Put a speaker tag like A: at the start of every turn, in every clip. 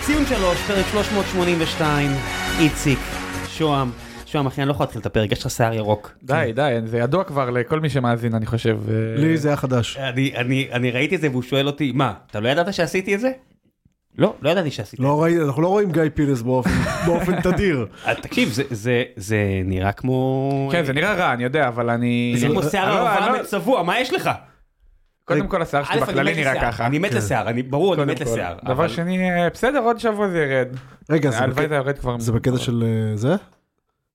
A: 23, פרק 382, איציק, שוהם. שוהם, אחי, אני לא יכול להתחיל את הפרק, יש לך שיער ירוק.
B: די, די, זה ידוע כבר לכל מי שמאזין, אני חושב. אה,
C: כן. לי זה היה חדש.
A: אני, אני, אני ראיתי את זה והוא שואל אותי, מה, אתה לא ידעת שעשיתי את זה? לא, לא ידעתי שעשיתי את
C: לא ראי, אנחנו לא רואים גיא פינס באופן, באופן תדיר.
A: זה. אה, תקשיב, זה, זה, זה נראה כמו...
B: לא. כן, זה נראה רע, אני יודע, אבל אני...
A: זה כמו שיער
B: אני לא- אני
A: הרווחה
B: לא-
A: מצבוע, מה יש לך?
B: קודם כל השיער שלי
A: א', אני
B: בכללי
A: מת
B: נראה
A: לשיער,
B: ככה. כן.
A: אני מת לשיער, אני- ברור, אני
B: קודם
A: מת
B: כל.
A: לשיער.
B: דבר
A: אבל-
B: שני, אה, בסדר, עוד שבוע זה ירד.
C: רגע, זה
B: הלוואי
C: בקטע-
B: זה ירד כבר.
C: זה בקטע של אה, זה?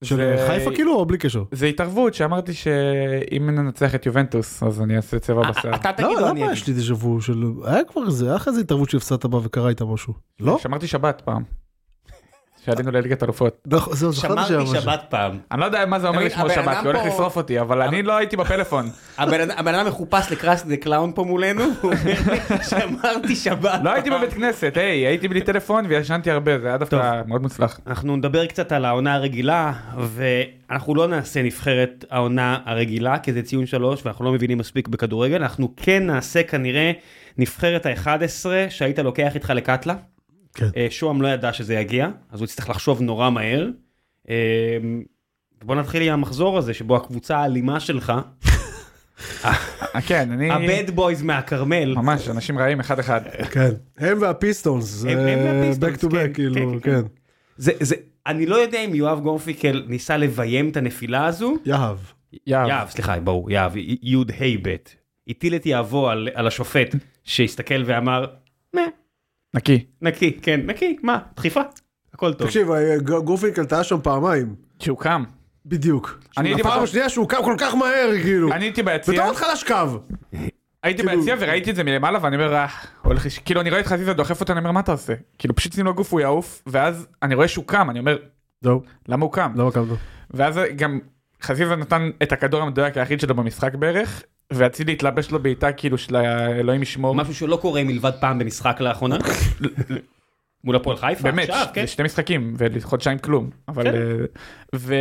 C: של אה,
B: זה-
C: חיפה כאילו או בלי קשר?
B: זה התערבות שאמרתי שאם ננצח את יובנטוס, אז אני אעשה צבע בשיער.
A: אה, אתה תגיד
C: לא,
A: או אני
C: למה
A: אגיד?
C: יש לי דז'ה וו של... היה כבר זה, היה אחרי זה התערבות שהפסדת בה וקרה איתה משהו. לא?
B: שמרתי שבת פעם. שעלינו לליגת אלופות.
C: נכון, זהו, זכרתי שהיה
A: שמרתי
C: משהו.
A: שבת פעם.
B: אני לא יודע מה זה אומר
A: אבל-
B: לשמור
A: הבן
B: שבת,
A: אדם
B: כי הוא הולך
A: פה-
B: לשרוף אותי, אבל אני לא הייתי בפלאפון.
A: הבן אדם- הבן אדם מחופש לקראס דה קלאון פה מולנו, הוא אומר לי, שמרתי שבת.
B: לא הייתי
A: פעם."
B: בבית כנסת, היי, הייתי בלי טלפון וישנתי הרבה, זה היה דווקא מאוד מוצלח.
A: אנחנו נדבר קצת על העונה הרגילה, ואנחנו לא נעשה נבחרת העונה הרגילה, כי זה ציון שלוש ואנחנו לא מבינים מספיק בכדורגל, אנחנו כן נעשה כנראה נבחרת ה-11 שהיית לוקח איתך לקטלה.
C: כן.
A: אה, שוהם לא ידע שזה יגיע, אז הוא יצטרך לחשוב נורא מהר. אה, בוא נתחיל עם המחזור הזה, שבו הקבוצה האלימה שלך,
B: אה, כן, אני...
A: הבד בויז מהכרמל,
B: ממש, אנשים רעים אחד אחד.
C: כן. הם והפיסטונס,
A: הם- הם
C: זה
A: והפיסטונס,
C: back to
A: כן,
C: back, כאילו,
A: כן, כן,
C: כן.
A: זה, זה, אני לא יודע אם יואב גורפיקל ניסה לביים את הנפילה הזו,
C: יהב.
B: יאב.
A: יהב, סליחה, ברור, יהב, י- יוד ה' ב', הטיל את יהבו על, על השופט שהסתכל ואמר, "מה,
B: נקי.
A: נקי, כן, נקי, מה, דחיפה, הכל טוב.
C: תקשיב, אה, ג- גורפינקל טעה שם פעמיים.
B: שהוא קם.
C: בדיוק.
B: אני הייתי
C: הפעם
B: בטוח-
C: השנייה שהוא קם כל כך מהר, כאילו.
B: אני הייתי ביציע,
C: בתור התחלה שקו.
B: הייתי
C: כאילו-
B: ביציע וראיתי את זה מלמעלה ואני אומר, "אה, הולך לש-" כאילו אני רואה את חזיזה דוחף אותו, אני אומר, מה אתה עושה? כאילו פשוט שים לו גוף, הוא יעוף, ואז אני רואה שהוא קם, אני אומר,
C: זהו, לא.
B: למה הוא קם?
C: למה קמת?
B: ואז גם חזיזה נתן את הכדור המדויק היחיד שלו במשחק בערך, ואצילי התלבש לו בעיטה כאילו של האלוהים ישמור.
A: משהו שלא קורה מלבד פעם במשחק לאחרונה, מול הפועל חיפה,
B: באמת,
A: עכשיו, כן.
B: זה שני משחקים וחודשיים כלום. אבל...
A: כן.
B: אה, ו...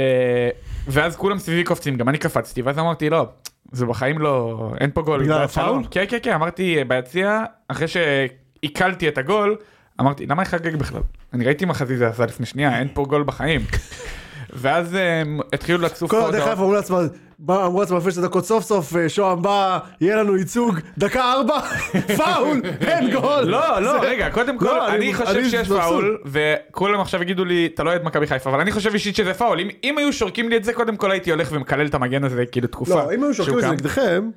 B: ואז כולם סביבי קופצים, גם אני קפצתי, ואז אמרתי לא, זה בחיים לא, אין פה גול.
C: בגלל
B: זה
C: הפאול?
B: הצלון." כן, כן, כן, אמרתי אה, ביציע, אחרי שעיכלתי את הגול, אמרתי, למה אני חגג בכלל? אני ראיתי מה חזיזה עשה לפני שנייה, אין פה גול בחיים. ואז אה, הם התחילו לצוף
C: כל הדרך
B: הודעות.
C: אגב אמרו לעצמם, בא- אמרו לעצמם לפני שתי דקות סוף סוף אה, שוהם בא, יהיה לנו ייצוג, דקה ארבע, פאול, אין גול.
B: לא, לא,
C: זה-
B: רגע, קודם כל,
C: לא,
B: אני חושב שיש
C: מבסוט.
B: פאול, וכולם עכשיו יגידו לי, אתה לא אוהד מכבי חיפה, אבל אני חושב אישית שזה פאול. אם- אם היו שורקים לי את זה, קודם כל הייתי הולך ומקלל את המגן הזה, כאילו, תקופה.
C: לא, אם היו שורקים
B: שהוא
C: את זה
B: קם.
C: נגדכם,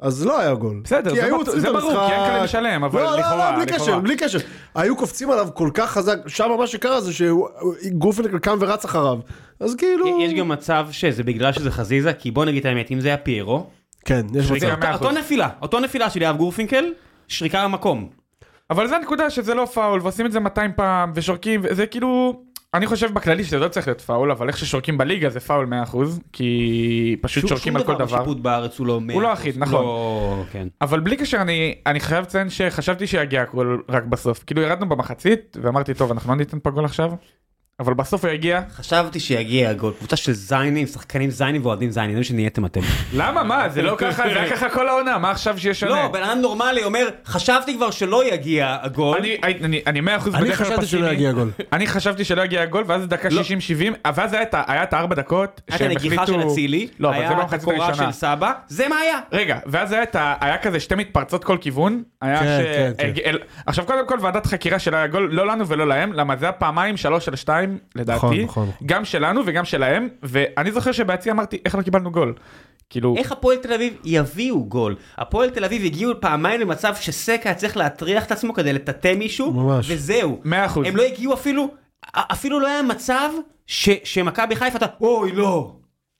C: אז לא היה גול.
B: בסדר,
C: כי
B: זה
C: היו
B: בטוח-
C: עוצרים
B: זה
C: את
B: ברור, כי אין
C: המשחק.
B: כלי משלם, אבל
C: לא, לא,
B: לכאורה,
C: לא, בלי
B: לכאורה.
C: קשר, בלי קשר. היו קופצים עליו כל כך חזק, שם מה שקרה זה שגופן קם ורץ אחריו. אז כאילו...
A: יש גם מצב שזה בגלל שזה חזיזה, כי בוא נגיד את האמת, אם זה היה פיירו,
C: כן, יש
A: זה
C: מצב.
A: אותו-
B: מאה אחוז.
A: אותו נפילה, אותו נפילה של יואב גורפינקל, שריקה במקום.
B: אבל זה הנקודה שזה לא פאול, ועושים את זה 200 פעם, ושורקים, וזה כאילו... אני חושב בכללי שזה לא צריך להיות פאול, אבל איך ששורקים בליגה זה פאול 100%, כי פשוט
A: שום-
B: שורקים
A: שום
B: על כל דבר.
A: בשיפוט בארץ הוא לא... מאה
B: הוא לא
A: אחוז,
B: אחיד, נכון.
A: לא, כן.
B: אבל בלי קשר אני אני חייב לציין שחשבתי שיגיע הגול רק בסוף כאילו ירדנו במחצית ואמרתי טוב אנחנו לא ניתן פה גול עכשיו אבל בסוף הוא יגיע
A: חשבתי שיגיע הגול, קבוצה של זיינים, שחקנים זיינים ואוהדים זיינים, זה מה שנהייתם אתם.
B: למה מה זה לא ככה זה היה ככה כל העונה מה עכשיו שיש
A: לא,
B: שונה
A: בן אדם נורמלי אומר, חשבתי כבר שלא יגיע הגול.
B: אני אני אני 100%
C: אני
B: בדרך כלל
C: חשבתי שלא
A: לא
B: פסימי.
C: יגיע גול.
B: אני חשבתי שלא יגיע הגול ואז דקה 60-70 אבל אז היה את ה- היה את הארבע דקות
A: היה את
B: שהם
A: הנגיחה של
B: החליטו-
A: אצילי,
B: לא אבל זה
A: היה את
B: במחצית
A: הקורה
B: הראשונה
A: של סבא, זה מה היה.
B: רגע, ואז היה, את ה... היה כזה שתי מתפרצות כל כיוון. היה
C: כן,
B: ש...
C: כן, כן.
B: אל... עכשיו קודם כל ועדת חקירה של הגול, לא לנו ולא להם, למה זה היה פעמיים שלוש על שתיים, לדעתי.
C: נכון, נכון, נכון.
B: גם שלנו וגם שלהם, ואני זוכר שביציע אמרתי, איך לא קיבלנו גול? כאילו,
A: איך הפועל תל אביב יביאו גול? הפועל תל אביב הגיעו פעמיים למצב שסקה היה צריך להטריח את עצמו כדי לטאטא מישהו,
C: ממש.
A: וזהו.
B: מאה אחוז.
A: הם לא הגיעו אפילו, אפילו לא היה מצב ש- שמכבי חיפה, אתה, אוי לא.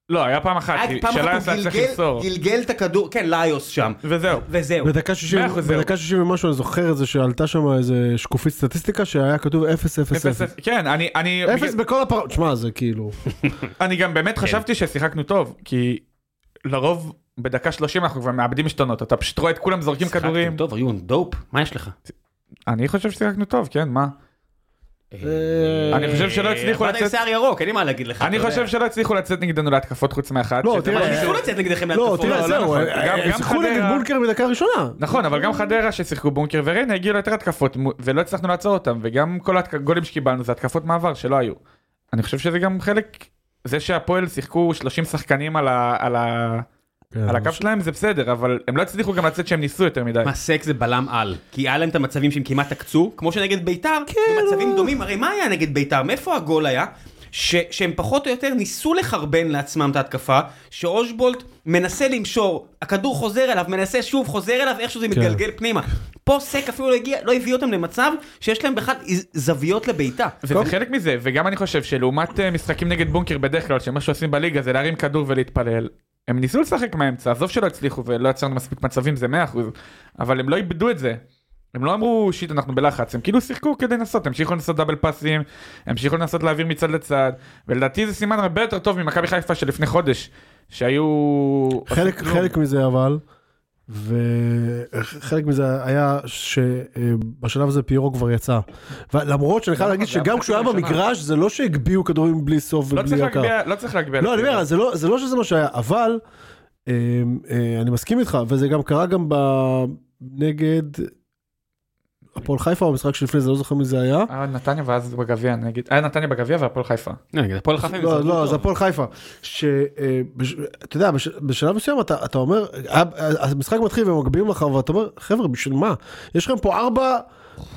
B: לא, היה פעם אחת,
A: היה
B: כי
A: אה, פעם
B: שלה
A: אחת
B: יצא
A: הוא
B: צריך
A: גלגל-
B: למסור.
A: גלגל את הכדור, כן, ליוס שם.
B: וזהו.
A: וזהו.
C: בדקה
B: לא. מאה
C: 60
B: אחוז, זהו.
C: בדקה 60 ומשהו אני זוכר את זה שעלתה שם איזה שקופית סטטיסטיקה שהיה כתוב 0 0
B: אפס,
C: 0
B: אפס. כן, אני, אני,
C: אפס בכל הפר... תשמע זה כאילו...
B: אה, אני גם באמת
A: כן.
B: חשבתי ששיחקנו טוב, כי לרוב בדקה 30 אנחנו כבר מאבדים עשתונות, אתה פשוט רואה את כולם זורקים
A: שיחקתם
B: כדורים.
A: טוב, היו דופ, מה יש לך?
B: אני חושב ששיחקנו טוב, כן, מה?
C: אה,
B: אני חושב שלא הצליחו
A: לצאת...
B: לצאת-
A: באת עם שיער ירוק, אין לי אה, מה להגיד לך.
B: אני
A: אתה יודע.
B: חושב שלא הצליחו לצאת נגדנו להתקפות חוץ מאחת.
C: לא,
B: שזה
C: תראה,
A: אבל
B: משהו-
A: הם ניסו לצאת נגדכם
C: לא,
A: להתקפות.
C: תראה,
B: אה, לא, לא
C: זהו,
B: נכון.
C: אה, אה,
B: גם-
C: הם
B: גם
C: שיחקו נגד
B: חדרה-
C: בונקר בדקה הראשונה.
B: נכון, אבל גם חדרה ששיחקו בונקר וריינה הגיעו יותר התקפות מו- ולא הצלחנו לעצור אותם, וגם כל הגולים שקיבלנו זה התקפות מעבר שלא היו. אני חושב שזה גם חלק, זה שהפועל שיחקו 30 שחקנים על ה- על ה- כן,
C: אה,
B: על הקו שלהם זה בסדר, אבל הם לא הצליחו גם לצאת שהם ניסו יותר מדי.
A: מה סק זה בלם על, כי היה להם את המצבים שהם כמעט עקצו, כמו שנגד ביתר,
B: כן, אה.
A: במצבים דומים, הרי מה היה נגד ביתר? מאיפה הגול היה? ש, שהם פחות או יותר ניסו לחרבן לעצמם את ההתקפה, שאושבולט מנסה למשור, הכדור חוזר אליו, מנסה שוב, חוזר אליו, איכשהו זה
B: כן.
A: מתגלגל פנימה. פה סק אפילו לא, הגיע, לא הביא אותם למצב שיש להם בכלל ז- זוויות לבעיטה.
B: וזה חלק מזה, וגם אני חושב שלעומת אה, משחקים נגד בונקר בדרך כלל, שמה שעושים בליגה זה להרים כדור ולהתפלל. הם ניסו לשחק מהאמצע, עזוב שלא הצליחו ולא יצרנו מספיק מצבים, זה 100%, אבל הם לא איבדו את זה. הם לא אמרו שיט אנחנו בלחץ, הם כאילו שיחקו כדי לנסות, המשיכו לנסות דאבל פאסים, המשיכו לנסות להעביר מצד לצד, ולדעתי זה סימן הרבה יותר טוב ממכבי חיפה שלפני חודש, שהיו...
C: חלק,
B: עשו כלום.
C: חלק מזה אבל, וחלק מזה היה שבשלב הזה פיירו כבר יצא. ולמרות שאני חייב
B: לא,
C: להגיד
B: זה היה
C: שגם כשהוא היה
B: בחצי הראשונה.
C: במגרש, זה לא שהגביהו כדורים בלי סוף
B: לא צריך
C: ובלי יקר.
B: להגביה, לא צריך להגביה.
C: לא, אני אומר, זה לא- זה לא שזה מה שהיה, אבל אה, אה, אני מסכים איתך, וזה גם קרה גם ב- נגד הפועל חיפה, או המשחק שלפני זה, לא זוכר מי זה היה.
B: היה אה, נתניה ואז בגביע, נגיד, היה נתניה בגביע והפועל חיפה.
A: נגד הפועל חיפה. הם
C: לא,
A: זרקו
C: לא,
A: אותו.
C: זה הפועל חיפה. שאתה יודע, בש- בשלב מסוים אתה אתה אומר, אה, המשחק מתחיל והם מגביהים לך, ואתה אומר, חבר'ה, בשביל מה? יש לכם פה ארבע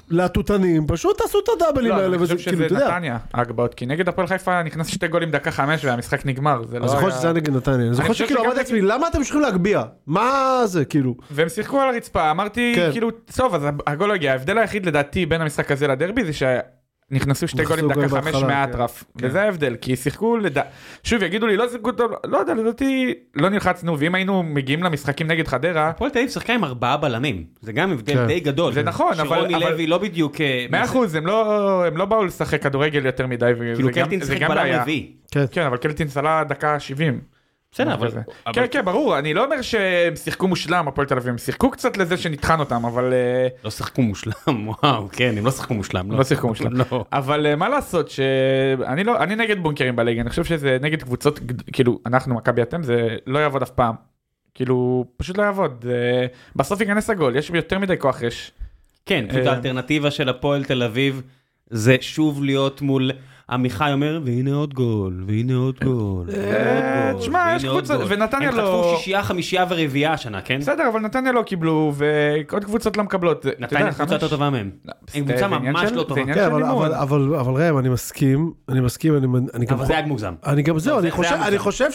C: להטוטנים, פשוט תעשו את הדאבלים
B: לא,
C: האלה,
B: אני
C: וזה
B: חושב
C: כאילו,
B: שזה
C: אתה יודע.
B: נתניה ההגבהות, כי נגד הפועל חיפה נכנס שתי גולים דקה חמש והמשחק נגמר, זה
C: אני
B: לא
C: זוכר שזה היה
B: היה...
C: נגד נתניה, אני זוכר
B: חושב
C: שכאילו
B: שגם
C: אמרתי
B: נגד-
C: לעצמי, למה אתם ממשיכים להגביה? מה זה, כאילו?
B: והם שיחקו על הרצפה, אמרתי,
C: כן.
B: כאילו, טוב, אז הגול לא הגיע, ההבדל היחיד לדעתי בין המשחק הזה לדרבי זה שנכנסו שתי
C: נכנסו
B: גולים
C: גול
B: דקה חמש
C: בהתחלה, כן.
B: מהאטרף, וזה ההבדל, כי שיחקו לדע... שוב, יגידו לי, לא שיחקו טוב, לא יודע, לדעתי לא נלחצנו, ואם היינו מגיעים למשחקים נגד חדרה,
A: הפועל תל אביב שיחקה עם ארבעה בלמים, זה גם
C: כן.
A: הבדל די גדול.
B: זה נכון, אבל-
A: שרוני
B: אבל-
A: לוי לא בדיוק... אה,
B: מאה אחוז, הם לא הם לא באו לשחק כדורגל יותר מדי, וזה
A: כאילו
B: גם-
A: קלטין
B: זה
A: שיחק
B: גם
A: בלם
B: בעיה.
A: רביעי.
C: כן.
B: כן, אבל קלטינס עלה דקה 70.
A: בסדר, אבל...
B: כזה.
A: אבל-
B: כן כן ברור אני לא אומר שהם שיחקו מושלם הפועל תל אביב הם שיחקו קצת לזה שנטחן אותם אבל אה,
A: לא שיחקו מושלם, וואו, כן, הם לא שיחקו מושלם.
B: לא שיחקו מושלם
A: לא.
B: אבל אה, מה לעשות שאני לא אני נגד בונקרים בליגה אני חושב שזה נגד קבוצות גד- כאילו אנחנו מכבי אתם זה לא יעבוד אף פעם. כאילו פשוט לא יעבוד אה, בסוף ייכנס הגול יש יותר מדי כוח אש.
A: כן, פשוט
B: אה,
A: האלטרנטיבה של הפועל תל אביב זה שוב להיות מול עמיחי אומר, והנה עוד גול, והנה עוד גול. והנה עוד גול,
B: תשמע,
A: והנה
B: יש
A: עוד
B: קבוצה-
A: גול."
B: ונתניה
A: הם
B: לא-
A: חטפו שישייה, חמישייה ורביעייה השנה, כן?
B: בסדר אבל נתניה לא קיבלו ועוד קבוצות לא מקבלות.
A: נתניה קבוצה יותר טובה מהם. הם קבוצה ממש לא טובה.
C: כן, אבל- אבל- אבל אבל ראם, אני מסכים, אני מסכים, אני אני גם
A: אבל זה היה מוגזם.
C: אני גם
A: לא,
C: זהו,
A: זה-
C: אני
A: זה
C: חושב,
A: היה
C: אני
A: מוזר.
C: חושב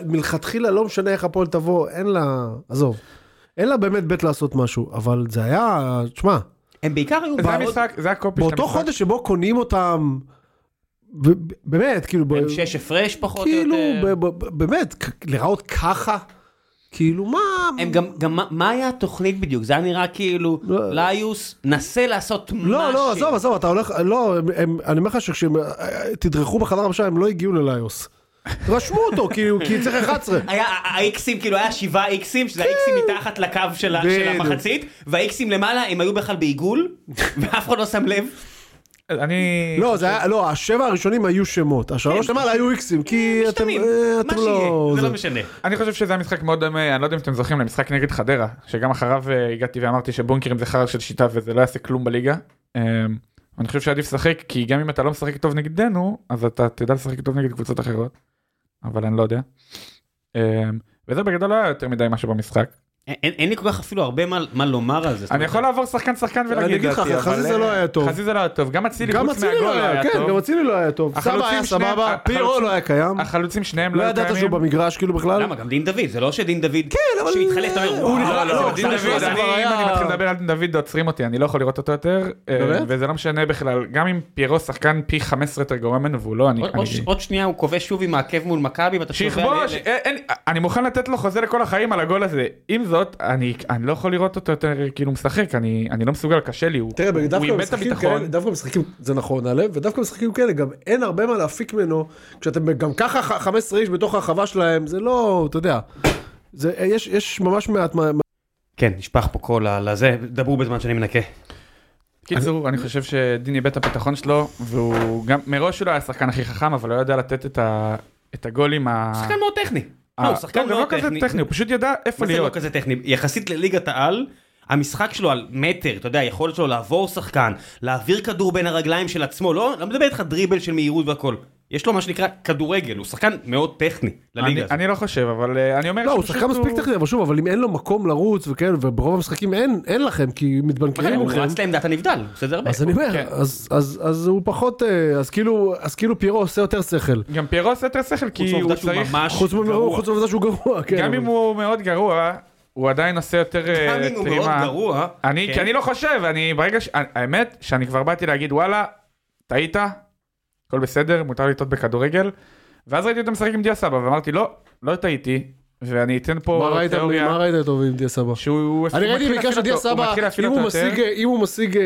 C: שמלכתחילה לא משנה איך הפועל תבוא, אין לה, עזוב, אין לה באמת בית לעשות משהו, אבל זה היה, תשמע,
A: הם בעיקר היו
B: זה
A: בעוד...
B: המשחק זה הקופי של
C: באותו
B: המשחק.
C: חודש שבו קונים אותם, ב- באמת, כאילו, ב-
A: הם שש הפרש פחות או
C: כאילו,
A: יותר.
C: ב- ב- באמת, כ- לראות ככה, כאילו, מה,
A: הם גם, גם מה- מה היה התוכנית בדיוק? זה היה נראה כאילו,
C: לא.
A: ליוס, נסה לעשות משהו.
C: לא, לא, עזוב, עזוב, אתה הולך, לא, הם- הם- אני אומר לך שכשהם אה, אה, תדרכו בחדר הבשל, הם לא הגיעו לליוס. רשמו אותו, כאילו, כי צריך 11.
A: היה האיקסים, כאילו היה שבעה איקסים, שזה האיקסים מתחת לקו של ה- של
C: בדיוק.
A: המחצית, והאיקסים למעלה, הם היו בכלל בעיגול, ואף אחד לא שם לב.
B: אני
C: לא, זה היה, לא, השבע הראשונים היו שמות, השלוש למעלה היו איקסים, כי אתם
A: משתנים,
C: אה,
A: מה
C: אתם
A: שיהיה,
C: לא...
A: זה
C: זה.
A: לא משנה.
B: אני חושב שזה היה משחק מאוד דומה, אני לא יודע אם אתם זוכרים למשחק נגד חדרה, שגם אחריו אה, הגעתי ואמרתי שבונקרים זה חרא של שיטה וזה לא יעשה כלום בליגה. אה, אני חושב שעדיף לשחק, כי גם אם אתה לא משחק טוב נגדנו, אז אתה תדע לשחק טוב נגד קבוצות אחרות, אבל אני לא יודע. אה, וזה בגדול לא היה יותר מדי משהו במשחק.
A: אין- אין אין לי כל כך אפילו הרבה מה- מה לומר על זה. זאת
B: אני
A: אומרת,
B: יכול לעבור שחקן שחקן
C: אני
B: ולהגיד
C: אגיד לך,
B: דעתי, אבל,
C: חזיזה לא
B: אה,
C: היה טוב.
B: חזיזה לא היה טוב, גם אצילי
C: גם
B: חוץ
C: אצילי לא
B: מהגול
C: היה, כן, גם
B: טוב.
C: אצילי לא היה טוב. סבא היה
B: החלוצים שניהם-
C: סבבה, פירו
B: החלוצים-
C: לא היה קיים.
B: החלוצים שניהם
C: לא
B: לא
C: ידעת שהוא
B: קיימים.
C: במגרש כאילו בכלל.
A: למה? גם דין דוד, זה לא שדין דוד,
C: אבל-
A: שהתחלף, אתה אומר,
C: הוא
A: "וואו,
C: נכנס-
A: לא,
C: לא,
A: לא,
C: הוא
B: דין
A: דין
C: נכנס
A: דוד,
B: דוד,
C: זה
B: אני-
C: כבר
B: אם
C: היה-
B: אני מתחיל לדבר על דין דוד עוצרים אותי, אני לא יכול לראות אותו יותר, אה,
C: באמת?
B: וזה לא משנה בכלל, גם אם פיירו שחקן פי 15 יותר גרוע ממנו והוא לא, אני...
A: עוד-
B: אני-
A: עוד ש- עוד שנייה הוא כובש שוב עם העקב מול מכבי, ואתה שומע...
B: שיכבוש, אה, אין- אני מוכן לתת לו חוזה לכל החיים על הגול הזה, עם זאת, אני אני לא יכול לראות אותו יותר כאילו משחק, אני אני לא מסוגל, קשה לי, הוא
C: תראה,
B: הוא
C: דווקא
B: איבד את
C: במשחקים כאלה,
B: הביטחון,
C: דווקא במשחקים, זה נכון, הלב, ודווקא במשחקים כאלה גם אין הרבה מה להפיק ממנו, כשאתם גם ככה ח- 15 איש בתוך הרחבה שלהם, זה לא, אתה יודע, זה, יש, יש ממש מעט מה... מה-
A: כן, נשפך פה קול על הזה, דברו בזמן שאני מנקה.
B: קיצור, אני חושב שדין איבד את הביטחון שלו, והוא גם, מראש הוא לא היה השחקן הכי חכם, אבל הוא ידע לתת את ה- את הגולים ה...
A: שחקן מאוד טכני.
B: ה-
A: לא, הוא שחקן
B: לא, גם לא
A: מאוד
B: כזה
A: טכני.
B: טכני, הוא פשוט ידע איפה
A: מה זה לא
B: להיות.
A: כזה טכני? יחסית לליגת העל, המשחק שלו על מטר, אתה יודע, היכולת שלו לעבור שחקן, להעביר כדור בין הרגליים של עצמו, לא, לא מדבר איתך דריבל של מהירות והכל. יש לו מה שנקרא כדורגל, הוא שחקן מאוד טכני לליגה
B: אני-
A: הזאת.
B: אני לא חושב, אבל אה, אני אומר
C: לא, הוא
B: שפשוט
C: שחקן מספיק טכני, אבל שוב, אבל אם אין לו מקום לרוץ וכן, וברוב המשחקים אין, אין לכם, כי מתבנקרים
A: הוא
C: מכם.
A: רץ לעמדת הנבדל, הוא עושה את זה הרבה.
C: אז אני
B: כן.
C: אומר, אז- אז אז הוא פחות, אה, אז כאילו, אז כאילו פיירו עושה יותר שכל.
B: גם פיירו עושה יותר שכל, כי
A: מהעובדה
B: הוא
A: שהוא
B: צריך...
A: ממש
C: חוץ
A: גרוע.
C: מהעובדה חוץ מהעובדה שהוא גרוע, כן.
B: גם
C: אבל-
B: אם הוא מאוד גרוע, הוא עדיין עושה יותר אה,
A: גם אם הוא מאוד
B: טעימה.
A: גרוע,
B: אני,
A: כן.
B: כי אני לא חושב, אני ברגע ש... אה, האמת, שאני כבר באתי להגיד וואלה, טעית, הכל בסדר, מותר לטעות בכדורגל, ואז ראיתי אותם משחק עם דיה סבא, ואמרתי לא, לא טעיתי, ואני אתן
C: מה
B: פה
C: ראית-
B: תיאוריה
C: מה ראית טוב עם דיה סבא?
B: שהוא...
C: אני
B: הוא
C: ראיתי
B: מתחיל
C: בעיקר
B: להפעיל
C: שדיה
B: אותו- הוא
C: סבא,
B: מתחיל להפעיל
C: אם הוא
B: אותו כן.
C: משיג,
B: יותר.
C: אם הוא משיג אה,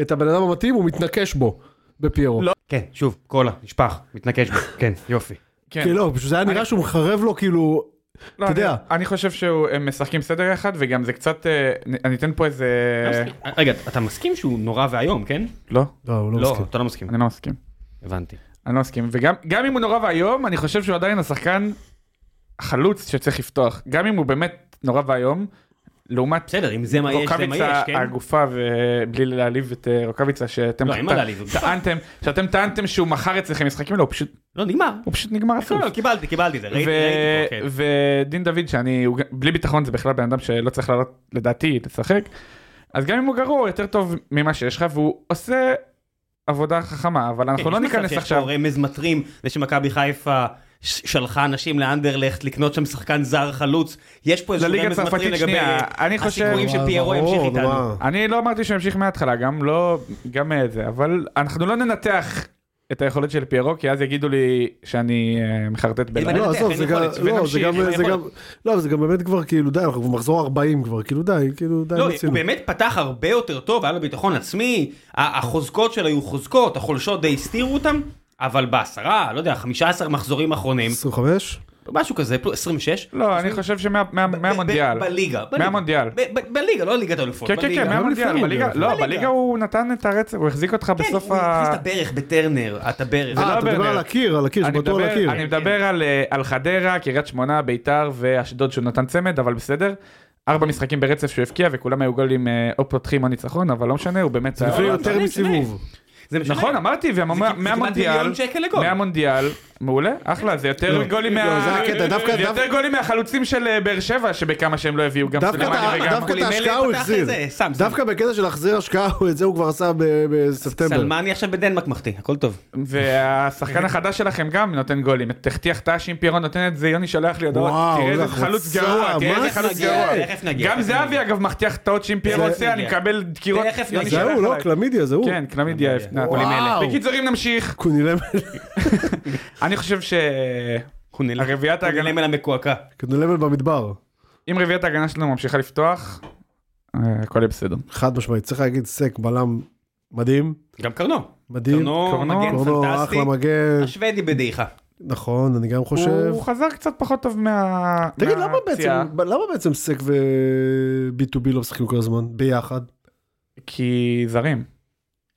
C: את הבן אדם המתאים, הוא מתנקש בו, בפיירו.
B: לא.
A: כן, שוב, קולה, נשפך, מתנקש בו, כן, יופי.
B: כן.
C: כי לא, פשוט זה היה נראה שהוא מחרב לו כאילו,
B: לא,
C: אתה
B: אני-
C: יודע.
B: אני חושב שהם משחקים סדר אחד, וגם זה קצת... אה, אני אתן פה איזה...
A: לא רגע, אתה מסכים שהוא נורא ואיום, כן?
B: לא,
C: לא, הוא לא
A: לא,
C: מסכים.
A: אתה לא מסכים,
B: אני לא מסכים.
A: הבנתי.
B: אני לא מסכים, וגם גם אם הוא נורא ואיום, אני חושב שהוא עדיין השחקן החלוץ שצריך לפתוח. גם אם הוא באמת נורא ואיום, לעומת
A: בסדר, אם זה מה יש, זה מה יש,
B: רוקאביצה
A: כן?
B: הגופה, ובלי להעליב את אה, רוקאביצה, שאתם
A: לא, אין מה
B: טע-
A: להעליב, הוא גופה.
B: טענתם, שאתם טענתם שהוא מכר אצלכם משחקים, לא, הוא פשוט-
A: לא, נגמר.
B: הוא פשוט נגמר
A: לא,
B: הסוף.
A: לא, קיבלתי, קיבלתי את זה, ראיתי, ראיתי, פה, כן.
B: ודין דוד שאני, הוא גם- בלי ביטחון זה בכלל בן אדם שלא צריך לעלות לדעתי לשחק, אז גם אם הוא גרוע הוא יותר טוב ממה שיש לך והוא עושה עבודה חכמה, אבל אנחנו לא
A: כן, יש מצב
B: ניכנס
A: שיש
B: עכשיו,
A: פה רמז מטרים, זה שמכבי חיפה ש- שלחה אנשים לאנדרלכט לקנות שם שחקן זר חלוץ, יש פה איזשהו
B: לליגה
A: רמז מטרים
B: הצרפתית
A: לגבי
B: שנייה, אני חושב,
A: הסיפורים שפיירו
C: ברור,
A: המשיך
C: נו,
A: איתנו.
C: מה.
B: אני לא אמרתי שהוא ימשיך מההתחלה, גם לא, גם אה, זה, אבל אנחנו לא ננתח את היכולת של פיירו, כי אז יגידו לי שאני אה, מחרטט
A: אין
B: בלעד.
A: בעיה.
C: לא,
A: מנתח,
C: עזוב,
A: אין
C: זה גם,
A: יכולת,
C: לא, זה
A: ונמשיך,
C: גם,
A: אין
C: זה גם,
A: יכולת.
C: לא, זה גם באמת כבר כאילו די, אנחנו במחזור 40 כבר, כאילו די, כאילו די,
A: לא, הוא
C: מיצינו.
A: באמת פתח הרבה יותר טוב, היה לו ביטחון עצמי, ה- החוזקות שלו היו חוזקות, החולשות די הסתירו אותם, אבל בעשרה, לא יודע, 15 מחזורים אחרונים,
C: 25?
A: משהו כזה, פלוס 26.
B: לא, אני חושב
A: ב- ב-
B: שמהמונדיאל.
A: בליגה. בליגה.
B: מהמונדיאל.
A: ב- ב- בליגה, לא ליגת האלופות.
B: כן, כן,
A: בליגה.
B: כן, מהמונדיאל,
C: לפני
B: בליגה,
C: המונדיאל.
B: לא,
A: בליגה.
B: בליגה הוא נתן את הרצף, הוא החזיק אותך בסוף
A: כן, הוא
B: ה...
A: הכניס את הברך בטרנר, את הברך.
B: לא
C: אה, אתה מדבר
B: ברנר.
C: על הקיר, על הקיר,
B: אני
C: שבטוח על הקיר.
B: מדבר, אני
A: כן,
B: מדבר על, אה, על חדרה, קריית שמונה, ביתר ואשדוד שהוא נתן צמד, אבל בסדר. ארבע משחקים ברצף שהוא הבקיע וכולם היו גולים אה, או פותחים או ניצחון, אבל לא משנה, הוא באמת...
C: זה
B: היה-
C: לפני
A: לא,
C: יותר
A: משנה,
C: מסיבוב.
A: זה משנה.
B: נכון, אמרתי,
A: זה כמעט
B: ומהמונדיאל,
A: מיליון שקל לגול.
B: מהמונדיאל, מעולה, אחלה, זה יותר
C: לא,
B: גולים
C: לא,
B: מה...
C: זה הקטע, דווקא-
B: זה יותר
C: דווקא-
B: גולים מהחלוצים של אה, באר שבע, שבכמה שהם לא הביאו, גם
C: דווקא
B: סולימני
C: את ה-
B: וגם...
C: דווקא את
A: גולימלי
C: ההשקעה הוא
A: פתח
C: החזיר.
A: איזה, סם, סם.
C: דווקא בקטע של להחזיר השקעה, הוא- את זה הוא כבר עשה ב- בספטמבר.
A: סלמני עכשיו בדנמרק מחטיא, הכל טוב.
B: והשחקן
C: אוקיי.
B: החדש שלכם גם נותן גולים, תחתיח ת"ש אם פירון נותן את זה, יוני שולח לי הודעות,
C: וואו,
B: תראה איזה
C: לחצה,
B: חלוץ גרוע, תראה איזה
C: מה
B: אה, חלוץ
A: זה?
B: גרוע.
A: תכף נגיע,
B: גם
A: תכף
B: זהבי
A: נגיע.
B: אגב מחטיח תאות שאם פירון
C: תכף
B: עושה, אני
A: נגיע.
B: מקבל דקירות.
A: תכף
B: יוני
A: נגיע.
C: זה
B: שלח
C: הוא, לא,
B: עליי.
C: קלמידיה, זה הוא.
B: כן, קלמידיה,
A: נגיע.
B: נתנה גולים
C: וואו.
B: אלה. בקיצור, אם נמשיך,
C: קונילמל,
B: אני חושב ש...
A: חונל-
B: הרביעיית ההגנה-
A: חונלם אל המקועקע.
C: קונילמל במדבר.
B: אם רביעיית ההגנה שלנו ממשיכה לפתוח, אה, הכל יהיה בסדר.
C: חד משמעית, צריך להגיד סק, בלם מדהים,
A: גם קרנו.
C: מדהים.
A: קרנו
B: קרנו,
A: מגן
C: קורנו,
A: פנטסטי.
C: כן, אחלה מגן.
A: השוודי בדעיכה.
C: נכון, אני גם חושב.
B: הוא חזר קצת פחות טוב מה...
C: תגיד, למה
B: מהפציעה,
C: בעצם, למה בעצם סק ו-B2B לא משחקים כל הזמן? ביחד?
B: כי זרים.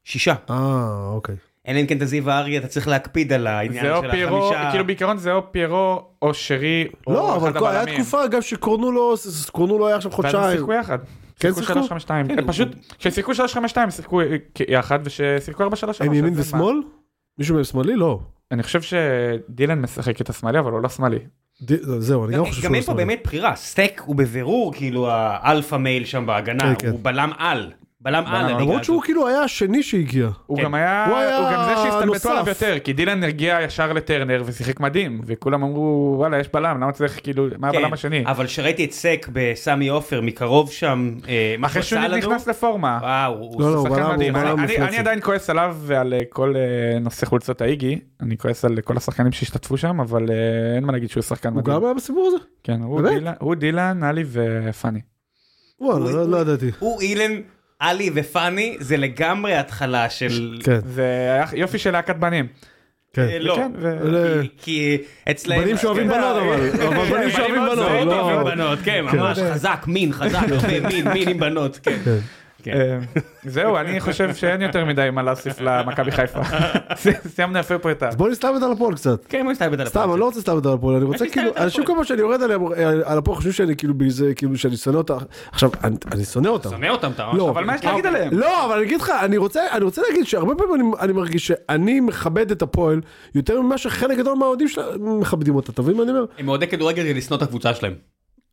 A: שישה.
C: אה, אוקיי.
A: אלא אם כן אתה זיו הארי, אתה צריך להקפיד על העניין
B: זה או
A: של
B: פיירו,
A: החמישה.
B: כאילו בעיקרון זה או פיירו או שרי, או
C: לא,
B: אחד
C: אבל כל- היה
B: הבלמים.
C: תקופה גם שקורנו לו, קורנו לו היה עכשיו
B: ואז הם
C: חודשיים.
B: שיחקו יחד.
C: כן
B: שיחקו?
C: שיחקו?
B: 352.
A: כן,
B: פשוט, כששיחקו 352 הם שיחקו יחד, וכששיחקו 433.
C: הם ימין
B: אז זה לא מה.
C: ושמאל? מישהו מהם שמאלי? לא.
B: אני חושב שדילן משחק את השמאלי, אבל הוא לא שמאלי.
C: ד- לא, זהו, אני
A: גם-
C: גם חושב
A: גם
C: שהוא
A: אין פה
C: שמאלי.
A: באמת בחירה. סטייק הוא בבירור כאילו האלפא מייל שם בהגנה.
C: כן, כן.
A: הוא בלם על. בלם
B: בלם.
A: על. לליגה
C: למרות
A: הזאת.
C: שהוא כאילו היה השני שהגיע.
B: הוא
A: כן.
B: גם היה,
C: הוא היה
B: הוא גם זה שהסתלבטו
C: נוסף.
B: עליו יותר, כי דילן הגיע ישר לטרנר ושיחק מדהים, וכולם אמרו, וואלה, יש בלם, למה צריך כאילו, מה
A: כן,
B: הבלם השני?
A: אבל שראיתי את סק בסמי עופר מקרוב שם, אה, מה
B: אחרי
A: שהוא
B: שהוא
A: עשה לנו,
B: נכנס לפורמה.
A: וואו, הוא
C: לא, לא, הוא
B: שחקן
C: בלם, הוא
B: מדהים.
C: בלם
B: אני- אני-
C: מפלצת.
B: אני עדיין כועס עליו ועל אה, כל אה, נושא חולצות האיגי, אני כועס על כל השחקנים שהשתתפו שם, אבל אה, אין מה להגיד שהוא שחקן
C: הוא
B: מדהים.
C: גם היה בסיפור הזה?
B: כן, הוא
C: באמת?
B: דילן- הוא דילן, עלי ופאני.
C: וואלה, לא- לא ידעתי.
A: הוא אילן, עלי ופאני, זה לגמרי התחלה של...
C: כן,
B: זה היה יופי של להקת בנים.
A: אה,
C: כן.
A: לא,
B: כן, ו-
A: כי- כי אצלהם...
C: בנים שאוהבים
A: כן,
C: בנות אבל, אבל בנים שאוהבים
A: מאוד
C: בנות,
A: זוהים
C: לא...
A: אוהבים בנות, כן, ממש חזק, מין חזק, הרבה מין, מין עם בנות, כן. כן.
B: אה, זהו, אני חושב שאין יותר מדי מה להוסיף למכבי חיפה. ס- סיימנו יפה פה את ה...
C: אז בוא נסתם את זה על הפועל קצת.
A: כן, בוא נסתלבט על
C: סתם, אני לא רוצה סתם את זה על הפועל, אני רוצה
A: נסתם
C: כאילו,
A: את זה על
C: אנשים כל פעם שאני יורד עליהם, על על הפועל חושבים שאני כאילו באיזה, כאילו שאני שונא אותה. עכשיו, אני- אני שונא אותם.
A: שונא אותם, אתה
C: לא,
B: אבל מה יש להגיד עליהם?
C: לא, אבל אני אגיד לך, אני רוצה, אני רוצה להגיד שהרבה פעמים אני, אני מרגיש שאני מכבד את הפועל יותר ממה שחלק גדול מהאוהדים שלה מכבדים אותה, אתה מבין מה אני אומר?
A: הם אוהדי כדורגל זה לשנוא את הקבוצה שלהם.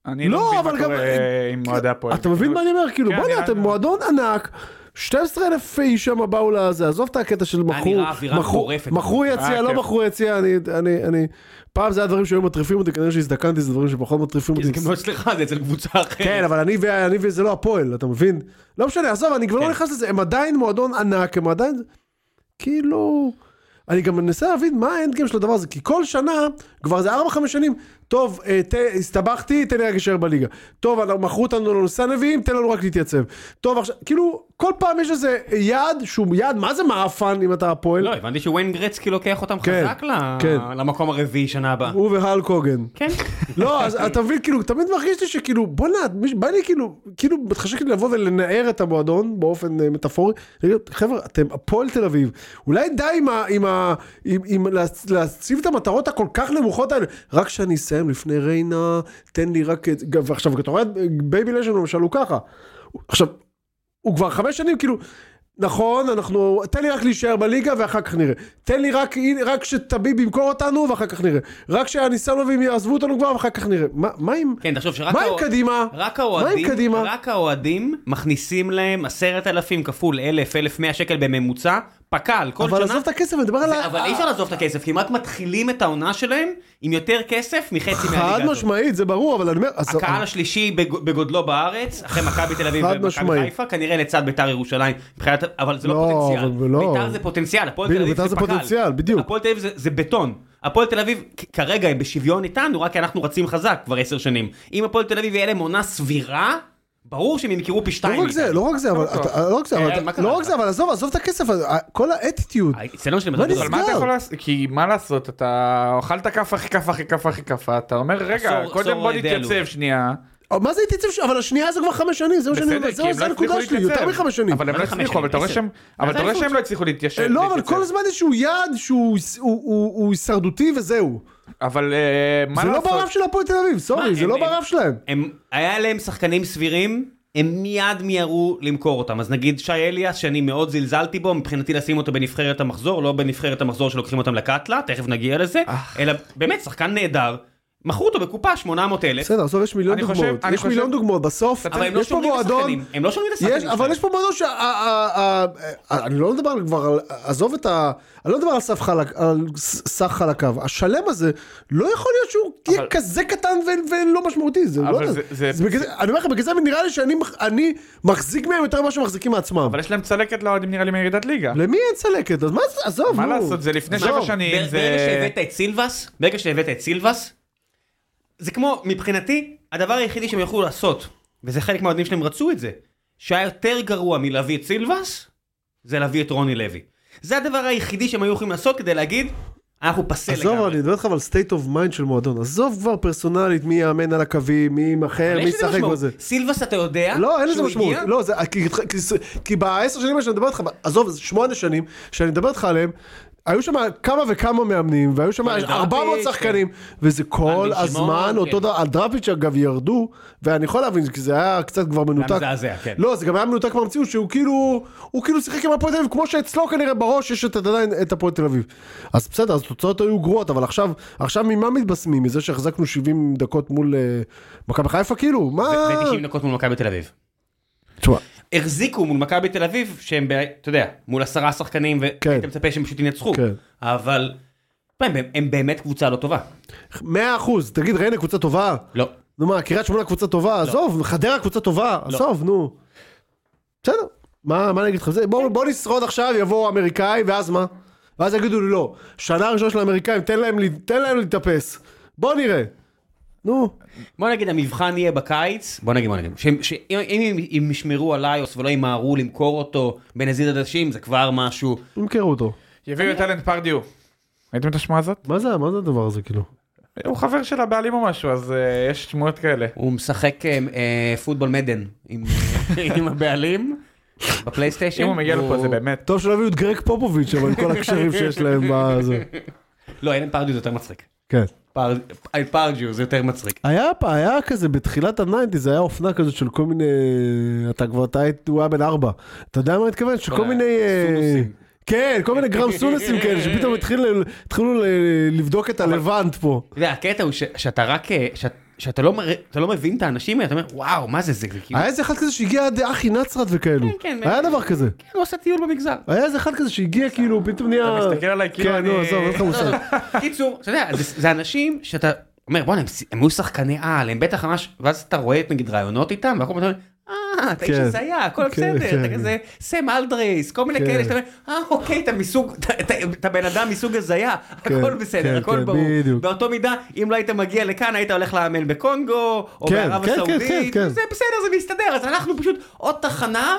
B: אני
C: לא,
B: לא מבין
C: אבל
B: מה
C: גם-
B: קורה עם אוהדי הפועל.
C: אתה מבין מה אני אומר? כאילו,
B: כן,
C: בוא'נה,
B: נראה
C: אתם
B: לי-
C: מועדון ענק. 12 אלף איש שם באו לזה, עזוב את הקטע של מכרו,
A: נראה אווירה
C: מכרו-
A: מטורפת.
C: מכרו יציאה,
B: אה,
C: לא
B: כן.
C: מכרו יציאה, אני, אני, אני, פעם זה היה דברים שהיו מטריפים אותי, כנראה שהזדקנתי, זה דברים שפחות מטריפים
A: זה
C: אותי.
A: גם לא אצלך, זה אצל קבוצה אחרת.
C: כן, אבל אני ו- אני וזה לא הפועל, אתה מבין? לא משנה, עזוב, אני כבר לא
A: כן.
C: נכנס לזה, הם עדיין מועדון ענק, הם עדיין... כאילו... אני גם מנסה להבין מה האנד גיים של הדבר הזה, כי כל שנה, כבר זה 4-5 שנים, טוב, אה, ת, הסתבכתי, תן לי רק להישאר בליגה. טוב, אנחנו- מכרו אותנו לנושא נביאים, תן לנו רק להתייצב. טוב, עכשיו, כאילו, כל פעם יש איזה יעד, שהוא יעד, מה זה מעפן אם אתה הפועל?
A: לא, הבנתי שוויין גרצקי לוקח אותם
C: כן,
A: חזק ל-
C: כן.
A: למקום הרביעי שנה הבאה.
C: הוא והלק הוגן.
A: כן.
C: לא, אז אתה מבין, כאילו, תמיד מרגיש לי שכאילו, בוא'נה, מי- בא לי כאילו, כאילו, חשבתי לבוא ולנער את המועדון באופן אה, מטאפורי. כאילו, חבר'ה, אתם הפועל תל אביב, אולי די עם ה- עם ה... עם- עם להצ- להציב את המטרות הכל כך נמוכות האלה, רק שאני אסיים לפני ריינה, תן לי רק את... גם- ועכשיו, אתה רואה, את בייבי לשן למשל הוא ככה. עכשיו, הוא כבר חמש שנים, כאילו... נכון, אנחנו, תן לי רק להישאר בליגה ואחר כך נראה. תן לי רק, הנה, רק שטביב ימכור אותנו ואחר כך נראה. רק שהניסנובים יעזבו אותנו כבר ואחר כך נראה. מה, מה עם,
A: כן, תחשוב שרק
C: מה עם
A: האוה-
C: קדימה?
A: רק
C: מה עם
A: האוהדים,
C: קדימה?
A: רק האוהדים מכניסים להם עשרת אלפים כפול אלף, אלף מאה שקל בממוצע, פק"ל, כל
C: אבל
A: שנה.
C: עזוב את הכסף, אני מדבר על
A: אבל אי אפשר לעזוב את הכסף, כמעט מתחילים את העונה שלהם עם יותר כסף מחצי
C: חד
A: מהליגה הזאת.
C: משמעית, זה ברור, אבל אני אומר, אז-
A: הקהל השלישי בג- בגודלו בארץ, אחרי מכבי תל אביב
C: חד
A: ומכבי
C: משמעית.
A: חיפה, כנראה לצד ביתר ירושלים, מבחינת, אבל זה לא,
C: לא,
A: פוטנציאל.
C: אבל לא.
A: ביתר זה פוטנציאל, הפועל תל
C: בדיוק,
A: אביב זה
C: ביתר זה
A: פק"ל.
C: פוטנציאל, בדיוק.
A: הפועל תל אביב זה, זה בטון. הפועל תל אביב כ- כרגע הם בשוויון איתנו, רק כי אנחנו רצים חזק כבר עשר שנים. אם הפועל תל אביב יהיה להם עונה סבירה, ברור שהם ימכרו פי שתיים.
C: לא רק זה,
A: מאיתנו.
C: לא רק זה, אבל אתה- לא רק זה, אבל
A: אה,
C: אתה-
A: מה קרה
C: לא
A: לך?
C: רק זה, אבל עזוב, עזוב את הכסף, אז- כל האטיטיוד.
A: האצטדיון שלהם
C: מה
A: יותר
B: אבל
A: גדול.
B: מה אתה
C: נסגר.
B: יכול לעשות? כי מה לעשות, אתה אכלת כאפה אחרי כאפה אחרי כאפה אחרי כאפה, אתה אומר רגע,
A: עשור-
B: קודם
A: עשור
B: בוא
A: די עלוב."
B: נתייצב שנייה.
A: אה,
C: מה זה התייצב, ש- אבל השנייה זה כבר חמש שנים, זה מה שאני אומר,
B: בסדר, כי
C: זהו,
B: הם
C: זה
B: לא הצליחו
C: הנקודה שלי,
B: להתייצב.
C: יותר מחמש שנים.
B: אבל הם
A: מה
B: לא
A: זה חמש
B: הצליחו, אבל אתה רואה
A: שנים?
B: שהם אבל אתה רואה
A: עשר.
B: שהם לא הצליחו להתיישב.
C: אה, לא, אבל
B: להתייצב.
C: כל הזמן איזשהו יעד שהוא הוא- הוא הוא הישרדותי וזהו.
B: אבל אה, מה
C: זה לא
B: לעשות?
C: ברף של הפועל תל אביב,
A: מה,
C: סורי, זה
A: הם-
C: לא
A: הם-
C: ברף שלהם.
A: הם, היה להם שחקנים סבירים, הם מיד מיהרו למכור אותם. אז נגיד שי אליאס, שאני מאוד זלזלתי בו, מבחינתי לשים אותו בנבחרת המחזור, לא בנבחרת המחזור שלוקחים אותם לקטלה, תכף נגיע לזה,
C: אה.
A: אלא באמת שחקן נהדר, מכרו אותו בקופה 800 אלף,
C: בסדר, בסוף יש מיליון
B: אני חושב-
C: דוגמאות,
B: אני
C: יש
B: חושב-
C: מיליון דוגמאות, בסוף
A: אבל הם לא
C: יש פה
A: שומרים את
C: מועדון,
A: השחקנים, הם לא שומרים את
C: יש,
A: השחקנים
C: אבל
A: שלהם.
C: יש פה מועדון שה... ה- ה- ה- ה- אני לא מדבר על כבר על... עזוב את ה... אני לא מדבר על סף חלק... על ס- סך חלקיו. השלם הזה, לא יכול להיות שהוא יהיה
B: אבל-
C: כזה קטן ו- ולא משמעותי. זה לא...
B: אבל
C: יודע.
B: זה- זה-
C: זה בגלל זה- אני אומר לך, בגלל זה נראה לי שאני מח- אני מחזיק מהם יותר ממה שמחזיקים מעצמם.
B: אבל יש להם צלקת לאוהדים נראה לי מירידת ליגה.
C: למי אין צלקת? אז מה זה? עזוב,
B: מה
C: נו.
B: לעשות, זה לפני שבע
C: עזוב.
B: שנים,
A: בר- ברגע
B: זה...
A: שהבאת את סילבס, ברגע שהבאת את סילבס, זה כמו, מבחינתי, הדבר היחידי שהם יכלו לעשות, וזה חלק מהאוהדים שלהם רצו את זה, שהיה יותר גרוע מלהביא את סילבס, זה להביא את רוני לוי. זה הדבר היחידי שהם היו יכולים לעשות כדי להגיד, אנחנו פסל לגמרי.
C: עזוב, אני מדבר איתך על state of mind של מועדון. עזוב כבר פרסונלית מי יאמן על הקווים, מי ימכר,
A: אבל
C: מי
A: יש לזה
C: ישחק
A: משמעות.
C: בזה.
A: סילבס אתה יודע
C: לא, אין לזה
A: שהוא
C: משמעות.
A: הגיע,
C: לא, זה, כי, כי, כי בעשר שנים האלה שאני מדבר איתך, עזוב, זה שמונה שנים שאני מדבר איתך עליהם, היו שם כמה וכמה מאמנים, והיו שם
A: דראפיץ',
C: 400 שחקנים, וזה כל
A: בן
C: הזמן
A: כן. שמעון,
C: אותו
A: כן.
C: דבר, על דראפיץ' אגב ירדו, ואני יכול להבין, כי זה היה קצת כבר מנותק.
A: מזעזע, כן.
C: לא, זה גם היה מנותק מהמציאות, שהוא כאילו, הוא כאילו שיחק עם הפועל תל אביב, כמו שאצלו כנראה בראש יש את עדיין את הפועל תל אביב. אז בסדר, אז התוצאות היו גרועות, אבל עכשיו, עכשיו ממה מתבשמים? מזה שהחזקנו 70 דקות מול אה, מכבי חיפה כאילו? מה?
A: ו- ו-90 דקות מול מכבי תל אביב.
C: תשמע,
A: החזיקו מול מכבי תל אביב שהם ב... אתה יודע מול עשרה שחקנים
C: כן.
A: והיית מצפה שהם פשוט ינצחו
C: כן.
A: אבל הם, הם, הם באמת קבוצה לא טובה
C: מאה אחוז, תגיד ריינה קבוצה טובה?
A: לא
C: נו מה, קריית שמונה קבוצה טובה? עזוב, חדרה קבוצה טובה? עזוב, נו. בסדר, מה מה אני אגיד לך? זה- בואו בואו נשרוד עכשיו, יבואו האמריקאי, ואז מה? ואז יגידו לי לא, שנה ראשונה של האמריקאים, תן להם לי- תן להם להתאפס. בוא נראה. נו,
A: בוא נגיד המבחן יהיה בקיץ בוא נגיד בוא נגיד שהם- שאם אם הם- אם ישמרו על איוס ולא ימהרו למכור אותו בנזיד עדשים זה כבר משהו
C: ימכרו אותו.
B: יביאו את אלן פרדיו. ראיתם את השמועה הזאת?
C: מה זה מה זה הדבר הזה כאילו?
B: הוא חבר של הבעלים או משהו, אז אה, יש שמועות כאלה.
A: הוא משחק אה, אה, פוטבול מדן אה, עם, עם הבעלים
D: בפלייסטיישן.
B: אם הוא מגיע לפה זה באמת.
C: טוב שלא הביאו את גרג פופוביץ' אבל עם כל הקשרים שיש להם בזה.
A: לא, אין פרדיו זה יותר מצחיק.
C: כן.
A: פרדיו זה יותר מצחיק.
C: היה פה, היה כזה בתחילת הניינטיז, היה אופנה כזאת של כל מיני, אתה כבר, אתה היית, הוא היה בן ארבע. אתה יודע מה אני מתכוון? שכל מיני... אה,
A: סונוסים.
C: כן, כל מיני גרם סונסים כאלה, שפתאום התחילו- התחילו ל- לבדוק את הלבנט פה.
A: אתה יודע, הקטע הוא ש- שאתה רק, אה, שאת- שאתה לא מר- אתה לא מבין את האנשים האלה, אתה אומר, וואו, מה זה זה? זה כאילו,
C: היה איזה אחד כזה שהגיע עד אחי נצרת וכאלו.
A: כן, כן.
C: היה דבר כזה.
A: כן, הוא עושה טיול במגזר.
C: היה איזה אחד כזה שהגיע כאילו, פתאום נהיה...
B: אתה מסתכל עליי כאילו
C: כן, נו,
B: אני-
C: עזוב, אין לך מושג.
A: קיצור, אתה יודע, זה זה אנשים שאתה אומר, בוא'נה, הם ס- הם היו שחקני על, הם בטח ממש, ואז אתה רואה את נגיד רעיונות איתם, והכל פעם אתה אומר, אה, אתה איש
C: כן.
A: הזיה, הכל
C: כן,
A: בסדר, אתה
C: כן.
A: כזה סם אלדרייס, כל מיני
C: כן.
A: כאלה, שאתה אומר, אה, אוקיי, אתה מסוג, אתה- אתה- אתה בן אדם מסוג הזיה, הכל
C: כן,
A: בסדר,
C: כן,
A: הכל
C: כן,
A: ברור.
C: בדיוק.
A: באותו מידה, אם לא היית מגיע לכאן, היית הולך לאמן בקונגו, או
C: כן,
A: בערב
C: כן, כן,
A: הסעודית,
C: כן, כן.
A: זה בסדר, זה מסתדר, אז אנחנו פשוט עוד תחנה.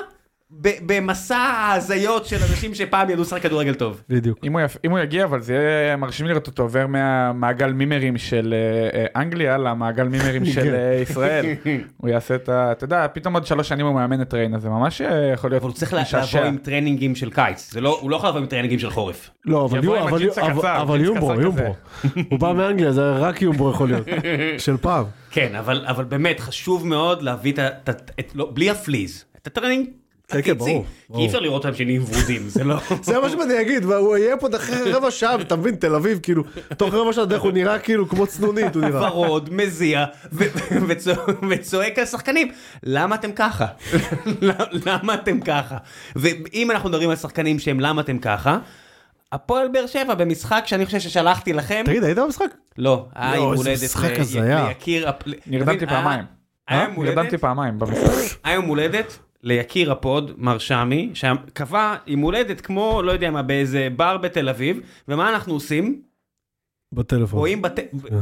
A: ב- במסע ההזיות של אנשים שפעם ידעו לשחק כדורגל טוב.
C: בדיוק.
B: אם הוא, יפ... אם הוא יגיע אבל זה יהיה מרשים לראות אותו עובר מהמעגל מימרים של אה, אה, אנגליה למעגל מימרים של אה, ישראל. הוא יעשה את ה... אתה יודע, פתאום עוד שלוש שנים הוא מאמן את ריין, אז זה ממש אה, יכול להיות
A: אבל הוא צריך לה- לעבור עם טרנינגים של קיץ, זה לא- הוא לא יכול לעבור עם טרנינגים של חורף.
C: לא, אבל
B: יבוא
C: יו-
B: עם
C: אבל
B: הג'ינס
C: יו- אבל-
B: הקצר,
C: אבל
B: ג'ינס
C: יומבו,
B: קצר
C: יומבו. הוא בא מאנגליה, זה רק יומבו יכול להיות. של פעם.
A: כן, אבל אבל באמת חשוב מאוד להביא את ה- את- את- לא, בלי הפליז, את הטרנינג
C: כן,
A: הקיצי,
C: ברור,
A: כי אי אפשר לראות אותם שנהיים ורודים, זה לא...
C: זה מה שאני אגיד, והוא יהיה פה אחרי רבע שעה, ואתה מבין, תל אביב, כאילו, תוך רבע שעה, דרך הוא נראה כאילו כמו צנונית, הוא נראה.
A: ורוד, מזיע, ו- ו- וצוע- וצועק על שחקנים, למה אתם ככה? למה אתם ככה? ואם אנחנו מדברים על שחקנים שהם למה אתם ככה, הפועל באר שבע במשחק שאני חושב ששלחתי לכם,
C: תגיד, היית במשחק?
A: לא, היה יום
C: איזה
A: הולדת
C: משחק
A: ל-
C: הזיה.
A: ליקיר, הפ-
B: נרדמתי
A: תבין, היה-
B: פעמיים.
A: היה
B: אה?
A: יום הולדת,
B: נרדמתי פעמיים במשחק.
A: היה יום הולדת כן, ליקיר הפוד, מר שמי, שקבע עם הולדת כמו, לא יודע מה, באיזה בר בתל אביב, ומה אנחנו עושים?
C: בטלפון.
A: רואים בת...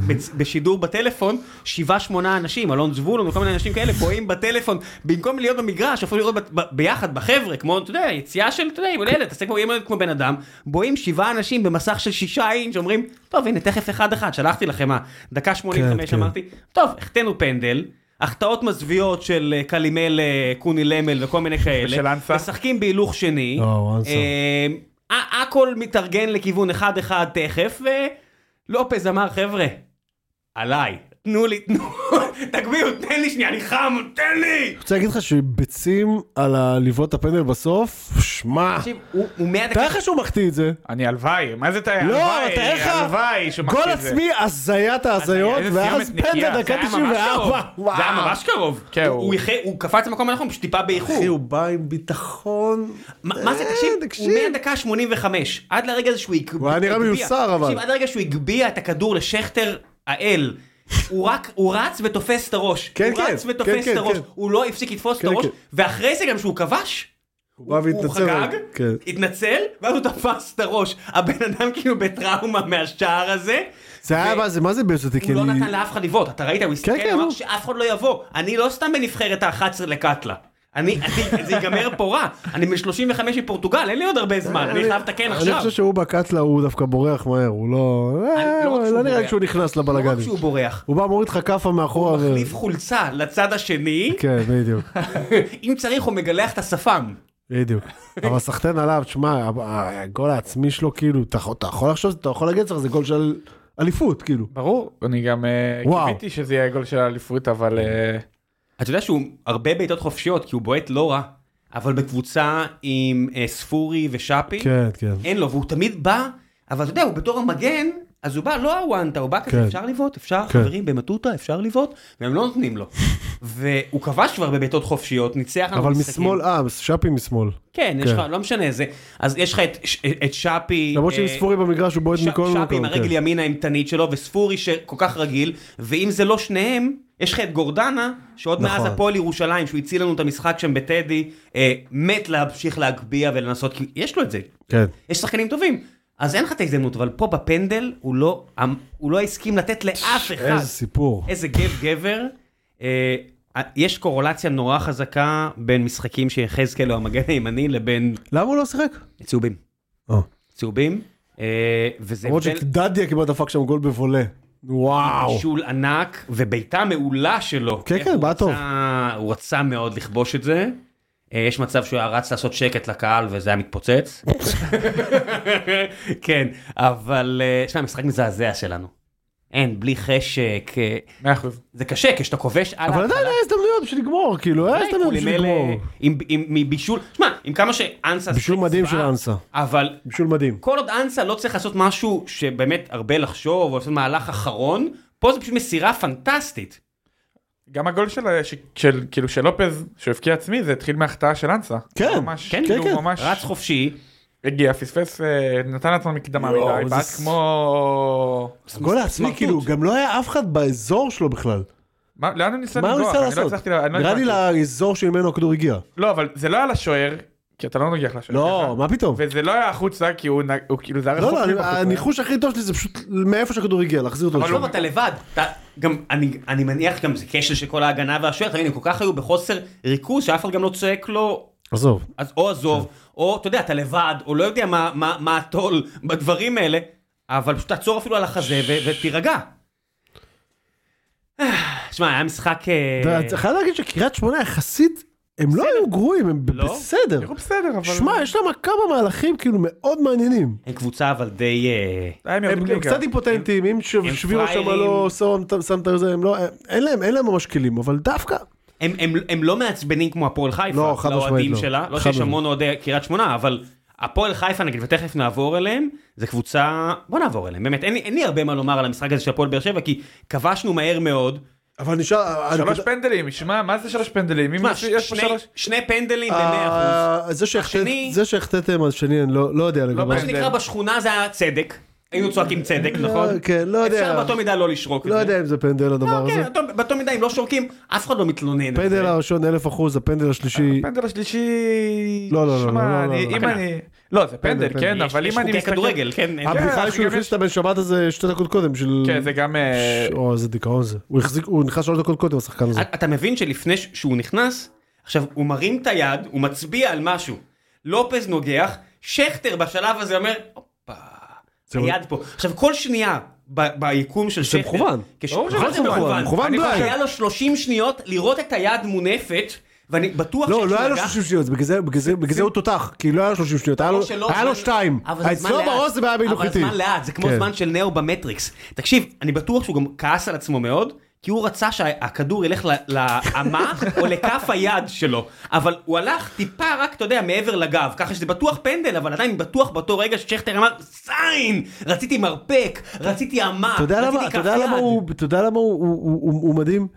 A: בצ- בשידור בטלפון שבעה שמונה אנשים, אלון זבולון וכל מיני אנשים כאלה, בואים בטלפון, במקום להיות במגרש, אפילו לראות ב... ב... ביחד בחבר'ה, כמו, אתה יודע, יציאה של, אתה יודע, עם הולדת, תעשה כמו, יום הולדת כמו בן אדם, בואים שבעה אנשים במסך של שישה אינץ', אומרים, טוב, הנה, תכף אחד אחד, שלחתי לכם מה, דקה שמונים וחמש
C: כן.
A: אמרתי, טוב, החטאנו פנדל. החטאות מזוויעות של אה, קלימל, אה, קוני למל וכל מיני כאלה.
B: ושל אנסה.
A: משחקים בהילוך שני.
C: או, אנסה.
A: אה, ה- הכל מתארגן לכיוון אחד אחד תכף, ולופז אמר חבר'ה, עליי, תנו לי, תנו, תגביהו, תן לי שנייה, אני חם, תן לי!
C: רוצה להגיד לך שביצים על הלבעוט הפנדל בסוף, שמע,
A: תקשיב, הוא הוא מהדקה...
C: תאר לך שהוא מחטיא את זה.
B: אני הלוואי, מה זה תהיה?
C: לא, תאר לך,
B: הלוואי שהוא
C: גול
B: מחטיא את זה.
C: עצמי, הזיית ההזיות,
B: איזה
C: ואז
B: סיומת נקייה,
C: פנדל
B: זה
C: דקה
A: זה היה ממש
C: 94.
A: קרוב. זה היה ממש קרוב.
B: כן,
A: הוא-
B: הוא-
A: הוא איחר- הוא קפץ למקום הנכון, פשוט טיפה
C: אחי,
A: באיחור.
C: הוא בא עם ביטחון.
A: מה מה זה,
C: אה,
A: תקשיב,
C: תקשיב.
A: הוא מהדקה ה-85, עד לרגע הזה שהוא הגביע.
C: הוא היה נראה מיוסר, אבל.
A: תקשיב, עד לרגע שהוא הגביע את הכדור לשכטר האל. הוא רק, הוא רץ ותופס את הראש.
C: כן,
A: הוא
C: כן,
A: רץ ותופס
C: כן,
A: את
C: כן,
A: הראש.
C: כן.
A: הוא לא הפסיק לתפוס את
C: כן,
A: הראש,
C: כן.
A: ואחרי זה גם שהוא כבש.
C: הוא בא
A: הוא
C: והתנצל.
A: חגג,
C: כן.
A: התנצל, ואז הוא תפס את הראש. הבן אדם כאילו בטראומה מהשער הזה.
C: זה היה,
A: ו-
C: מה זה- מה זה ביאס אותי?
A: הוא לא נתן לאף אחד לבעוט, אתה ראית, הוא הסתכל,
C: כן,
A: הוא אמר
C: הוא-
A: שאף אחד לא יבוא. אני לא סתם בנבחרת ה-11 לקטלה. אני, אני- זה ייגמר פה רע. אני מ-35 מפורטוגל, אין לי עוד הרבה זמן, אני חייב לתקן
C: אני
A: עכשיו.
C: חושב שהוא בקטלה הוא דווקא בורח מהר, הוא לא...
A: אני- לא רק שהוא
C: לא נראה
A: בורח.
C: לי שהוא נכנס
A: לא רק
C: לבלאגנים.
A: שהוא בורח,
C: הוא בא מוריד לך כאפה מאחורה.
A: הוא
C: ו-
A: מחליף חולצה לצד השני,
C: כן, בדיוק.
A: אם צריך הוא מגלח את השפם.
C: בדיוק. אבל סחטיין עליו, תשמע, ה- ה- הגול העצמי שלו, כאילו, אתה יכול- אתה יכול לחשוב, אתה יכול להגיד לך, זה גול של אליפות, כאילו.
B: ברור, אני גם אה,
C: וואו.
B: קיוויתי שזה יהיה גול של האליפות, אבל אה,
A: אתה יודע שהוא הרבה בעיטות חופשיות, כי הוא בועט לא רע, אבל בקבוצה עם אה, ספורי ושאפי,
C: כן, כן.
A: אין לו, והוא תמיד בא, אבל אתה יודע, הוא בתור המגן, אז הוא בא לא הוואנטה, הוא בא כזה,
C: כן.
A: אפשר לבעוט, אפשר,
C: כן.
A: חברים, במטותא, אפשר לבעוט, והם לא נותנים לו. והוא כבש כבר בבעיטות חופשיות, ניצח לנו
C: אבל
A: משחקים.
C: משמאל, אה, שפי משמאל.
A: כן, יש לך,
C: כן.
A: לא משנה זה. אז יש לך את- את שפי...
C: למרות שעם
A: אה,
C: ספורי במגרש הוא בועט
A: ש-
C: מכל מקום.
A: שפי עם הרגל
C: כן.
A: ימין האימתנית שלו, וספורי שכל כך רגיל, ואם זה לא שניהם, יש לך את גורדנה, שעוד
C: נכון.
A: מאז הפועל ירושלים, שהוא הציל לנו את המשחק שם בטדי, אה, מת להמשיך להגביה ולנסות, כי יש לו את זה,
C: כן.
A: יש שחקנים טובים. אז אין לך את ההזדמנות, אבל פה בפנדל הוא לא, הוא לא הסכים לתת לאף אחד.
C: איזה סיפור.
A: איזה גב גבר. אה, יש קורולציה נורא חזקה בין משחקים שיחזקאל הוא המגן הימני לבין
C: למה הוא לא שיחק?
A: צהובים.
C: אה.
A: צהובים. אה, וזה
C: למרות
A: הבדל
C: שדדיה כמעט דפק שם גול בבולה. וואו.
A: שול ענק וביתה מעולה שלו.
C: כן,
A: איך
C: כן,
A: הוא
C: בא
A: רצה-
C: טוב.
A: הוא רצה מאוד לכבוש את זה. אה, יש מצב שהוא היה רץ לעשות שקט לקהל וזה היה מתפוצץ. כן, אבל אה, שמע, משחק מזעזע שלנו. אין, בלי חשק. אה,
B: 100 אחוז.
A: זה קשה כשאתה כובש על
C: אבל
A: ההתחלה.
C: עדיין היה הזדמנויות בשביל לגמור, כאילו, היה הזדמנויות
A: העיקולים
C: בשביל
A: האלה
C: לגמור.
A: עם- עם- מבישול, שמע, עם כמה שאנסה...
C: בישול מדהים של אנסה.
A: אבל
C: בישול מדהים.
A: כל עוד אנסה לא צריך לעשות משהו שבאמת הרבה לחשוב, או לעשות מהלך אחרון, פה זה פשוט מסירה פנטסטית.
B: גם הגול של, ה- ש- של, כאילו, של לופז, שהוא הבקיע עצמי, זה התחיל מהחטאה של אנסה.
C: כן,
B: הוא ממש,
A: כן,
B: כאילו,
C: כן,
B: הוא ממש
A: רץ חופשי,
B: הגיע, פספס, אה, נתן לעצמו מקדמה
C: יואו,
B: מדי,
C: לא, זה
B: בעט
C: ס-
B: כמו...
C: גול העצמי,
A: סמרטוט.
C: כאילו, גם לא היה אף אחד באזור שלו בכלל.
B: מה- לאן הוא ניסה
C: מה הוא
B: לברוח?
C: ניסה
B: אני לא
C: לעשות?
B: הצלחתי, לה- אני לא
C: נראה לי
B: הצלחתי.
C: לאזור שממנו הכדור הגיע.
B: לא, אבל זה לא היה לשוער, כי אתה לא נוגח לשוער. ככה.
C: לא, מה פתאום.
B: וזה לא היה החוצה, כי הוא נ- הוא כאילו, זה היה
C: לא,
B: רחוק
C: לא, אני-
B: מבחוץ.
C: הניחוש הכי טוב שלי זה פשוט מאיפה שהכדור הגיע, להחזיר אותו
A: אבל
C: לשם.
A: לא, אתה לבד. אתה- גם, אני, אני מניח גם זה כשל של כל ההגנה והשוער, תמיד הם כל כך היו בחוסר ריכוז, שאף אחד גם לא צועק לו,
C: עזוב.
A: אז או עזוב, או אתה יודע, אתה לבד, או לא יודע מה- מה מה הטול בדברים האלה, אבל פשוט תעצור אפילו על החזה ו- ותירגע. אה, שמע, היה משחק... אה,
C: אתה חייב להגיד שקריית שמונה יחסית, הם לא היו גרועים, הם
A: לא?
C: בסדר.
B: נראו בסדר, אבל...
C: שמע, יש להם כמה מהלכים כאילו מאוד מעניינים.
A: הם קבוצה אבל די... אה,
B: היה
C: הם
B: יורדים
C: הם
B: ליגה.
C: קצת אימפוטנטים, אם
A: הם
C: ש- שבירו שם
A: פריילים.
C: לא שם- שם את זה, הם לא, אין להם, אין להם ממש כלים, אבל דווקא.
A: הם, הם, הם לא מעצבנים כמו הפועל חיפה,
C: לא, חד משמעית
A: לאוהדים
C: לא.
A: שלה, לא
C: חד
A: שיש
C: משמעית.
A: המון אוהדי קריית שמונה, אבל הפועל חיפה נגיד, ותכף נעבור אליהם, זה קבוצה, בוא נעבור אליהם, באמת, אין, לי- אין לי הרבה מה לומר על המשחק הזה של הפועל באר שבע, כי כבשנו מהר מאוד,
C: אבל נשאר, אה,
B: שלוש
C: הנקודה-
B: פנדלים, שמע, מה זה שלוש פנדלים? אם
A: תשמע,
B: יש- יש פה
A: שני,
B: שלוש...
A: שני פנדלים במאה אחוז,
C: אה, זה שהחטאת-
A: השני-
C: זה שהחטאתם, אז שני, אני לא לא יודע לגבי
A: מה
B: פנדל.
A: שנקרא בשכונה זה היה צדק, היינו צועקים צדק, נכון?
C: כן, לא יודע.
A: אפשר באותו מידה לא לשרוק
C: לא
A: את זה.
C: יודע אם זה פנדל הדבר
A: לא, כן,
C: הזה.
A: באותו- באותו מידה אם לא שורקים, אף אחד לא מתלונן. על
C: פנדל
A: זה.
C: הראשון אלף אחוז, הפנדל
A: אה,
C: השלישי...
B: הפנדל השלישי...
C: לא, לא, לא,
B: שמע,
C: לא, לא,
B: אני-
C: לא, לא.
B: אם אני... לא, זה פנדל,
C: פנדל,
B: כן,
A: יש-
B: אבל
A: יש
B: אם אני
A: חוקי
B: מסתכל...
A: כדורגל, כן, אין-
B: כן,
C: אה, הבדיחה
B: אבל
C: שהוא
B: גם
C: הכניס
B: יש-
C: את הבן שבת הזה שתי דקות קודם של...
B: כן, זה גם... אה,
C: או, איזה דיכאון זה. הוא החזיק, הוא נכנס שלוש דקות קודם, השחקן הזה.
A: אתה אתה מבין שלפני ש- שהוא נכנס, עכשיו הוא מרים את היד, הוא מצביע על משהו. לופז נוגח, שכטר בשלב הזה אומר, הופה,
C: זה
A: היד פה. עכשיו כל שנייה ב- ביקום של שכטר,
C: מכוון.
A: כש-
B: ברור שזה
A: אבל זה
B: מכוון,
A: מכוון,
C: מכוון
A: אני חושב
C: בליינד.
A: שהיה לו 30 שניות לראות את היד מונפת, ואני בטוח
C: לא,
A: שכשהוא
C: לא היה לו
A: נגח-
C: 30 שניות, בגלל זה- בגלל זה- בגלל זה הוא תותח, כי לא היה לו 30 שניות, היה לו-
A: שלא,
C: היה לו
A: זמן-
C: 2.
A: אבל זה זמן
C: אצלו
A: לאט.
C: בראש זה בעיה
A: אבל
C: בהילוכתי.
A: זמן לאט, זה כמו
C: כן.
A: זמן של נאו במטריקס. תקשיב, אני בטוח שהוא גם כעס על עצמו מאוד, כי הוא רצה שהכדור ילך ל- לאמה או לכף היד שלו. אבל הוא הלך טיפה רק, אתה יודע, מעבר לגב, ככה שזה בטוח פנדל, אבל עדיין בטוח באותו רגע ששכטר אמר, זין! רציתי מרפק, רציתי אמה,
C: אתה יודע
A: רציתי
C: למה- אתה
A: כף
C: יודע
A: יד."
C: למה הוא- אתה יודע למה הוא- הוא הוא- הוא מדהים?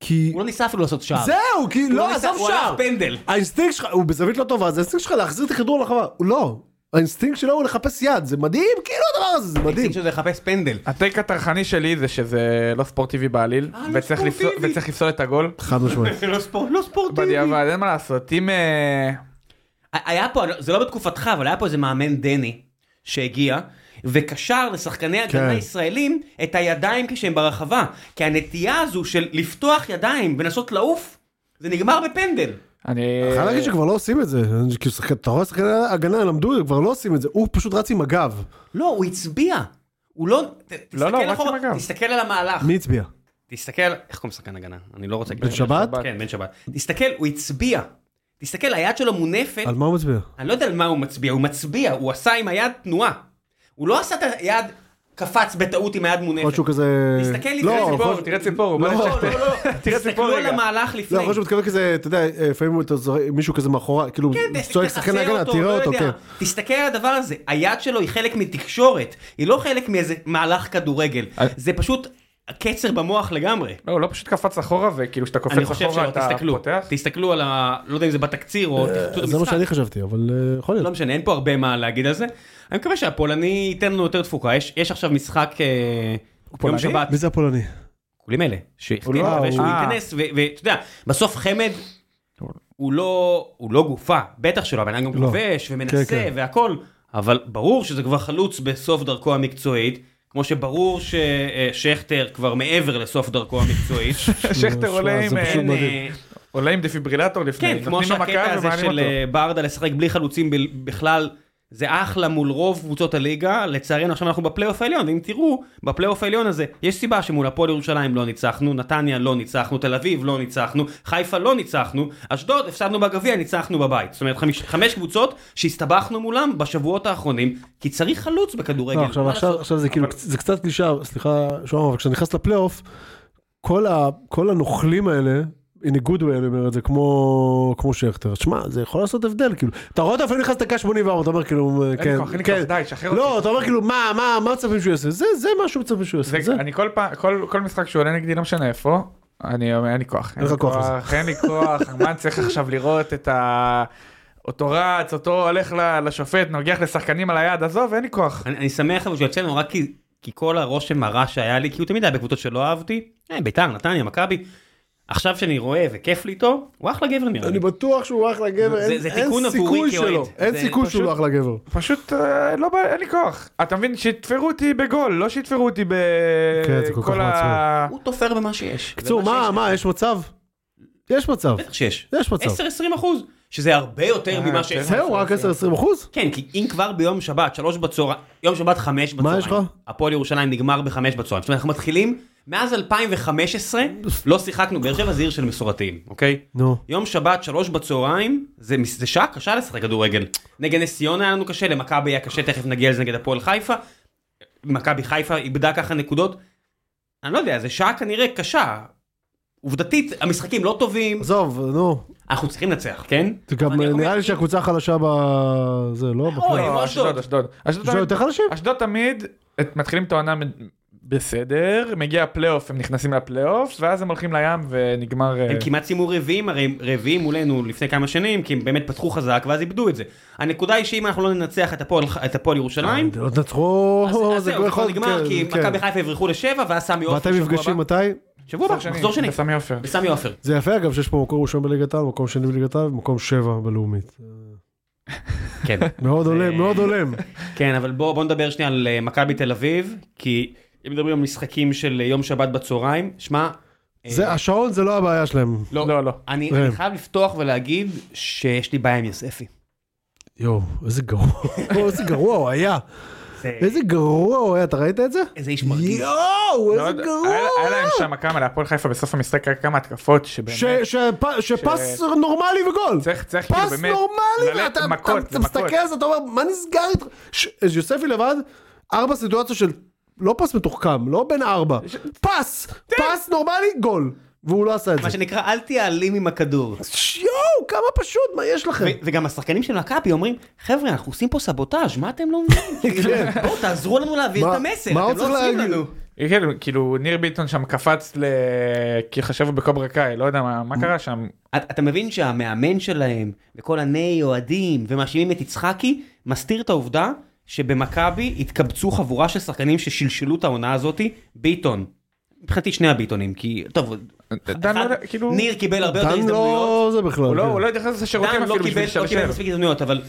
C: כי...
A: הוא לא ניסה אפילו לעשות שער.
C: זהו, כי
A: הוא
C: לא,
A: ניסה-
C: עזוב
A: הוא
C: שער.
A: הלך פנדל.
C: האינסטינקט שלך, הוא בזווית לא טובה, אז האינסטינקט שלך להחזיר את הכדור לחווה. הוא לא. האינסטינקט שלו הוא לחפש יד, זה מדהים, כאילו הדבר הזה, זה מדהים.
A: מדהים שזה לחפש פנדל.
B: הטייק הטרחני שלי זה שזה לא ספורטיבי בעליל,
A: אה, לא
B: וצריך
A: ספורטיבי.
B: לפסול- וצריך לפסול את הגול.
C: חד משמעית.
A: זה לא ספורט, לא ספורטיבי.
B: בדיעבד, אין מה לעשות, אם... אה,
A: היה פה, זה לא בתקופתך, אבל היה פה איזה מאמן דני שהגיע, וקשר לשחקני הגנה
C: כן.
A: ישראלים את הידיים כשהם ברחבה. כי הנטייה הזו של לפתוח ידיים ולנסות לעוף, זה נגמר בפנדל.
B: אני...
C: חייב להגיד שכבר לא עושים את זה, כאילו שחק- אתה רואה שחקני הגנה למדו, את זה, כבר לא עושים את זה, הוא פשוט רץ עם הגב.
A: לא, הוא הצביע. הוא לא... ת- תסתכל
B: לא, רק
A: אחורה,
B: עם הגב.
A: תסתכל על המהלך.
C: מי הצביע?
A: תסתכל, איך קוראים לשחקן הגנה? אני לא רוצה...
C: בן שבת?
A: כן, בן שבת. תסתכל, הוא הצביע. תסתכל, היד שלו מונפת.
C: על מה הוא מצביע?
A: אני לא יודע על מה הוא מצביע, הוא מצביע, הוא עשה עם היד תנועה. הוא לא עשה את היד, קפץ בטעות עם היד מונפת.
C: או שהוא כזה...
A: תסתכל לפני
C: לא,
A: זה,
C: יכול-
A: בוא,
B: ציפור, תראה ציפור, הוא בא
C: לא,
B: לשכטר.
A: לא, לא, לא.
B: תראה סיפור
A: תסתכלו על
B: רגע.
A: המהלך
C: לא,
A: לפני.
C: יכול להיות שהוא מתכוון כזה, אתה יודע, אה, לפעמים הוא- אתה זורק מישהו כזה מאחורה, כאילו,
A: כן, ת-
C: צועק
A: תחצה
C: שחקן הגנה, תראה
A: לא
C: אותו,
A: יודע.
C: כן.
A: תסתכל על הדבר הזה, היד שלו היא חלק מתקשורת, היא לא חלק מאיזה מהלך כדורגל.
C: אה.
B: אני-
A: זה פשוט קצר במוח לגמרי.
B: לא, הוא לא פשוט קפץ אחורה, וכאילו שאתה קופץ
A: אני חושב
B: אחורה
A: שלא,
B: אתה
A: תסתכלו,
B: פותח.
A: תסתכלו על ה... לא יודע אם זה בתקציר או... תמצאו את
C: אה, זה מה
A: המשחק.
C: שאני חשבתי, אבל אה, יכול
A: לא
C: להיות.
A: משנה, אין פה הרבה מה להגיד על זה. אני מקווה שהפולני ייתן לנו יותר תפוקה. יש- יש עכשיו משחק אה, יום
B: פולני?
A: שבת.
C: מי זה הפולני?
A: כולים אלה, שהחתימו
C: לא-
A: ושהוא
B: אה.
A: ייכנס, ו- ואתה יודע, בסוף חמד הוא לא, הוא לא גופה, בטח שלא, הבן אדם גם
C: לא.
A: כובש
C: כן,
A: ומנסה
C: כן.
A: והכל, אבל ברור שזה כבר חלוץ בסוף דרכו המקצועית, כמו שברור ששכטר כבר מעבר לסוף דרכו המקצועית.
B: שכטר
C: שמע,
B: עולה
C: זה
B: עם, אה,
C: פשוט
A: אין, אה,
C: מדהים.
B: עולה עם דפיברילטור לפני,
A: כן, כמו
B: נותנים לו מכה
A: שהקטע הזה
B: ומעלים
A: של
B: אותו.
A: אה, ברדה לשחק בלי חלוצים ב- בכלל, זה אחלה מול רוב קבוצות הליגה, לצערנו עכשיו אנחנו בפלייאוף העליון, ואם תראו, בפלייאוף העליון הזה, יש סיבה שמול הפועל ירושלים לא ניצחנו, נתניה לא ניצחנו, תל אביב לא ניצחנו, חיפה לא ניצחנו, אשדוד הפסדנו בגביע, ניצחנו בבית. זאת אומרת, חמיש, חמש קבוצות שהסתבכנו מולם בשבועות האחרונים, כי צריך חלוץ בכדורגל.
C: לא, עכשיו,
A: מה
C: עכשיו,
A: לעשות?
C: עכשיו זה כאילו, זה קצת קלישה, סליחה, שוהם, אבל כשאתה נכנס לפלייאוף, כל, ה, כל הנוכלים האלה, in a good way אני אומר את זה, כמו, כמו שכטר, שמע, זה יכול לעשות הבדל, כאילו, אתה רואה אותו אפילו נכנס לדקה 84, אתה אומר כאילו,
B: לי
C: כן,
B: כוח, אין לי
C: כן,
B: כוח, די, שחרר
C: לא,
B: אותי.
C: אתה אומר כאילו, מה, מה, מה מצפים שהוא יעשה, זה, זה מה שהוא מצפה שהוא
B: זה,
C: יעשה, זה,
B: אני כל פעם, כל, כל משחק שהוא עולה נגדי, לא משנה איפה, אני אומר, אין לי כוח.
C: אין לך כוח
B: אין לי כוח, מה אני צריך עכשיו לראות את ה... אותו רץ, אותו הולך ל- לשופט, נוגח לשחקנים על היד, עזוב, אין לי כוח.
A: אני, אני שמח אבל שיוצאנו רק כי, כי כל הרושם הרע שהיה לי, כי הוא תמיד היה בקבוצות שלא אהבתי, אה, ביתר, נתניה, מכבי, עכשיו שאני רואה וכיף לי איתו, הוא אחלה גבר נראה לי.
C: אני בטוח שהוא אחלה גבר,
A: אה, זה-
C: אין
A: זה
C: אין
A: תיקון
C: סיכוי
A: עבורי
C: שלו,
A: כאוהד.
C: אין
A: זה
C: סיכוי שהוא
B: פשוט-
C: לא אחלה גבר.
B: פשוט אה, לא, בא- אין לי כוח. אתה מבין, שיתפרו אותי בגול, לא שיתפרו אותי
C: כן, זה כל כך
B: בכל ה...
A: הוא תופר במה שיש.
C: בקיצור,
A: זה שיש
C: מה,
A: לי.
C: מה, יש מצב? יש מצב,
A: בטח שיש.
C: יש מצב. כן.
A: 10-20 אחוז, שזה הרבה יותר
B: אה,
A: ממה ש...
B: יותר.
C: זהו, רק 10-20 אחוז?
A: כן, כי אם כבר ביום שבת, שלוש בצהריים, יום שבת חמש בצהריים.
C: יש לך?
A: הפועל ירושלים נגמר בחמש בצהריים. זאת אומרת, אנחנו מתחילים, מאז 2015 לא שיחקנו, באר שבע זה עיר של מסורתיים, אוקיי?
C: נו.
A: יום שבת, שלוש בצהריים, זה, מס- זה שעה קשה לשחק כדורגל. נגד נס ציונה היה לנו קשה, למכבי היה קשה, תכף נגיע לזה נגד הפועל חיפה. מכבי חיפה איבדה ככה נקודות. אני לא יודע, זה שעה כנראה קשה. עובדתית, המשחקים לא טובים,
C: עזוב, נו.
A: אנחנו צריכים לנצח, כן?
C: זה גם
A: אבל אני
C: נראה
A: אומר,
C: לי שהקבוצה החלשה ב... זה לא?
A: אוי,
C: בכלל.
A: מה
B: לא, אשדוד,
A: אשדוד?
B: אשדוד. אשדוד
C: יש לו
B: תמיד-
C: יותר חלשים?
B: אשדוד תמיד את- מתחילים את העונה מ- בסדר, מגיע הפלייאוף, הם נכנסים לפלייאוף, ואז הם הולכים לים ונגמר... אה,
A: הם כמעט סיימו רביעים, הרי הם רביעים מולנו לפני כמה שנים, כי הם באמת פתחו חזק ואז איבדו את זה. הנקודה היא שאם אנחנו לא ננצח את הפועל, את הפועל ירושלים,
C: לא תנצחו,
A: אז אז
C: זה
A: זהו,
C: כבר
A: זה כבר
C: יכול...
A: נגמר, כי
C: כן,
A: מכבי
C: כן.
A: חיפה יברחו לשבע, ואז סמי
C: ואתם
A: עופר
C: נפגשים
A: שבוע הבא.
C: מתי?
A: שבוע הבא, מחזור שני,
B: בסמי עופר.
A: בסמי עופר.
C: זה יפה אגב שיש פה מקום ראשון בליגת העל, מקום שני בליגת העל ומקום שבע בלאומית.
A: כן.
C: מאוד הולם, מאוד הולם.
A: כן, אבל בואו בוא נדבר שנייה על אה, מכבי תל אביב, כי אם מדברים על משחקים של אה, יום שבת בצהריים, שמע, אה,
C: זה- השעון זה לא הבעיה שלהם.
B: לא, לא.
A: אני,
C: אה.
A: אני חייב לפתוח ולהגיד שיש לי בעיה עם יוספי.
C: יואו, איזה גרוע, איזה גרוע הוא היה.
A: זה-
C: איזה גרוע הוא היה, אתה ראית את זה?
A: איזה איש מרגיז.
C: יואו,
B: לא
C: איזה
B: יודע,
C: גרוע
B: היה-
C: הוא
B: היה
C: היה.
B: להם שם כמה, להפועל חיפה בסוף המשחק היה כמה התקפות
C: ש-
B: שבאמת...
C: שפ- שפס נורמלי וגול.
B: צריך, צריך כאילו
C: פס
B: באמת...
C: נורמלי,
B: ללכת-
C: ואתה
B: מכות,
C: אתה- אתה
B: מכות.
C: מסתכל על זה, אתה אומר, מה נסגר איתך? ש- אז יוספי לבד, ארבע סיטואציות של לא פס מתוחכם, לא בין ארבע, פס, פס נורמלי, גול. והוא לא עשה את
A: מה
C: זה.
A: שנקרא, אל תהיה אלים עם הכדור.
C: יואו, כמה פשוט, מה יש לכם?
A: ו- וגם השחקנים של מכבי אומרים, חבר'ה, אנחנו עושים פה סבוטאז', מה אתם לא מבינים?
C: כן.
A: בואו, תעזרו לנו להעביר
C: מה-
A: את המסר,
C: מה הוא
A: אתם
C: צריך
A: לא עושים
C: להגיד?
A: לנו.
B: כאילו, כאילו ניר ביטון שם קפץ ל... כי חשבו בקוברה קאי, לא יודע מה, מה קרה שם.
A: את- אתה מבין שהמאמן שלהם, וכל הני אוהדים, ומאשימים את יצחקי, מסתיר את העובדה שבמכבי התקבצו חבורה של שחקנים ששלשלו את העונה הזאתי, ביטון. מבחינתי שני הביטונים, כי, טוב,
B: דן לא
A: אחד-
B: יודע, כאילו...
A: ניר קיבל הרבה יותר
C: דן
A: הזדמנויות,
C: לא זה בכלל.
B: הוא לא-
C: כן.
B: הוא לא התייחס לשירותים
A: דן לא
B: אפילו
A: קיבל
B: בשביל
A: לא קיבל
B: לשלשל.
A: מספיק הזדמנויות, אבל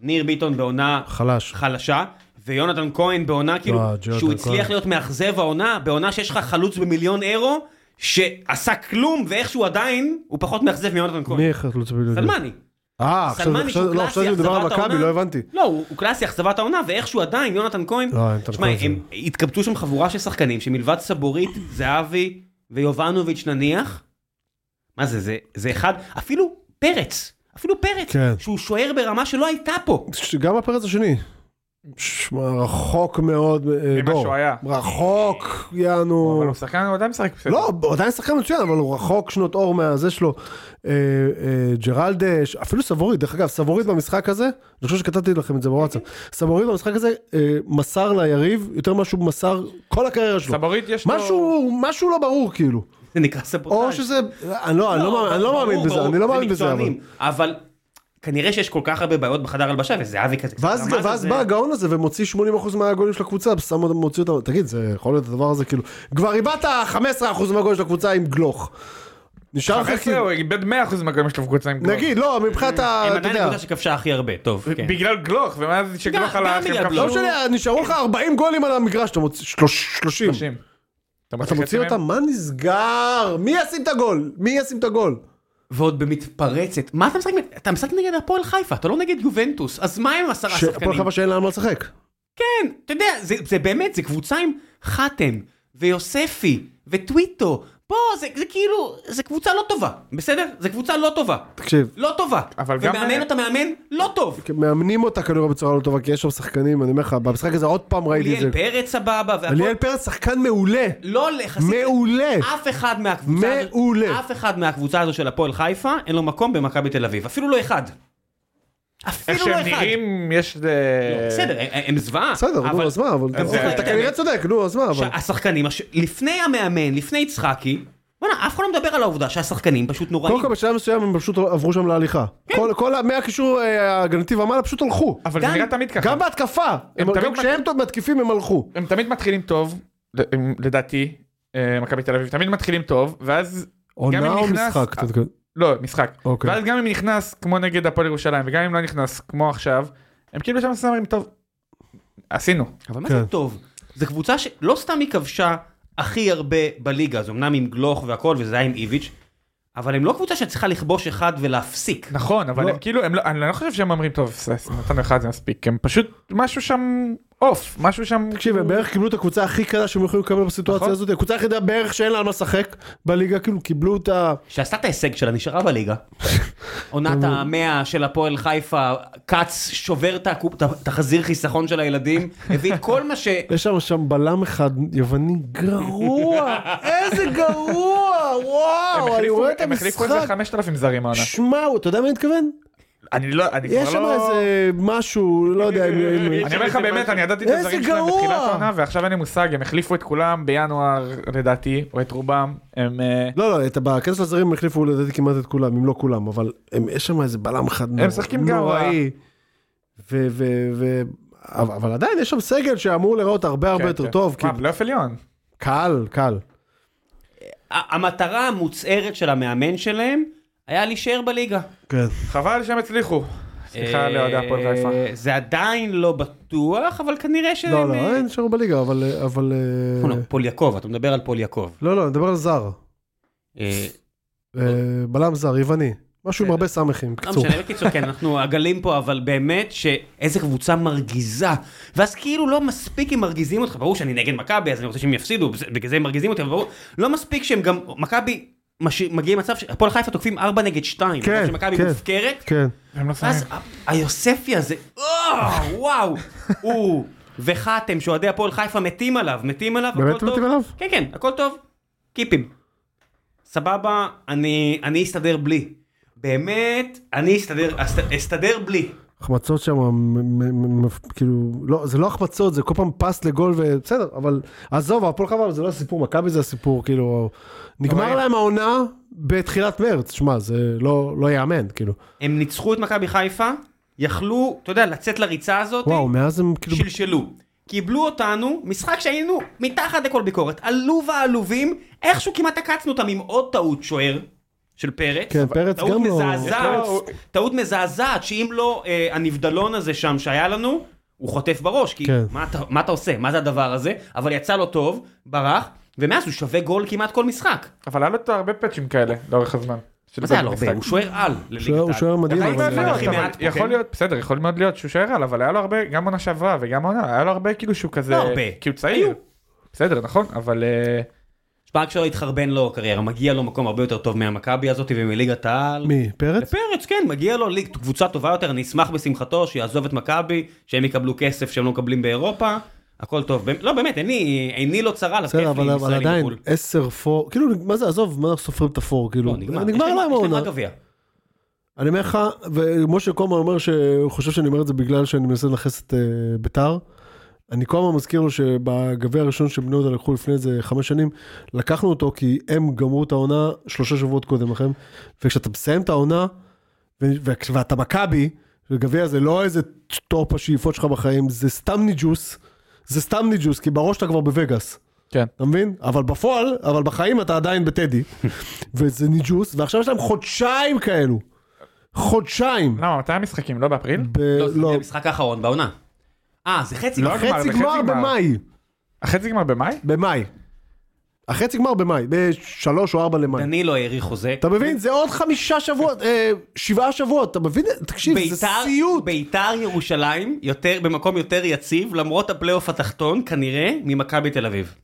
A: ניר ביטון בעונה
C: חלש.
A: חלשה, ויונתן כהן בעונה כאילו,
B: אה,
C: ג'ונתן
A: שהוא הצליח
C: כהן.
A: להיות מאכזב העונה, בעונה שיש לך חלוץ במיליון אירו, שעשה כלום, ואיכשהו עדיין, הוא פחות מאכזב מיונתן כהן.
C: מי לא החלוץ בדיוק?
A: סלמני.
C: אה, עכשיו
A: סלמני
C: עכשיו-
A: שהוא
C: לא,
A: קלאסי
C: עכשיו מדובר על
A: אכזבת
C: מכבי,
A: העונה.
C: לא הבנתי.
A: לא, הוא הוא קלאסי אכזבת העונה, ואיכשהו עדיין יונתן כהן,
C: לא, יונתן
A: שמע,
C: כהן
A: הם התקבצו שם חבורה של שחקנים, שמלבד סבורית, זהבי ויובנוביץ' נניח, מה זה, זה, זה אחד, אפילו פרץ, אפילו פרץ,
C: כן.
A: שהוא שוער ברמה שלא הייתה פה.
C: ש- גם הפרץ השני. שמע, רחוק מאוד, אה,
B: ממה
C: גור.
B: שהוא היה.
C: רחוק, יענו.
B: אבל הוא שחקן, הוא עדיין משחק בסדר.
C: לא, הוא עדיין שחקן מצוין, אבל הוא רחוק שנות אור מהזה שלו. אה, אה, ג'רלדש, אפילו סבורית, דרך אגב, סבורית במשחק הזה, אני חושב שכתבתי לכם את זה בוואטסאפ, סבורית במשחק הזה אה, מסר ליריב יותר ממה שהוא מסר כל הקריירה שלו.
B: סבורית יש לו...
C: לא. משהו, משהו לא ברור כאילו.
A: זה נקרא סבוטאז'.
C: או שזה, אני לא, אני לא, מאמין- אני לא
A: ברור,
C: מאמין בזה,
A: ברור,
C: אני לא
A: זה
C: מאמין בזה. אבל-
A: מקצוענים, אבל כנראה שיש כל כך הרבה בעיות בחדר הלבשה, וזהבי כזה. קצת
C: ואז,
A: רמז על
C: ואז
A: זה.
C: בא הגאון הזה ומוציא 80% מהגולים של הקבוצה, ושם אותם, מוציא אותם, תגיד, זה יכול להיות הדבר הזה כאילו, כבר איבדת 15% מהגולים של הקבוצה עם גלוך. נשאר לך
B: 15,
C: כאילו,
B: לא, הוא איבד 100% מהגולים שלו בקבוצה עם גלוך.
C: נגיד, לא, מבחינת ה...
A: הם
C: אתה
A: עדיין
C: יודע,
A: הקבוצה שכבשה הכי הרבה, טוב. כן.
B: בגלל גלוך, ומאז שגלוך
A: גם
B: הלך
A: בגלל
B: הם
A: גלוך.
C: לא
B: קבלו
C: משנה, נשארו לך 40 גולים על המגרש, אתה מוציא 30.
B: 30.
C: אתה מוציא אותם, מה נסגר? מי ישים את הגול? מי ישים את הגול?
A: ועוד במתפרצת. מה אתה משחק? נגד- אתה משחק נגד הפועל חיפה, אתה לא נגד יובנטוס, אז מה עם עשרה
C: שהפועל
A: אה, שחקנים?
C: חיפה שאין להם מה לשחק.
A: כן, אתה יודע, זה, זה באמת, זה קבוצה עם חתם, ויוספי, וטוויטו. פה זה, זה כאילו, זה קבוצה לא טובה, בסדר? זה קבוצה לא טובה.
C: תקשיב,
A: לא טובה.
B: אבל גם-
A: ומאמן אותה מאמן לא טוב.
C: מאמנים אותה כנראה בצורה לא טובה, כי יש שם שחקנים, אני אומר לך, במשחק הזה עוד פעם ראיתי את זה.
A: ליאל פרץ סבבה, והכל...
C: אליאל פרץ שחקן מעולה.
A: לא לחסית...
C: מעולה.
A: אף אחד מהקבוצה הזו-
C: מעולה.
A: אף אחד מהקבוצה הזו של הפועל חיפה, אין לו מקום במכבי תל אביב. אפילו לא אחד.
B: איך
A: אפילו לא
B: שהם
A: אחד. לא,
B: נראים, יש... אה,
A: בסדר, הם- הם זוועה.
C: בסדר, נו,
A: אבל-
C: אז מה, אבל
B: אז זה-
C: אתה כנראה צודק, נו, אז מה, אבל...
A: שהשחקנים, הש- לפני המאמן, לפני יצחקי, בוא'נה, אף אחד לא מדבר על העובדה שהשחקנים פשוט
C: קודם
A: נוראים.
C: כל בשלב מסוים הם פשוט עברו שם להליכה.
B: כן.
C: כל- כל ה- מהקישור אה, ההגנתי ומעלה פשוט הלכו.
B: אבל זה
A: גם-
B: נראה תמיד אה, ככה.
C: גם בהתקפה, הם-
B: תמיד
C: גם כשהם טוב מתקיפים הם הלכו.
B: הם תמיד מתחילים טוב, ל- הם- לדעתי, אה, מכבי תל אביב, תמיד מתחילים טוב, ואז... גם
C: עונה
B: אם
C: או
B: נכנס-
C: משחק? תתק-
B: לא, משחק.
C: אוקיי.
B: ואז גם אם נכנס, כמו נגד הפועל ירושלים, וגם אם לא נכנס, כמו עכשיו, הם כאילו שם סתם אומרים, טוב, עשינו.
A: אבל מה
C: כן.
A: זה טוב? זו קבוצה שלא סתם היא כבשה הכי הרבה בליגה, אז אמנם עם גלוך והכל, וזה היה עם איביץ', אבל הם לא קבוצה שצריכה לכבוש אחד ולהפסיק.
B: נכון, אבל
C: לא.
B: הם כאילו, הם לא- אני לא חושב שהם אומרים, טוב, ס- נתנו אחד זה מספיק, הם פשוט, משהו שם עוף, משהו שם... כאילו,
C: תקשיב, הם בערך קיבלו את הקבוצה הכי קלה שהם יכולים לקבל בסיטואציה
B: נכון.
C: הזאת, הקבוצה היחידה בערך שאין לה על מה לשחק בליגה, כאילו קיבלו את ה...
A: שעשתה את ההישג שלה, נשארה בליגה. עונת המאה של הפועל חיפה, כץ שובר את הקופ- את החזיר חיסכון של הילדים, הביא את כל מה ש...
C: יש שם שם בלם אחד יווני גרוע, איזה גרוע,
B: הם
C: וואו, אני
B: החליפו-
C: רואה את
B: הם החליפו איזה
C: המשחק.
B: 5,000 זרים העונה.
C: שמע, אתה יודע מה אני מתכוון?
B: אני לא, אני
C: יש
B: כבר
C: שם
B: לא...
C: איזה משהו, לא יודע, אם- אם-
B: אני אומר לך
A: איזה
B: באמת,
A: משהו.
B: אני ידעתי את
C: איזה
B: הזרים שלהם
C: גרוע.
B: בתחילת העונה, ועכשיו אין לי מושג, הם החליפו את כולם בינואר, לדעתי, או את רובם, הם... אה,
C: לא, לא, את ה- בכנס של הזרים הם החליפו לדעתי כמעט את כולם, אם לא כולם, אבל הם- יש שם איזה בלם אחד נורא-
B: משחקים אה. גרוע.
C: נוראי. ו- ו- ו- אבל אבל עדיין יש שם סגל שאמור להיראות הרבה הרבה
B: כן,
C: יותר
B: כן.
C: טוב,
B: מה,
C: כאילו,
B: פלייאוף עליון.
C: קל, קל.
A: ה- המטרה המוצהרת של המאמן שלהם היה להישאר בליגה.
C: כן.
B: חבל שהם הצליחו. סליחה
A: אה,
C: לא,
B: לאוהדי הפועל חיפה.
A: זה עדיין לא בטוח, אבל כנראה שהם...
C: לא, לא,
A: אה,
C: אין נשארו בליגה, אבל... אבל, אה,
A: לא, פול יעקב, אתה מדבר על פול יעקב.
C: לא, לא, אני מדבר על זר.
A: אה,
C: אה, בלם זר, יווני. משהו
B: כן.
C: עם הרבה סמכים,
A: לא
C: בקיצור.
A: משנה, בקיצור, כן, אנחנו עגלים פה, אבל באמת שאיזה קבוצה מרגיזה. ואז כאילו לא מספיק הם מרגיזים אותך, ברור שאני נגד מכבי, אז אני רוצה שהם יפסידו, בזה- בגלל זה הם מרגיזים אותי, אבל ברור, לא מספיק שהם גם, מכבי משאיר- מגיעים למצב שהפועל חיפה תוקפים 4 נגד 2.
C: כן,
A: שמכבי
C: כן.
A: מופקרת,
C: כן.
B: הם לא שמים.
A: אז ה- היוספי הזה, או, וואו, הוא וחתם שאוהדי הפועל חיפה מתים עליו, מתים עליו, הכל
C: באמת
A: טוב.
C: מתים עליו?
A: כן, כן, הכל טוב, קיפים. סבבה, אני, אני אסתדר בלי. באמת, אני אסתדר, אסת- אסתדר בלי.
C: החמצות שם, מ- מ- מ- כאילו, לא, זה לא החמצות, זה כל פעם פס לגול ובסדר, אבל עזוב, הפועל חבל זה לא הסיפור, מכבי זה הסיפור, כאילו, נגמר
A: אוקיי.
B: אבל-
C: להם העונה בתחילת מרץ, שמע, זה לא לא ייאמן, כאילו.
A: הם ניצחו את מכבי חיפה, יכלו, אתה יודע, לצאת לריצה הזאת,
C: וואו, מאז הם כאילו,
A: שלשלו. קיבלו אותנו, משחק שהיינו מתחת לכל ביקורת, עלוב העלובים, איכשהו כמעט עקצנו אותם עם עוד טעות שוער של פרץ.
C: כן, פרץ
A: טעות
C: גם לא-
A: מזעזעת,
B: לא, הוא-
A: טעות מזעזעת, שאם לא אה, הנבדלון הזה שם שהיה לנו, הוא חוטף בראש, כי
C: כן.
A: מה אתה- מה אתה עושה, מה זה הדבר הזה, אבל יצא לו טוב, ברח, ומאז הוא שווה גול כמעט כל משחק.
B: אבל היה לו את הרבה פאצ'ים כאלה לאורך הזמן. של
A: מה זה היה לו
B: במשחק.
A: הרבה, הוא שוער על
C: שוער-
A: לליגת
C: הוא
A: העל.
C: שוער מדהים,
B: יכול מאוד
A: אבל-
B: להיות,
A: הכי
B: אבל
A: מעט פה,
B: יכול
A: כן?
B: להיות, בסדר, יכול מאוד להיות שהוא שוער על, אבל היה לו הרבה, גם עונה שעברה וגם עונה, היה לו הרבה כאילו שהוא כזה,
A: לא הרבה.
B: כי
A: היו.
B: הוא צעיר. בסדר, נכון, אבל אה,
A: שמע, רק שלא התחרבן לו קריירה, מגיע לו מקום הרבה יותר טוב מהמכבי הזאת ומליגת העל.
C: מי, פרץ?
A: לפרץ, כן, מגיע לו ליג- קבוצה טובה יותר, אני אשמח בשמחתו שיעזוב את מכבי, שהם יקבלו כסף שהם לא מקבלים באירופה, הכל טוב. באמת- לא, באמת, עיני, עיני לא צרה, עליו, כיף
C: בסדר,
A: לי
C: אבל
A: עם
C: אבל
A: ישראל לא, עם
C: עדיין,
A: חו"ל.
C: 10-4, כאילו, מה זה, עזוב, מה אנחנו סופרים את הפור, כאילו,
A: לא, יש
C: נגמר
A: להם-
C: להם
A: יש להם
C: העונה. אה,
A: רק גביע.
C: אני אומר לך, ומשה קומה אומר שהוא חושב שאני אומר את זה בגלל שאני מנסה לנכס את אה, ביתר. אני כל הזמן מזכיר לו שבגביע הראשון שבני יהודה לקחו לפני איזה חמש שנים, לקחנו אותו כי הם גמרו את העונה שלושה שבועות קודם לכן, וכשאתה מסיים את העונה, ו- וכש- ואתה מכבי, וגביע זה לא איזה טופ השאיפות שלך בחיים, זה סתם ניג'וס, זה סתם ניג'וס, כי בראש אתה כבר בווגאס.
B: כן.
C: אתה מבין? אבל בפועל, אבל בחיים אתה עדיין בטדי, וזה ניג'וס, ועכשיו יש להם חודשיים כאלו. חודשיים.
B: למה, מתי המשחקים? לא באפריל?
C: ב-
A: לא, זה
C: לא,
A: המשחק האחרון בעונה. אה, זה חצי.
B: לא,
A: גמר.
B: זה
C: חצי
B: חצי
C: גמר
B: גמר.
C: במאי,
B: החצי גמר במאי?
C: במאי. החצי גמר במאי, בשלוש או ארבע למאי.
A: דנילו האריך לא חוזה.
C: לא. אתה מבין? זה עוד חמישה שבועות, אה, שבעה שבועות, אתה מבין? תקשיב, זה
A: ביתר-
C: סיוט.
A: ביתר ירושלים יותר- במקום יותר יציב, למרות הפלייאוף התחתון, כנראה, ממכבי תל אביב.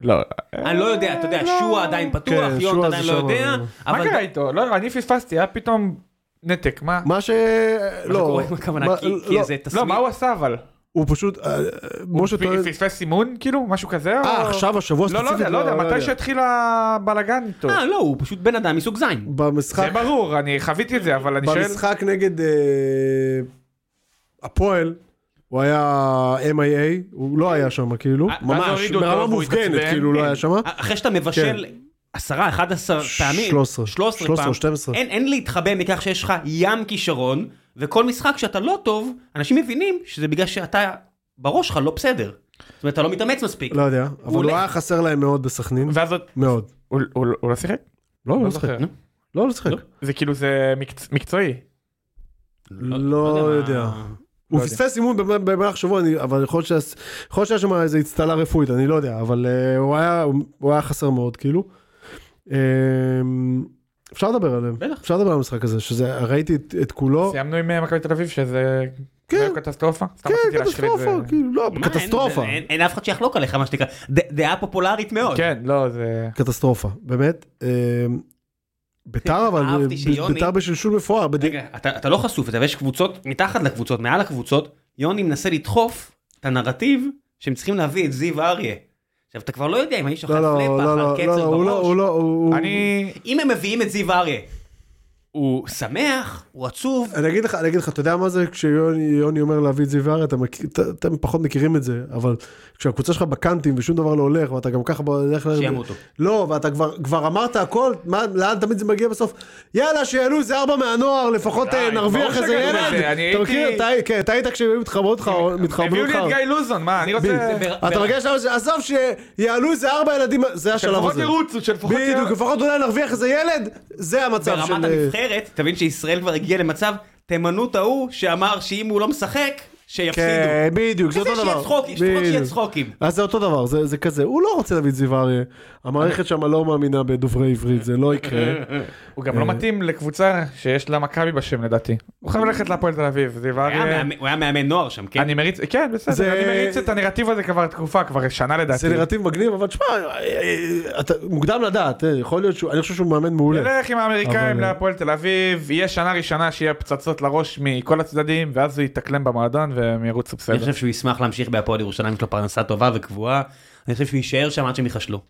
B: לא.
A: אני לא יודע, אתה יודע, שועה עדיין פתוח,
C: אה,
A: יונט
C: כן, שועה
A: עדיין
C: זה
A: לא
C: שם,
A: יודע,
C: אבל-
B: מה
A: אבל
B: קרה איתו? לא, אני פספסתי, היה פתאום נתק, מה?
C: מה ש... לא.
A: קורה עם הכוונה?
C: מה-
A: כי-
C: לא,
A: כי איזה
B: לא,
A: תסמין.
B: מה הוא עשה אבל?
C: הוא פשוט... אה, אה, משה
B: פ-
C: טוען...
B: פספס סימון כאילו? משהו כזה? או-
C: אה, עכשיו, השבוע
B: לא, לא יודע, לא יודע, מתי שהתחיל הבלאגן איתו.
A: אה, לא, הוא פשוט בן אדם מסוג זין.
C: במשחק,
B: זה ברור, אני חוויתי את זה, אבל אני שואל...
C: במשחק נגד אה, הפועל, הוא היה MIA, הוא לא היה שם, כאילו.
A: אה, ואז
C: ממש,
B: הורידו אותו
C: ברמה
B: והוא
C: מופגנת,
B: התעצבן,
C: כאילו, לא
B: כן.
C: היה שם.
A: אחרי שאתה מבשל
C: כן.
A: 10, 11 פעמים,
C: 13,
A: 13
C: 13,
A: פעם,
C: 12.
A: אין- אין להתחבא מכך שיש לך ים כישרון, וכל משחק שאתה לא טוב, אנשים מבינים שזה בגלל שאתה, בראש שלך לא בסדר. זאת אומרת, אתה לא מתאמץ מספיק.
C: לא יודע, אבל הוא
A: הולך.
C: היה חסר להם מאוד בסכנין.
B: ואז עוד...
C: מאוד.
B: הוא- הוא לא- הוא לא שיחק?
C: לא, הוא
B: לא
C: לא שיחק.
B: זוכר.
C: לא, הוא לא שיחק.
B: זה כאילו זה מקצ- מקצועי.
C: לא יודע.
A: מה-
C: הוא
B: לא יודע.
C: פספס אימון במ- במהלך שבוע, אני- אבל יכול להיות שהיה- יכול להיות שהיה שם איזו אצטלה רפואית, אני לא יודע, אבל אה, הוא היה- הוא היה חסר מאוד, כאילו. אה, אפשר לדבר עליהם,
A: בטח.
C: אפשר לדבר על המשחק הזה, שזה, ראיתי את- את כולו,
B: סיימנו עם אה, מכבי תל אביב שזה...
C: כן.
B: זה היה קטסטרופה? סתם
C: כן,
B: רציתי להשחיל את זה.
C: קטסטרופה, כאילו, לא,
A: מה, אין-
C: קטסטרופה,
A: אין- אין אף אחד שיחלוק עליך, מה שנקרא. ד- דעה פופולרית מאוד.
B: כן, לא, זה...
C: קטסטרופה, באמת. אה,
B: כן,
C: ביתר אבל,
A: אהבתי שיוני-
C: ביתר בשלשול מפואר, בד-
A: רגע, אתה, אתה לא חשוף, אתה, ויש קבוצות מתחת לקבוצות, מעל הקבוצות, יוני מנסה לדחוף את הנרטיב שהם צריכים להביא את זיו אריה. עכשיו, אתה כבר לא יודע אם האיש אכל
C: לא, לא,
A: פלאפה,
C: לא, לא,
A: אכל
C: לא,
A: קצר
C: לא, הוא לא,
A: בראש.
C: הוא לא, הוא,
B: אני...
A: אם הם מביאים את זיו אריה, הוא שמח, הוא עצוב,
C: אני אגיד לך, אני אגיד לך, אתה יודע מה זה כשיוני יוני אומר להביא את זיו הרי, אתה מכיר- אתה- אתם פחות מכירים את זה, אבל כשהקבוצה שלך בקאנטים ושום דבר לא הולך, ואתה גם ככה בדרך כלל...
A: שימותו.
C: לא, ואתה כבר, כבר אמרת הכל, מה, לאן תמיד זה מגיע בסוף? יאללה, שיעלו איזה ארבע מהנוער, לפחות אה,
B: די,
C: נרוויח
B: ברור
C: איזה
B: שכתוב את
C: ילד.
B: זה, אני
C: אתה
B: הייתי- כן,
C: מכיר, אתה היית- כן, אתה היית כשהם מתחברו אותך, מתחברים
B: הביאו
C: אותך.
B: לי את גיא לוזון, מה, אני רוצה...
A: זה בר-
C: אה, אתה מרגיש שם שעזוב שיעלו איזה ארבע ילדים, לא, זה השלב
B: שלפחות
C: הזה.
B: ירוצו, שלפחות...
C: בדיוק, לפחות אולי נרוויח איזה ילד, זה המצב של... אה,
A: ברמת הנבחרת, תבין שישראל כבר הגיעה למצב, תמנו את ההוא שאמר שאם הוא לא משחק, שיפסידו.
C: כן, בדיוק, זה
A: כזה
C: אותו דבר.
A: שיהיה צחוקים, שטויות שיהיה
C: בדיוק. אה.
A: צחוקים.
C: אז זה אותו דבר, זה, זה כזה, הוא לא רוצה להביא את זיו אריה, המערכת שם לא מאמינה בדוברי עברית, זה לא יקרה.
B: הוא
C: אה.
B: גם לא מתאים לקבוצה שיש לה מכבי בשם לדעתי. הוא חייב ללכת להפועל תל אביב, זיו
A: הוא היה
B: אריה.
A: מאמן- הוא היה מאמן נוער שם, כן?
B: אני מריץ, כן
C: זה-
B: בסדר, אני מריץ את הנרטיב הזה כבר תקופה, כבר שנה לדעתי.
C: זה נרטיב מגניב, אבל תשמע, אה, אה, אתה- מוקדם לדעת, אה, יכול להיות שהוא, אני חושב שהוא מאמן מעולה.
B: ילך עם האמריקאים
C: אבל- אה,
B: להפועל תל אביב, יהיה שנה ראשונה שיהיה פצצות לראש מכל הצדדים, ואז הוא יתאקלם במועדון והם ירוצו
A: אני
B: בסדר.
A: חושב שהוא ישמח להמשיך בהפועל ירושלים, יש לו פרנסה טובה וקבועה. אני חושב שהוא יישאר שם עד שהם ייחשלו.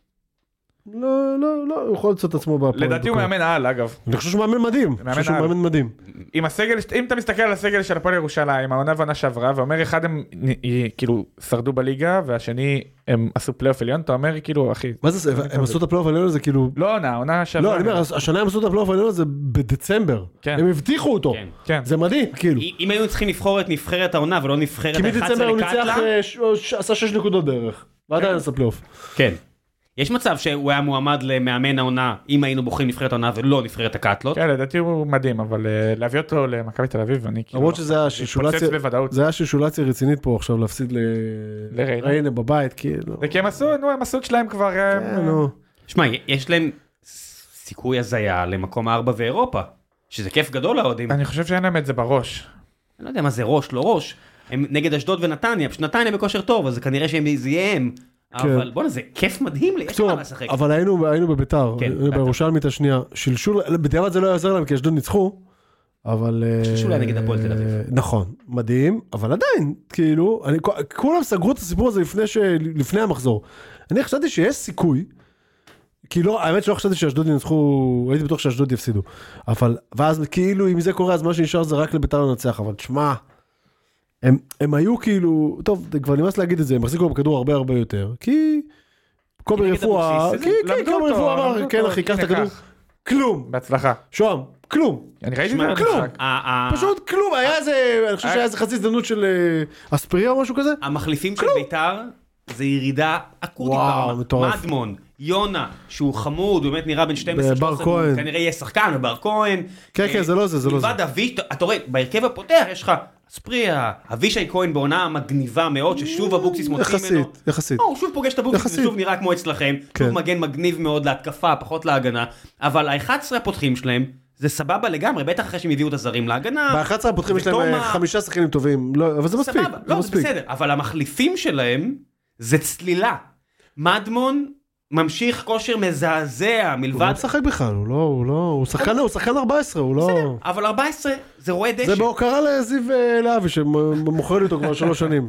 C: לא, לא, לא, הוא יכול למצוא את עצמו בהפועל.
B: לדעתי הוא
C: בכל-
B: מאמן על אגב.
C: אני חושב שהוא מאמן מדהים, אני חושב שהוא
B: על.
C: מאמן מדהים.
B: עם הסגל, אם אתה מסתכל על הסגל של הפועל ירושלים, העונה והעונה שעברה, ואומר אחד הם נ- כאילו שרדו בליגה, והשני הם עשו פלייאוף עליון, אתה אומר כאילו אחי,
C: מה זה, הם עשו את הפלייאוף העליון הזה כאילו...
B: לא עונה, העונה שעברה.
C: לא, אני אומר, השנה הם עשו את הפלייאוף העליון הזה בדצמבר.
B: כן.
C: הם הבטיחו אותו.
A: כן.
B: כן.
C: זה מדהים, כאילו.
A: אם אם היו צריכים לבחור את נבחרת העונה ולא נבחרת
C: כי
A: ה-11
C: מדצמבר הוא ניצח,
A: לקטלה,
C: אה, ש- ש- עשה 6 נקודות בערך. ועדיין עשה פלייאוף.
A: כן. יש מצב שהוא היה מועמד למאמן העונה, אם היינו בוחרים נבחרת העונה ולא נבחרת הקאטלות.
B: כן, לדעתי הוא מדהים, אבל אה, להביא אותו למכבי תל אביב, אני כאילו...
C: למרות שזה היה
B: פוצץ
C: שישולציה,
B: בוודאות.
C: זה היה שישולציה רצינית פה עכשיו להפסיד ל-
B: לריינה.
C: ריינה בבית, כאילו.
B: זה כי הם עשו, נו, הם עשו את שלהם כבר... אה,
C: אה, נו.
A: שמע, יש להם ס- סיכוי הזיה למקום הארבע באירופה, שזה כיף גדול לאוהדים. אני
B: אני חושב שאין להם את זה בראש.
A: לא יודע מה זה ראש, לא ראש. הם נגד אשדוד ונתניה, פשוט נתניה בכושר טוב, אז כנראה שהם זה יהיה הם. אבל בואנה, זה כיף מדהים, לי, יש לך
C: כן. טוב,
A: מה לשחק.
C: אבל היינו היינו בביתר,
A: כן,
C: היינו בירושלמית השנייה, שלשול, בדיעבד זה לא יעזר להם כי אשדוד ניצחו, אבל... אה,
A: שלשול היה נגד הפועל תל אביב.
C: נכון, מדהים, אבל עדיין, כאילו, אני- כולם סגרו את הסיפור הזה לפני ש- לפני המחזור. אני חשבתי שיש סיכוי, כי לא, האמת שלא חשבתי שאשדוד ינצחו, הייתי בטוח שאשדוד יפסידו, אבל, ואז כאילו אם זה קורה אז מה שנשאר זה רק לביתר לנצח, אבל תשמע, הם, הם היו כאילו, טוב, זה כבר נמאס להגיד את זה, הם החזיקו בכדור הרבה הרבה יותר, כי קובי
A: נגד
C: רפואה,
A: אבוקסיס,
C: כי כי
B: למדו
C: קובי
B: אותו,
C: רפואה
B: למדו
C: אמר, כן
B: אותו,
C: אחי, קח את
B: הנה,
C: הכדור,
B: קח.
C: כלום,
B: בהצלחה.
C: שוהם, כלום,
B: אני ראיתי את
A: שמע,
B: זה
A: כלום.
B: במשחק.
A: ה- ה-
C: פשוט כלום, היה איזה, אני חושב
B: אה,
C: שהיה איזה חצי הזדמנות של אה, אספריה או משהו כזה,
A: המחליפים של ביתר זה ירידה אקוטית
C: וואו,
A: ברמה.
C: מטורף.
A: מדמון, יונה, שהוא חמוד, הוא באמת נראה בן 12,
C: בר
A: 13,
C: כהן.
A: הוא כנראה יהיה שחקן, ובר כהן. אה,
C: כן, כן, זה לא זה, זה לא זה.
A: מלבד אביש, אתה רואה, בהרכב הפותח יש לך ספריה, אבישי כהן בעונה מגניבה מאוד, ששוב אבוקסיס אה, מוציא ממנו. אה,
C: יחסית, יחסית.
A: או, הוא שוב פוגש את אבוקסיס
C: יחסית.
A: ושוב נראה כמו אצלכם. שוב
C: כן.
A: מגן מגניב מאוד להתקפה, פחות להגנה. אבל ה-11 הפותחים שלהם, זה סבבה לגמרי, בטח אחרי שהם הביאו את הזרים להגנה.
C: ב-11 הפותחים יש להם
A: ותומה-
C: אה, חמישה שחקנים טובים, לא, אבל זה מספיק,
A: סבבה,
C: זה
A: לא, זה
C: מספיק.
A: בסדר, אבל המחליפים שלהם זה צלילה. מדמון ממשיך כושר מזעזע
C: הוא לא
A: מלבד...
C: משחק בכלל, הוא לא, הוא לא, הוא שחקן, הוא שחקן 14, הוא
A: בסדר,
C: לא...
A: אבל 14 זה רואה דשא.
C: זה בהוקרה לזיו אה, להבי שמוכר לי אותו כבר שלוש שנים.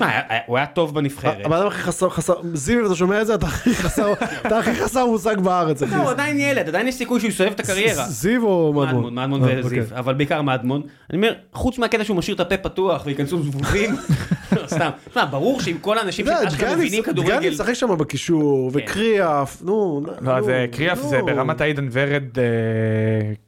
A: מה, היה- הוא היה טוב בנבחרת.
C: הבן אדם הכי חסר, חסר, זיו אם אתה שומע את זה אתה הכי חסר, אתה הכי חסר מושג בארץ אחי.
A: לא, הוא עדיין ילד, עדיין יש סיכוי שהוא יסובב את הקריירה.
C: זיו או
A: מדמון,
C: מדמון?
A: מדמון
C: אה,
A: וזיו,
C: אוקיי.
A: אבל בעיקר מדמון. אני אומר, חוץ מהקטע שהוא משאיר את הפה פתוח וייכנסו זבובים, לא, סתם. תשמע, ברור שעם כל האנשים
C: אתה יודע,
A: שאשכרה
C: דגני-
A: מבינים
C: דגני
A: כדורגל, כן.
C: משחק שם בקישור, וקריאף, נו.
B: לא, אז
C: נו,
B: אה, קריאף
C: נו.
B: זה ברמת העידן ורד אה,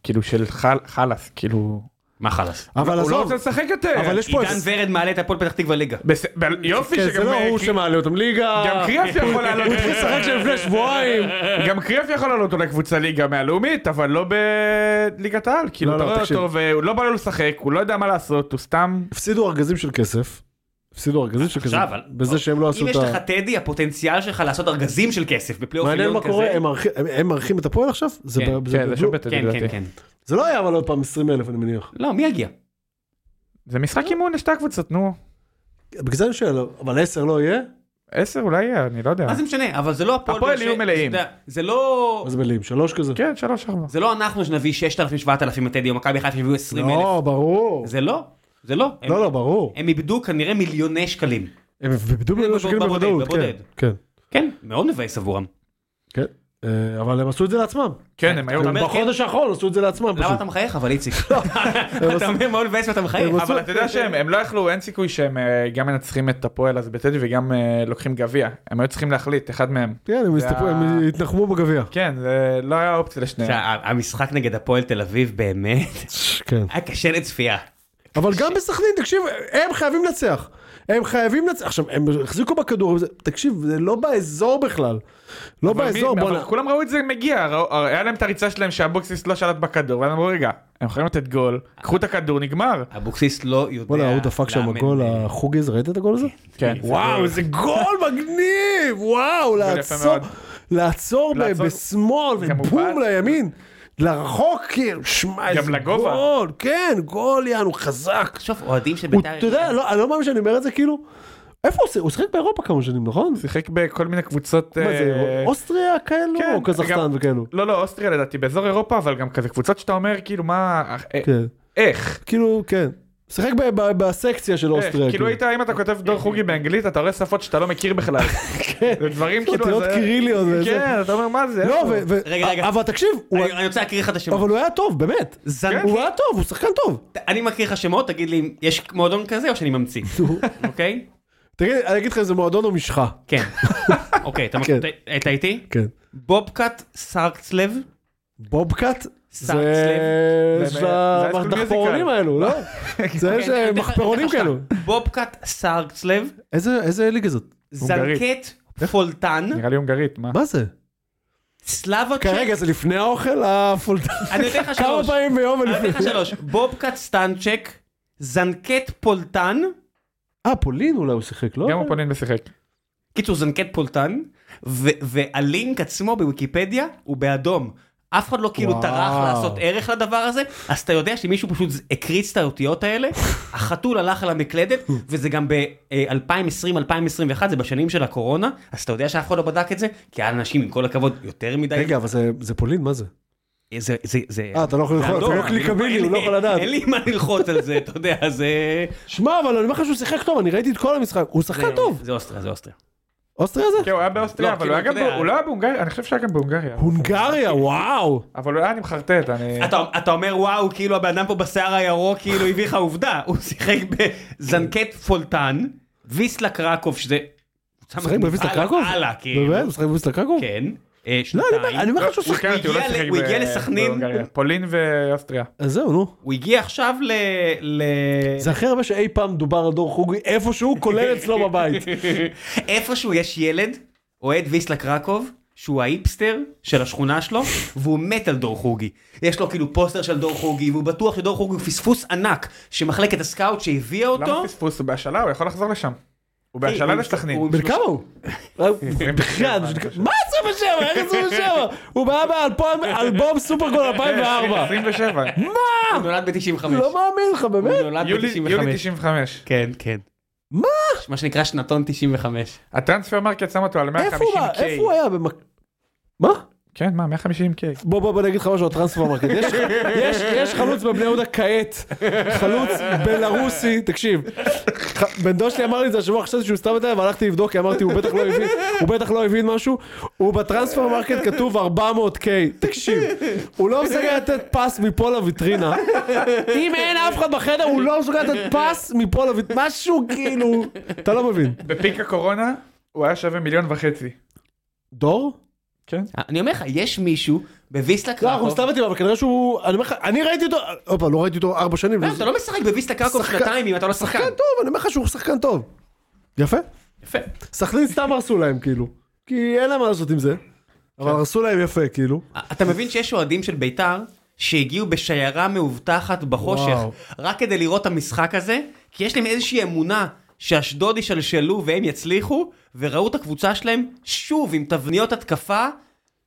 B: כאילו של חל- חלאס, כאילו...
A: מה חלאס?
C: אבל
B: הוא לא
C: עזוב,
B: רוצה לשחק יותר.
C: אבל יש פה...
A: עידן ורד מעלה את הפועל פתח תקווה ליגה.
B: בס- ב- יופי
C: כן,
B: שגם
C: זה לא
B: אה,
C: הוא
B: קרי-
C: שמעלה אותם ליגה.
B: גם קריאף יכול לעלות.
C: הוא התחיל לשחק שם לפני שבועיים.
B: גם קריאף יכול לעלות אותו לקבוצה ליגה מהלאומית, אבל לא בליגת העל. כאילו,
C: לא,
B: אתה
C: לא,
B: רואה
C: תקשיב.
B: אותו והוא לא בא לו לשחק, הוא לא יודע מה לעשות, הוא סתם...
C: הפסידו ארגזים של כסף. הפסידו ארגזים של כסף.
A: עכשיו, אבל-
C: בזה שהם לא
A: אם
C: עשו את
A: יש לך
C: ה...
A: טדי, הפוטנציאל שלך לעשות ארגזים של כסף בפלייאוף
C: מעניין מה
A: עליון
C: קורה,
A: כזה.
C: הם מארחים- הם- הם מארחים את הפועל עכשיו? זה
A: כן,
C: ב- זה
B: כן,
C: ב-
B: זה שוב בטד
A: כן, כן,
B: לדעתי.
A: כן.
C: זה לא היה אבל עוד פעם 20 אלף אני מניח.
A: לא, מי
C: אה.
A: יגיע?
B: זה משחק אימון לשתי הקבוצות, נו.
C: בגלל זה אני שואל, אבל 10 לא יהיה?
B: עשר אולי יהיה, אני לא יודע.
A: מה זה משנה? אבל זה לא הפועל...
B: הפועל
A: באר
B: יהיו
A: שבע,
B: מלאים.
A: אתה יודע, זה לא...
C: מה זה מלאים? שלוש כזה?
B: כן, שלוש ארבע.
A: זה לא אנחנו שנביא 6,000-7,000 לטדי, או מכבי חיפה שיביאו 20,000.
C: לא, ברור.
A: זה לא, זה לא. הם-
C: לא, לא, ברור.
A: הם איבדו כנראה מיליוני שקלים.
C: הם איבדו מיליון שקלים
A: בבודד,
C: בוודאות.
A: בבודד.
C: כן, כן,
A: כן, מאוד מבאס עבורם.
C: כן. אה, אבל הם עשו את זה לעצמם.
B: כן, הם היו...
A: אתה אומר, כן?
C: בחודש האחרון עשו את זה לעצמם
A: למה
C: פשוט. לא.
A: אתה מחייך אבל איציק? אתה אומר מאוד מבאס ואתה מחייך.
C: הם עשו-
B: אבל אתה יודע שהם הם לא יכלו, אין סיכוי שהם אה, גם מנצחים את הפועל אז בטדי וגם אה, לוקחים גביע. הם היו צריכים להחליט, אחד מהם.
C: כן, הם
B: זה
C: הסתפרו,
B: ה-
C: הם התנחמו בגביע.
B: כן, זה לא היה אופציה
A: עכשיו,
B: לשניהם.
A: המשחק נגד הפועל תל אביב באמת
C: כן.
A: היה קשה לצפייה.
C: אבל גם בסכנין, תקשיב, הם חייבים לנצח. הם חייבים לנצח. עכשיו, הם החזיקו בכדור, זה- תקשיב, זה לא באזור בכלל. לא
B: אבל מי-
C: באזור,
B: אבל
C: בוא'נה.
B: כולם ראו את זה מגיע, ראו- היה להם את הריצה שלהם שאבוקסיס לא שלט בכדור, ואז אמרו רגע, הם יכולים לתת גול, קחו את הכדור, נגמר.
A: אבוקסיס לא יודע.
C: בוא'נה, הוא דפק שם
A: לאמן.
C: גול, החוגי הזה, ראית את הגול הזה?
B: כן.
C: וואו, אה, זה גול מגניב! וואו, לעצור,
B: מאוד.
C: לעצור ב-
B: לעצור.
C: בשמאל
B: כמובן.
C: ובום לימין. לרחוק, כאילו, שמע, איזה
B: לגובה.
C: גול, כן, גול, יענו, חזק.
A: תחשוב, אוהדים של
C: הוא-
A: בית"ר...
C: אתה יודע, לא- אני לא מאמין שאני אומר את זה, כאילו, איפה הוא עושה? הוא שיחק באירופה כמה שנים, נכון?
B: שיחק בכל מיני קבוצות...
C: מה זה,
B: אה,
C: אוסטריה כאלו,
B: כן,
C: או קזחסטן
B: גם-
C: וכאלו?
B: לא, לא, אוסטריה לדעתי, באזור אירופה, אבל גם כזה קבוצות שאתה אומר, כאילו, מה... אה,
C: כן,
B: איך?
C: כאילו, כן. שיחק ב- ב- בסקציה של
B: איך?
C: אוסטריה.
B: כאילו היית, אם אתה כותב דור חוגי באנגלית, אתה רואה שפות שאתה לא מכיר בכלל.
C: כן.
B: זה דברים כאילו...
C: אותיות
B: אז-
C: קיריליות וזה.
B: כן, אתה אומר מה זה?
C: לא,
B: איפה?"
C: ו- ו-
A: רגע, רגע.
C: אבל תקשיב, הוא-
A: אני אני רוצה להקריא לך את השמות.
C: אבל הוא היה טוב, באמת.
A: זנק-
C: הוא היה טוב, הוא שחקן טוב.
A: אני מקריא לך שמות, תגיד לי אם יש מועדון כזה או שאני ממציא, אוקיי?
C: תגיד, אני אגיד לך אם זה מועדון או משחה.
A: כן. אוקיי, אתה
C: כן.
A: אתה- אתה איתי?
C: כן.
A: בובקאט סרקסלב.
C: בובקאט? זה...
A: סאקס לב.
C: זה
B: זה- זה הסקול
C: המחפרונים
B: מיוזיקל.
C: האלו, לא? זה יש
A: אוקיי, אני
C: אה,
A: אתן לך-
C: מחפרונים
A: אתן לך
C: כאלו.
A: שם. בובקאט סרקסלב,
C: איזה איזה ליגה זאת?
B: הונגרית.
A: זנקט פולטן,
B: נראה לי הונגרית, מה?
C: מה זה?
A: סלאבה צ'ק.
C: כן. כרגע זה לפני האוכל הפולטן.
A: אני נותן לך
C: כמה
A: שלוש.
C: פעמים ביום
A: אני נותן לך
C: ולפני...
A: שלוש. בובקאט סטנצ'ק, זנקט פולטן,
C: אה, פולין אולי הוא שיחק, לא?
B: גם הוא פונן ושיחק.
A: קיצור זנקט פולטן, ו- והלינק עצמו בוויקיפדיה הוא באדום. אף אחד לא כאילו
C: וואו.
A: טרח לעשות ערך לדבר הזה, אז אתה יודע שמישהו פשוט הקריץ את האותיות האלה, החתול הלך על המקלדת, וזה גם אה, ב-2020-2021, זה בשנים של הקורונה, אז אתה יודע שאף אחד לא בדק את זה, כי האנשים עם כל הכבוד יותר מדי...
C: רגע, אבל זה- זה פולין, מה זה?
A: זה, זה, זה...
C: אה, אתה לא יכול
A: זה
C: ללחוץ, אתה
A: אדום,
C: לא
A: אני
C: קליקבילי, הוא לא יכול לדעת.
A: אין לי מה ללחוץ על זה, אתה יודע, זה...
C: שמע, אבל אני אומר לך שהוא שיחק טוב, אני ראיתי את כל המשחק. הוא שחקן טוב.
A: זה אוסטריה, זה אוסטריה.
C: אוסטריה
B: כן,
C: זה?
B: הוא היה באוסטריה,
A: לא,
B: אבל
A: כאילו,
B: הוא היה גם
A: אתה יודע-
B: ב- הוא לא היה בהונגריה, אני חושב שהיה גם בהונגריה.
C: הונגריה, וואו.
B: אבל הוא היה, אני מחרטט, אני...
A: אתה- אתה אומר וואו, כאילו הבן אדם פה בשיער הירוק, כאילו הביא לך עובדה. הוא שיחק בזנקט פולטן, ויסלה קרקוב, שזה...
C: משחק בביסטר קרקוב?
A: הלאה, כאילו.
C: באמת? משחק בביסטר קרקוב?
A: כן. אה,
C: לא, אני
A: שנתיים.
C: אומר- אני אומר לך שהוא
B: הוא
C: שחקן...
B: הכרתי, הוא לא
A: הגיע ל-
B: שיחק
A: הוא הגיע
B: ב-
A: לסכנין.
B: בהונגריה. פולין ואוסטריה.
C: אז זהו, נו.
A: הוא הגיע עכשיו ל... ל-
C: זה הכי הרבה שאי פעם דובר על דור חוגי איפשהו, כולל אצלו בבית.
A: איפשהו יש ילד, אוהד ויסלה קרקוב, שהוא ההיפסטר של השכונה שלו, והוא מת על דור חוגי. יש לו כאילו פוסטר של דור חוגי, והוא בטוח שדור חוגי הוא פספוס ענק, שמחלקת הסקאוט שהביאה אותו,
B: למה פספוס? הוא בהשאלה, הוא יכול לחזור לשם. הוא
A: כן,
B: בהשאלה
A: הוא-
B: לסכנין.
A: הוא-
C: בן כמה הוא?
A: אה,
C: בחייאת, מה 27? איך 27? הוא בא באלבום אלבום
A: כן,
C: סופרגול 2004.
B: 27.
A: הוא נולד ב-95.
C: לא מאמין לך, באמת?
A: כן. הוא נולד
B: יולי יולי
A: ב-95.
B: 95.
A: כן, כן.
C: מה?
A: מה שנקרא שנתון 95.
B: הטרנספר מרקט שם אותו על
C: איפה הוא בא?
B: 150K.
C: איפה הוא היה? במק- מה?
B: כן, מה, 150K.
C: בוא בוא בוא אני אגיד לך משהו על טרנספר מרקט. יש- יש- יש חלוץ בבני יהודה כעת, חלוץ בלרוסי, תקשיב. ח- בן דוד שלי אמר לי את זה השבוע, חשבתי שהוא סתם מדי, אבל הלכתי לבדוק, כי אמרתי הוא בטח לא הבין, הוא בטח לא הבין משהו. הוא בטרנספר מרקט כתוב 400K, תקשיב. הוא לא מסוגל לתת פס מפה לויטרינה. אם אין אף אחד בחדר, הוא לא מסוגל לתת פס מפה לויטרינה. משהו כאילו, אתה לא מבין.
B: בפיק הקורונה הוא היה שווה מיליון וחצי.
C: דור?
B: כן.
A: אני אומר לך, יש מישהו בוויסלה
C: לא, אנחנו
A: קרקוב,
C: סתם מתאים, אבל כנראה שהוא, אני אומר לך, אני ראיתי אותו, עוד פעם, לא ראיתי אותו ארבע שנים.
A: לא, אתה לא משחק בוויסלה קרקוב
C: שחקן-
A: שנתיים אם אתה לא
B: כן.
A: שחקן.
C: שחקן טוב, אני אומר לך שהוא שחקן טוב. יפה.
A: יפה.
C: סכנין סתם הרסו להם, כאילו. כי אין להם מה לעשות עם זה.
B: כן.
C: אבל הרסו להם יפה, כאילו.
A: אתה מבין שיש אוהדים של בית"ר שהגיעו בשיירה מאובטחת בחושך,
C: וואו.
A: רק כדי לראות את המשחק הזה, כי יש להם איזושהי אמונה שאשדוד ישלשלו והם יצליחו, וראו את הקבוצה שלהם שוב עם תבניות התקפה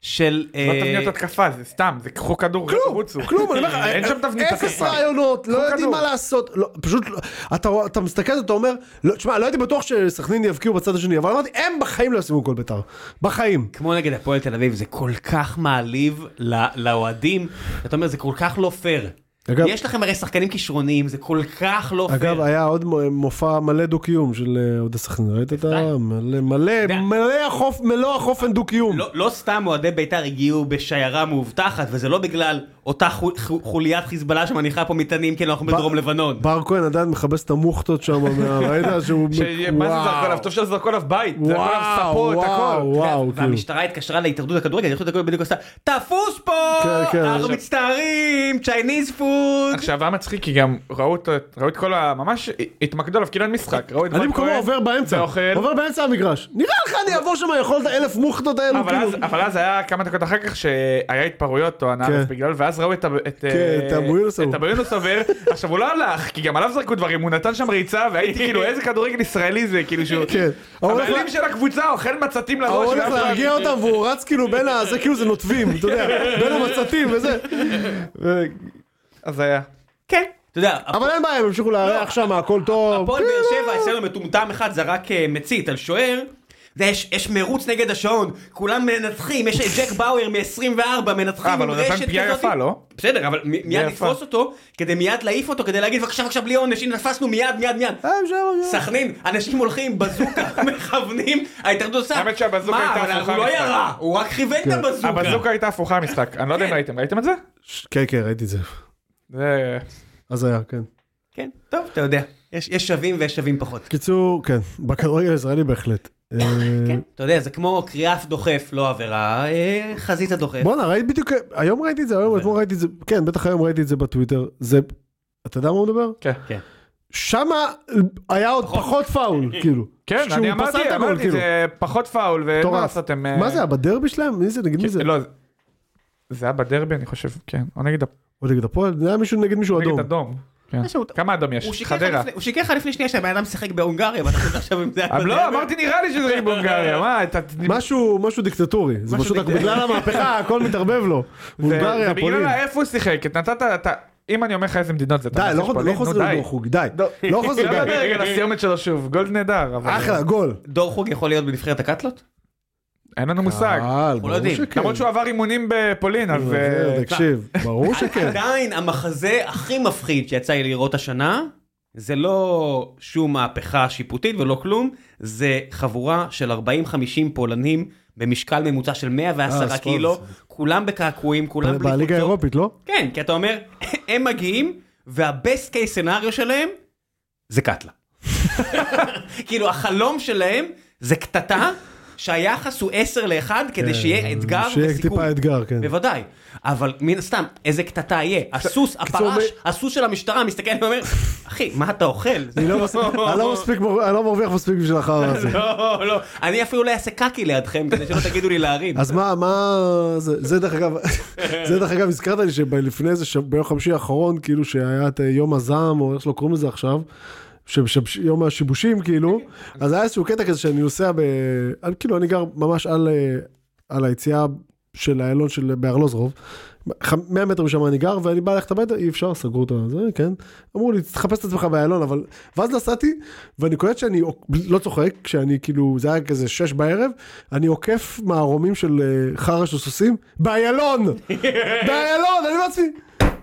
A: של...
B: לא
A: אה,
B: תבניות התקפה, זה סתם, זה קחו כדור, לא, רוצו.
C: כלום, אני אומר לך,
B: אין שם תבנית
C: אפס
B: התקפה.
C: רעיונות, לא
B: קחו
C: יודעים
B: כדור.
C: מה לעשות. לא, פשוט, לא- אתה רואה- אתה מסתכל, אתה אומר, לא, תשמע, לא הייתי בטוח שסכנין יבקיעו בצד השני, אבל אמרתי, הם בחיים לא ישימו גול בית"ר. בחיים.
A: כמו נגד הפועל תל אביב, זה כל כך מעליב לא- לאוהדים, אתה אומר, זה כל כך לא פייר.
C: אגב-
A: יש לכם הרי שחקנים כישרוניים, זה כל כך לא פייר.
C: אגב, היה עוד מ- מופע מלא דו-קיום של אה, אוהדי סכנין, ראית את ה... מלא, מלא,
A: די.
C: מלא החוף, מלוא החופן דו-קיום.
A: לא, לא סתם אוהדי בית"ר הגיעו בשיירה מאובטחת, וזה לא בגלל אותה חו, חו, חוליית חיזבאללה שמניחה פה מטענים, כן, אנחנו בדרום לבנון.
C: בר כהן עדיין מכבס את המוכתות שם, מה- ראית שהוא...
B: שמה זה זרקו עליו? טוב שזה זרקו עליו בית. זרקו עליו
C: וואו,
B: ספות,
C: וואו,
B: הכל.
C: וואו, כאילו.
A: כן, והמשטרה התקשרה להתאחדות הכדורגל, ההתאחדות הכדורגל בדיוק עשתה, תפוס פה!
C: כן, כן,
A: אנחנו
C: עכשיו-
A: מצטערים, צ'ייניז פוד!
B: עכשיו היה מצחיק כי גם ראו אותו, ראו את כל ה... ממש התמקדו עליו, כאילו אין משחק. ראו את
C: אני
B: בר
C: במקומו
B: כהן,
C: עובר באמצע,
B: ואוכל.
C: עובר באמצע המגרש. נראה לך אני אעבור שם, יכול את האלף מוכתות האלו,
B: אבל
C: כאילו.
B: אז- אבל אז היה כמה דקות אחר כך שהיה התפרעויות או
C: כן.
B: הנאה בגלל ואז ראו את ה- את אה,
C: כן, את הבויונוס ההוא.
B: את הבויונוס עובר עכשיו הוא לא הלך כי גם עליו זרקו דברים הוא נתן שם ריצה והייתי כאילו איזה כדורגל ישראלי זה כאילו שהוא
C: כן. ההוא הולך
B: הבעלים
C: לה-
B: של הקבוצה אוכל מצתים
C: הוא
B: לראש
C: הולך
B: ואף אחד-
C: להרגיע אותם והוא רץ כאילו בין ה... זה כאילו זה נוטבים, אתה יודע, בין המצתים וזה. ו-
B: אז היה
A: כן.
B: אה,
A: אתה יודע,
C: אבל אין בעיה, הם המשיכו לארח שם, הכל טוב. כן.
A: הפועל באר שבע אצלנו מטומטם אחד זרק אה, מצית על שוער. אתה יודע, יש, יש מרוץ נגד השעון, כולם מנצחים, יש את ג'ק באואר מ-24, מנצחים
B: אה,
A: עם
B: אבל הוא נתן
A: רשת
B: פגיעה
A: כזאת.
B: יפה, לא?
A: בסדר, אבל מ- מיד
B: יפה.
A: לתפוס אותו, כדי מיד להעיף אותו, כדי להגיד בבקשה בבקשה בלי עונש, הנה תפסנו מיד מיד מיד.
C: אה, בסדר, בסדר.
A: סכנין, אנשים הולכים, בזוקה, מכוונים, ההתאחדות עושה,
B: האמת שהבזוקה
A: מה,
B: הייתה
A: אבל
B: הפוכה
A: הוא לא
B: משחק."
A: ירה, הוא רק כיוון את
C: כן.
A: הבזוקה.
B: הבזוקה הייתה הפוכה המשחק אני לא יודע אם ראיתם ראיתם את זה?
C: ש- כן, כן, ראיתי את זה.
B: זה-
C: אז היה, כן.
A: כן, טוב, אתה יודע, יש יש שווים ויש שווים פחות.
C: קיצור, כן, בכדורגל הישראלי בהחלט. אה,
A: כן, אתה יודע, זה כמו קריאף דוחף, לא עבירה, אה, חזיזה דוחף.
C: בואנה, ראיתי בדיוק, היום ראיתי את זה, היום אתמול ראיתי את זה, כן, בטח היום ראיתי את זה בטוויטר. זה, אתה יודע מה הוא מדבר?
B: כן.
C: שמה היה עוד
A: נכון.
C: פחות פאול, כאילו.
B: כן
C: שהוא
B: אני
C: פסל את
B: אמרתי
C: הגול,
B: אמרתי
C: כאילו.
B: זה פחות פאול ומה
C: מטורף.
B: עשיתם אה,
C: מה זה היה בדרבי שלהם? מי זה? נגד מי זה?
B: לא, זה- זה היה בדרבי אני חושב כן או נגד
C: או נגד הפועל? זה היה מישהו נגד מישהו
B: נגד
C: אדום.
B: אדום. כן.
A: משהו-
B: כמה אדום
A: הוא
B: יש?
A: שיקר לך
B: חדרה.
A: לפני- הוא שיקר לך לפני שנייה שהבן אדם שיחק בהונגריה, ואתה חושב עכשיו אם זה היה...
B: אבל לא,
A: בדרבי.
B: אמרתי נראה לי שזה בהונגריה, מה, אתה...
C: משהו משהו דיקטטורי. זה
A: משהו
C: פשוט רק
A: דיקטטורי.
C: בגלל המהפכה הכל מתערבב לו.
B: זה
C: בולגריה,
B: בגלל
C: פולין.
B: איפה הוא שיחק, את נתת, אתה... אם אני אומר לך איזה מדינות זה, אתה
C: די,
B: אומר
C: לא
B: שיש פולין?
C: חוזר- לא
B: נו,
C: חוזר
B: די.
C: לדור חוג, די. לא חוזר,
B: אפשר לדבר
C: די.
B: רגע על הסיומת שלו שוב, גולד נהדר, אבל...
C: אחלה, גול.
A: דור חוג יכול להיות בנבחרת הקאטלות?
B: אין לנו מושג.
C: קהל,
A: לא
C: אה, ברור
A: יודעים.
C: שכן.
B: למרות שהוא עבר אימונים בפולין, אז...
C: כן. זה,
B: אה,
C: תקשיב, ברור
B: כן,
C: שכן.
A: עדיין המחזה הכי מפחיד שיצא לי לראות השנה, זה לא שום מהפכה שיפוטית ולא כלום, זה חבורה של 40-50 פולנים במשקל ממוצע של 110
B: אה,
C: ספורט.
A: קילו, כולם בקעקועים, כולם בלי
C: בליגה
A: חולצות.
C: האירופית, לא?
A: כן, כי אתה אומר, הם מגיעים, והבסט קייס סנאריו שלהם זה קאטלה. כאילו, החלום שלהם זה קטטה, שהיחס הוא 10 ל-1 כדי שיהיה אתגר
C: שיהיה
A: וסיכון.
C: טיפה אתגר, כן.
A: בוודאי. אבל מן הסתם, איזה קטטה יהיה? הסוס,
C: קיצור,
A: הפרש, הסוס של המשטרה מסתכל ואומר, אחי, מה אתה אוכל?
C: אני לא מספיק- אני לא מספיק מור- אני לא מרוויח מספיק בשביל החרא הזה.
A: לא, לא, אני אפילו לא אעשה קקי לידכם כדי שלא תגידו לי להרים.
C: אז מה, מה, זה, זה דרך אגב, זה דרך אגב, הזכרת לי שלפני איזה, שב- ביום חמישי האחרון, כאילו שהיה את אה, יום הזעם, או איך שלא קוראים לזה עכשיו, שבש, יום השיבושים, כאילו, אז היה איזשהו קטע כזה שאני נוסע ב... אני, כאילו, אני גר ממש על, אה, על היציאה של איילון של בארלוזרוב. ח- 100 מטר משם אני גר ואני בא ללכת הביתה אי אפשר סגרו את הזה כן אמרו לי תחפש את עצמך באיילון אבל ואז נסעתי ואני קולט שאני לא צוחק כשאני כאילו זה היה כזה שש בערב אני עוקף מערומים של אה, חרא של סוסים באיילון באיילון אני בעצמי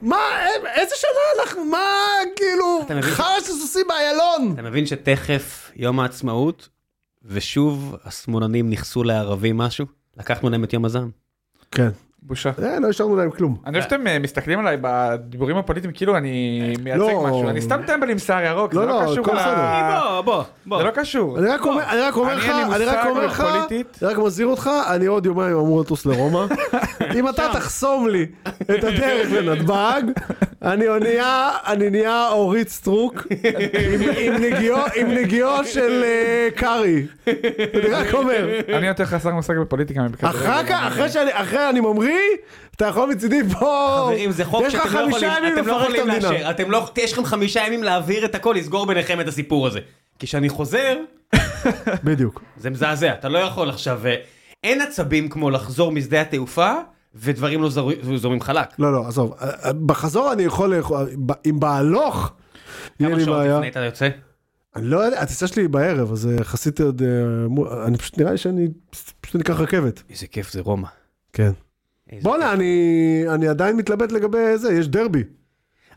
C: מה אה, איזה שנה אנחנו מה
A: אתה
C: כאילו
A: מבין?
C: חרא של סוסים באיילון
A: אתה מבין שתכף יום העצמאות, ושוב השמאלנים נכסו לערבים משהו? לקחנו להם את יום הזעם.
C: כן
B: בושה.
C: אה, לא השארנו להם כלום
B: אני חושב שאתם אה, מסתכלים עליי בדיבורים הפוליטיים כאילו אני מייצג
C: לא.
B: משהו, אני סתם טמבל עם שיער ירוק, זה
C: לא,
B: לא
C: לא,
B: קשור,
C: הכל
B: ל-
C: בסדר.
A: בוא, בוא, בוא.
B: זה לא קשור.
A: נכון.
C: אני רק אומר אני רק אומר
B: אני,
C: לך,
B: אין לי
C: אני רק
B: מושג
C: אומר לך,
B: בפוליטית.
C: אני רק מזהיר אותך, אני עוד יומיים אמור לטוס לרומא. אם אתה תחסום לי את הדרך לנתב"ג, אני נהיה, אני נהיה אורית סטרוק עם- עם נגיעו- עם נגיעות של אה, קארי. אני רק אומר.
B: אני יותר חסר מושג בפוליטיקה מבחינת...
C: אחר כך, אחרי שאני, אחרי אני ממריא, אתה יכול מצידי פה,
A: חברים, זה חוק
C: יש לך
A: שאתם לא
C: חמישה
A: יכולים-
C: ימים
A: אתם לא
C: לפרק את
A: יכולים
C: המדינה.
A: לאשר. אתם לא- יש לכם חמישה ימים להעביר את הכל, לסגור ביניכם את הסיפור הזה. כי כשאני חוזר,
C: בדיוק.
A: זה מזעזע, אתה לא יכול עכשיו... אה, אין עצבים כמו לחזור משדה התעופה, ודברים לא זור- זורמים חלק.
C: לא, לא, עזוב. בחזור אני יכול לאכול, אם בהלוך, יהיה
A: כמה
C: לי
A: שעות
C: בעיה.
A: לפני אתה יוצא?
C: אני לא יודע, הטיסה שלי היא בערב, אז אה, יחסית עוד... אה, מו- אני פשוט, נראה לי שאני... פשוט אני אקח רכבת.
A: איזה כיף זה רומא.
C: כן.
A: איזה
C: בואנה, אני, אני עדיין מתלבט לגבי זה, יש דרבי.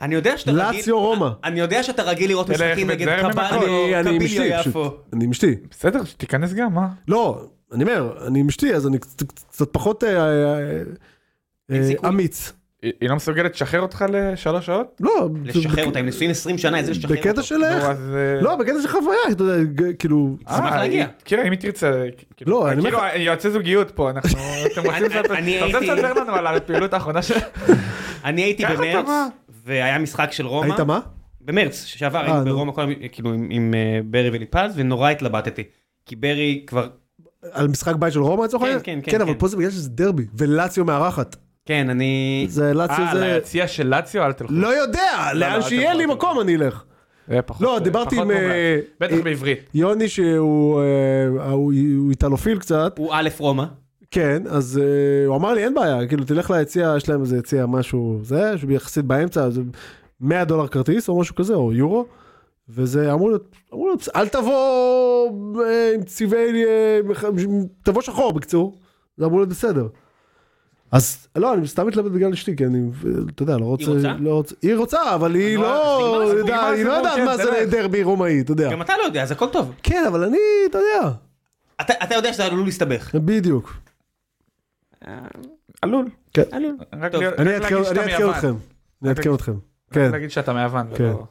A: אני יודע שאתה רגיל... אה,
C: לאציו רומא.
A: אני יודע שאתה רגיל לראות
B: אלא
A: משחקים
B: איך
A: נגד
B: מתזהר ממקום.
A: קבליו,
C: אני עם
A: קבליו
C: אשתי, פשוט.
A: יפו.
C: אני עם אשתי.
B: בסדר, שתיכנס גם, מה?
C: לא, אני אומר, אני עם אשתי, אז אני קצת, קצת פחות אה, אה, אה,
A: סיכוי.
C: אמיץ.
B: היא היא לא מסוגלת לשחרר אותך לשלוש שעות?
C: לא,
A: לשחרר
C: זה-
A: אותה, הם נשואים 20 שנה, איזה לשחרר
C: בקטע
A: אותו.
C: של איך?
B: נו, אז, אה,
C: לא, בקטע של חוויה, אתה יודע, ג- כאילו...
B: אה,
A: אשמח
B: היא-
A: להגיע.
B: כאילו אם היא תרצה, כאילו-
C: לא, אני אומר
B: כאילו יועצי זוגיות פה, אנחנו, אתם רוצים
A: אני-
B: לספר- אתה
A: אני
B: רוצה
A: הייתי-
B: לספר לנו על הפעילות האחרונה של...
A: אני הייתי
B: ככה אתה
A: במרץ,
B: מה?
A: והיה משחק של רומא.
C: היית מה?
A: במרץ שעבר
C: אה,
A: היינו
C: נו.
A: ברומא, כל המ- כאילו עם- עם אה, ברי וליפז, ונורא התלבטתי. כי ברי כבר,
C: על משחק בית של רומא לצורך
A: כן,
C: העניין?
A: כן, כן,
C: כן, אבל
A: כן.
C: פה זה בגלל שזה דרבי, ולאציו מארחת.
A: כן, אני...
C: זה לאציו
B: אה,
C: זה...
B: ליציע של לאציו, אל תלכו.
C: לא יודע,
B: לא, אל
C: לאן שיהיה לי
B: תבוא.
C: מקום אני אלך.
B: זה פחות-
C: לא, דיברתי
B: פחות
C: עם, אה,
B: מומלץ. בטח
C: אה,
B: בעברית.
C: יוני שהוא אה, הוא- הוא איטלופיל קצת,
A: הוא א' רומא.
C: כן, אז אה, הוא אמר לי אין בעיה, כאילו תלך ליציע, יש להם איזה יציע משהו, זה, שיחסית באמצע, זה 100 דולר כרטיס או משהו כזה, או יורו, וזה אמור להיות, אמור להיות, אל תבוא אה, עם צבעי, אה, מח- תבוא שחור בקיצור, זה אמור להיות בסדר. אז לא, אני סתם מתלבט בגלל אשתי, כי אני, אה, אתה יודע, לא רוצה,
A: רוצה?
C: לא רוצה, היא רוצה, אבל היא
B: אז
C: לא,
B: נגמר הסיפור,
C: יודע-
B: נגמר
C: היא לא
B: הסיפור,
C: יודעת
B: כן,
C: מה
B: זה
C: זה
B: לא-
C: דרבי רומאי, אתה יודע.
A: גם אתה לא יודע, אז הכל טוב.
C: כן, אבל אני, אתה יודע,
A: אתה אתה יודע שזה עלול להסתבך.
C: בדיוק.
B: עלול. אה,
C: כן.
A: עלול.
B: רק
A: טוב,
B: להיות-
C: אני
B: רק
C: אעדכן
B: להגיד שאתה
C: אני אעדכן
B: מיוון.
C: אתכם, אני אעדכן אתכם. כן.
B: להגיד שאתה מיוון. לא-
C: כן.
B: ולא-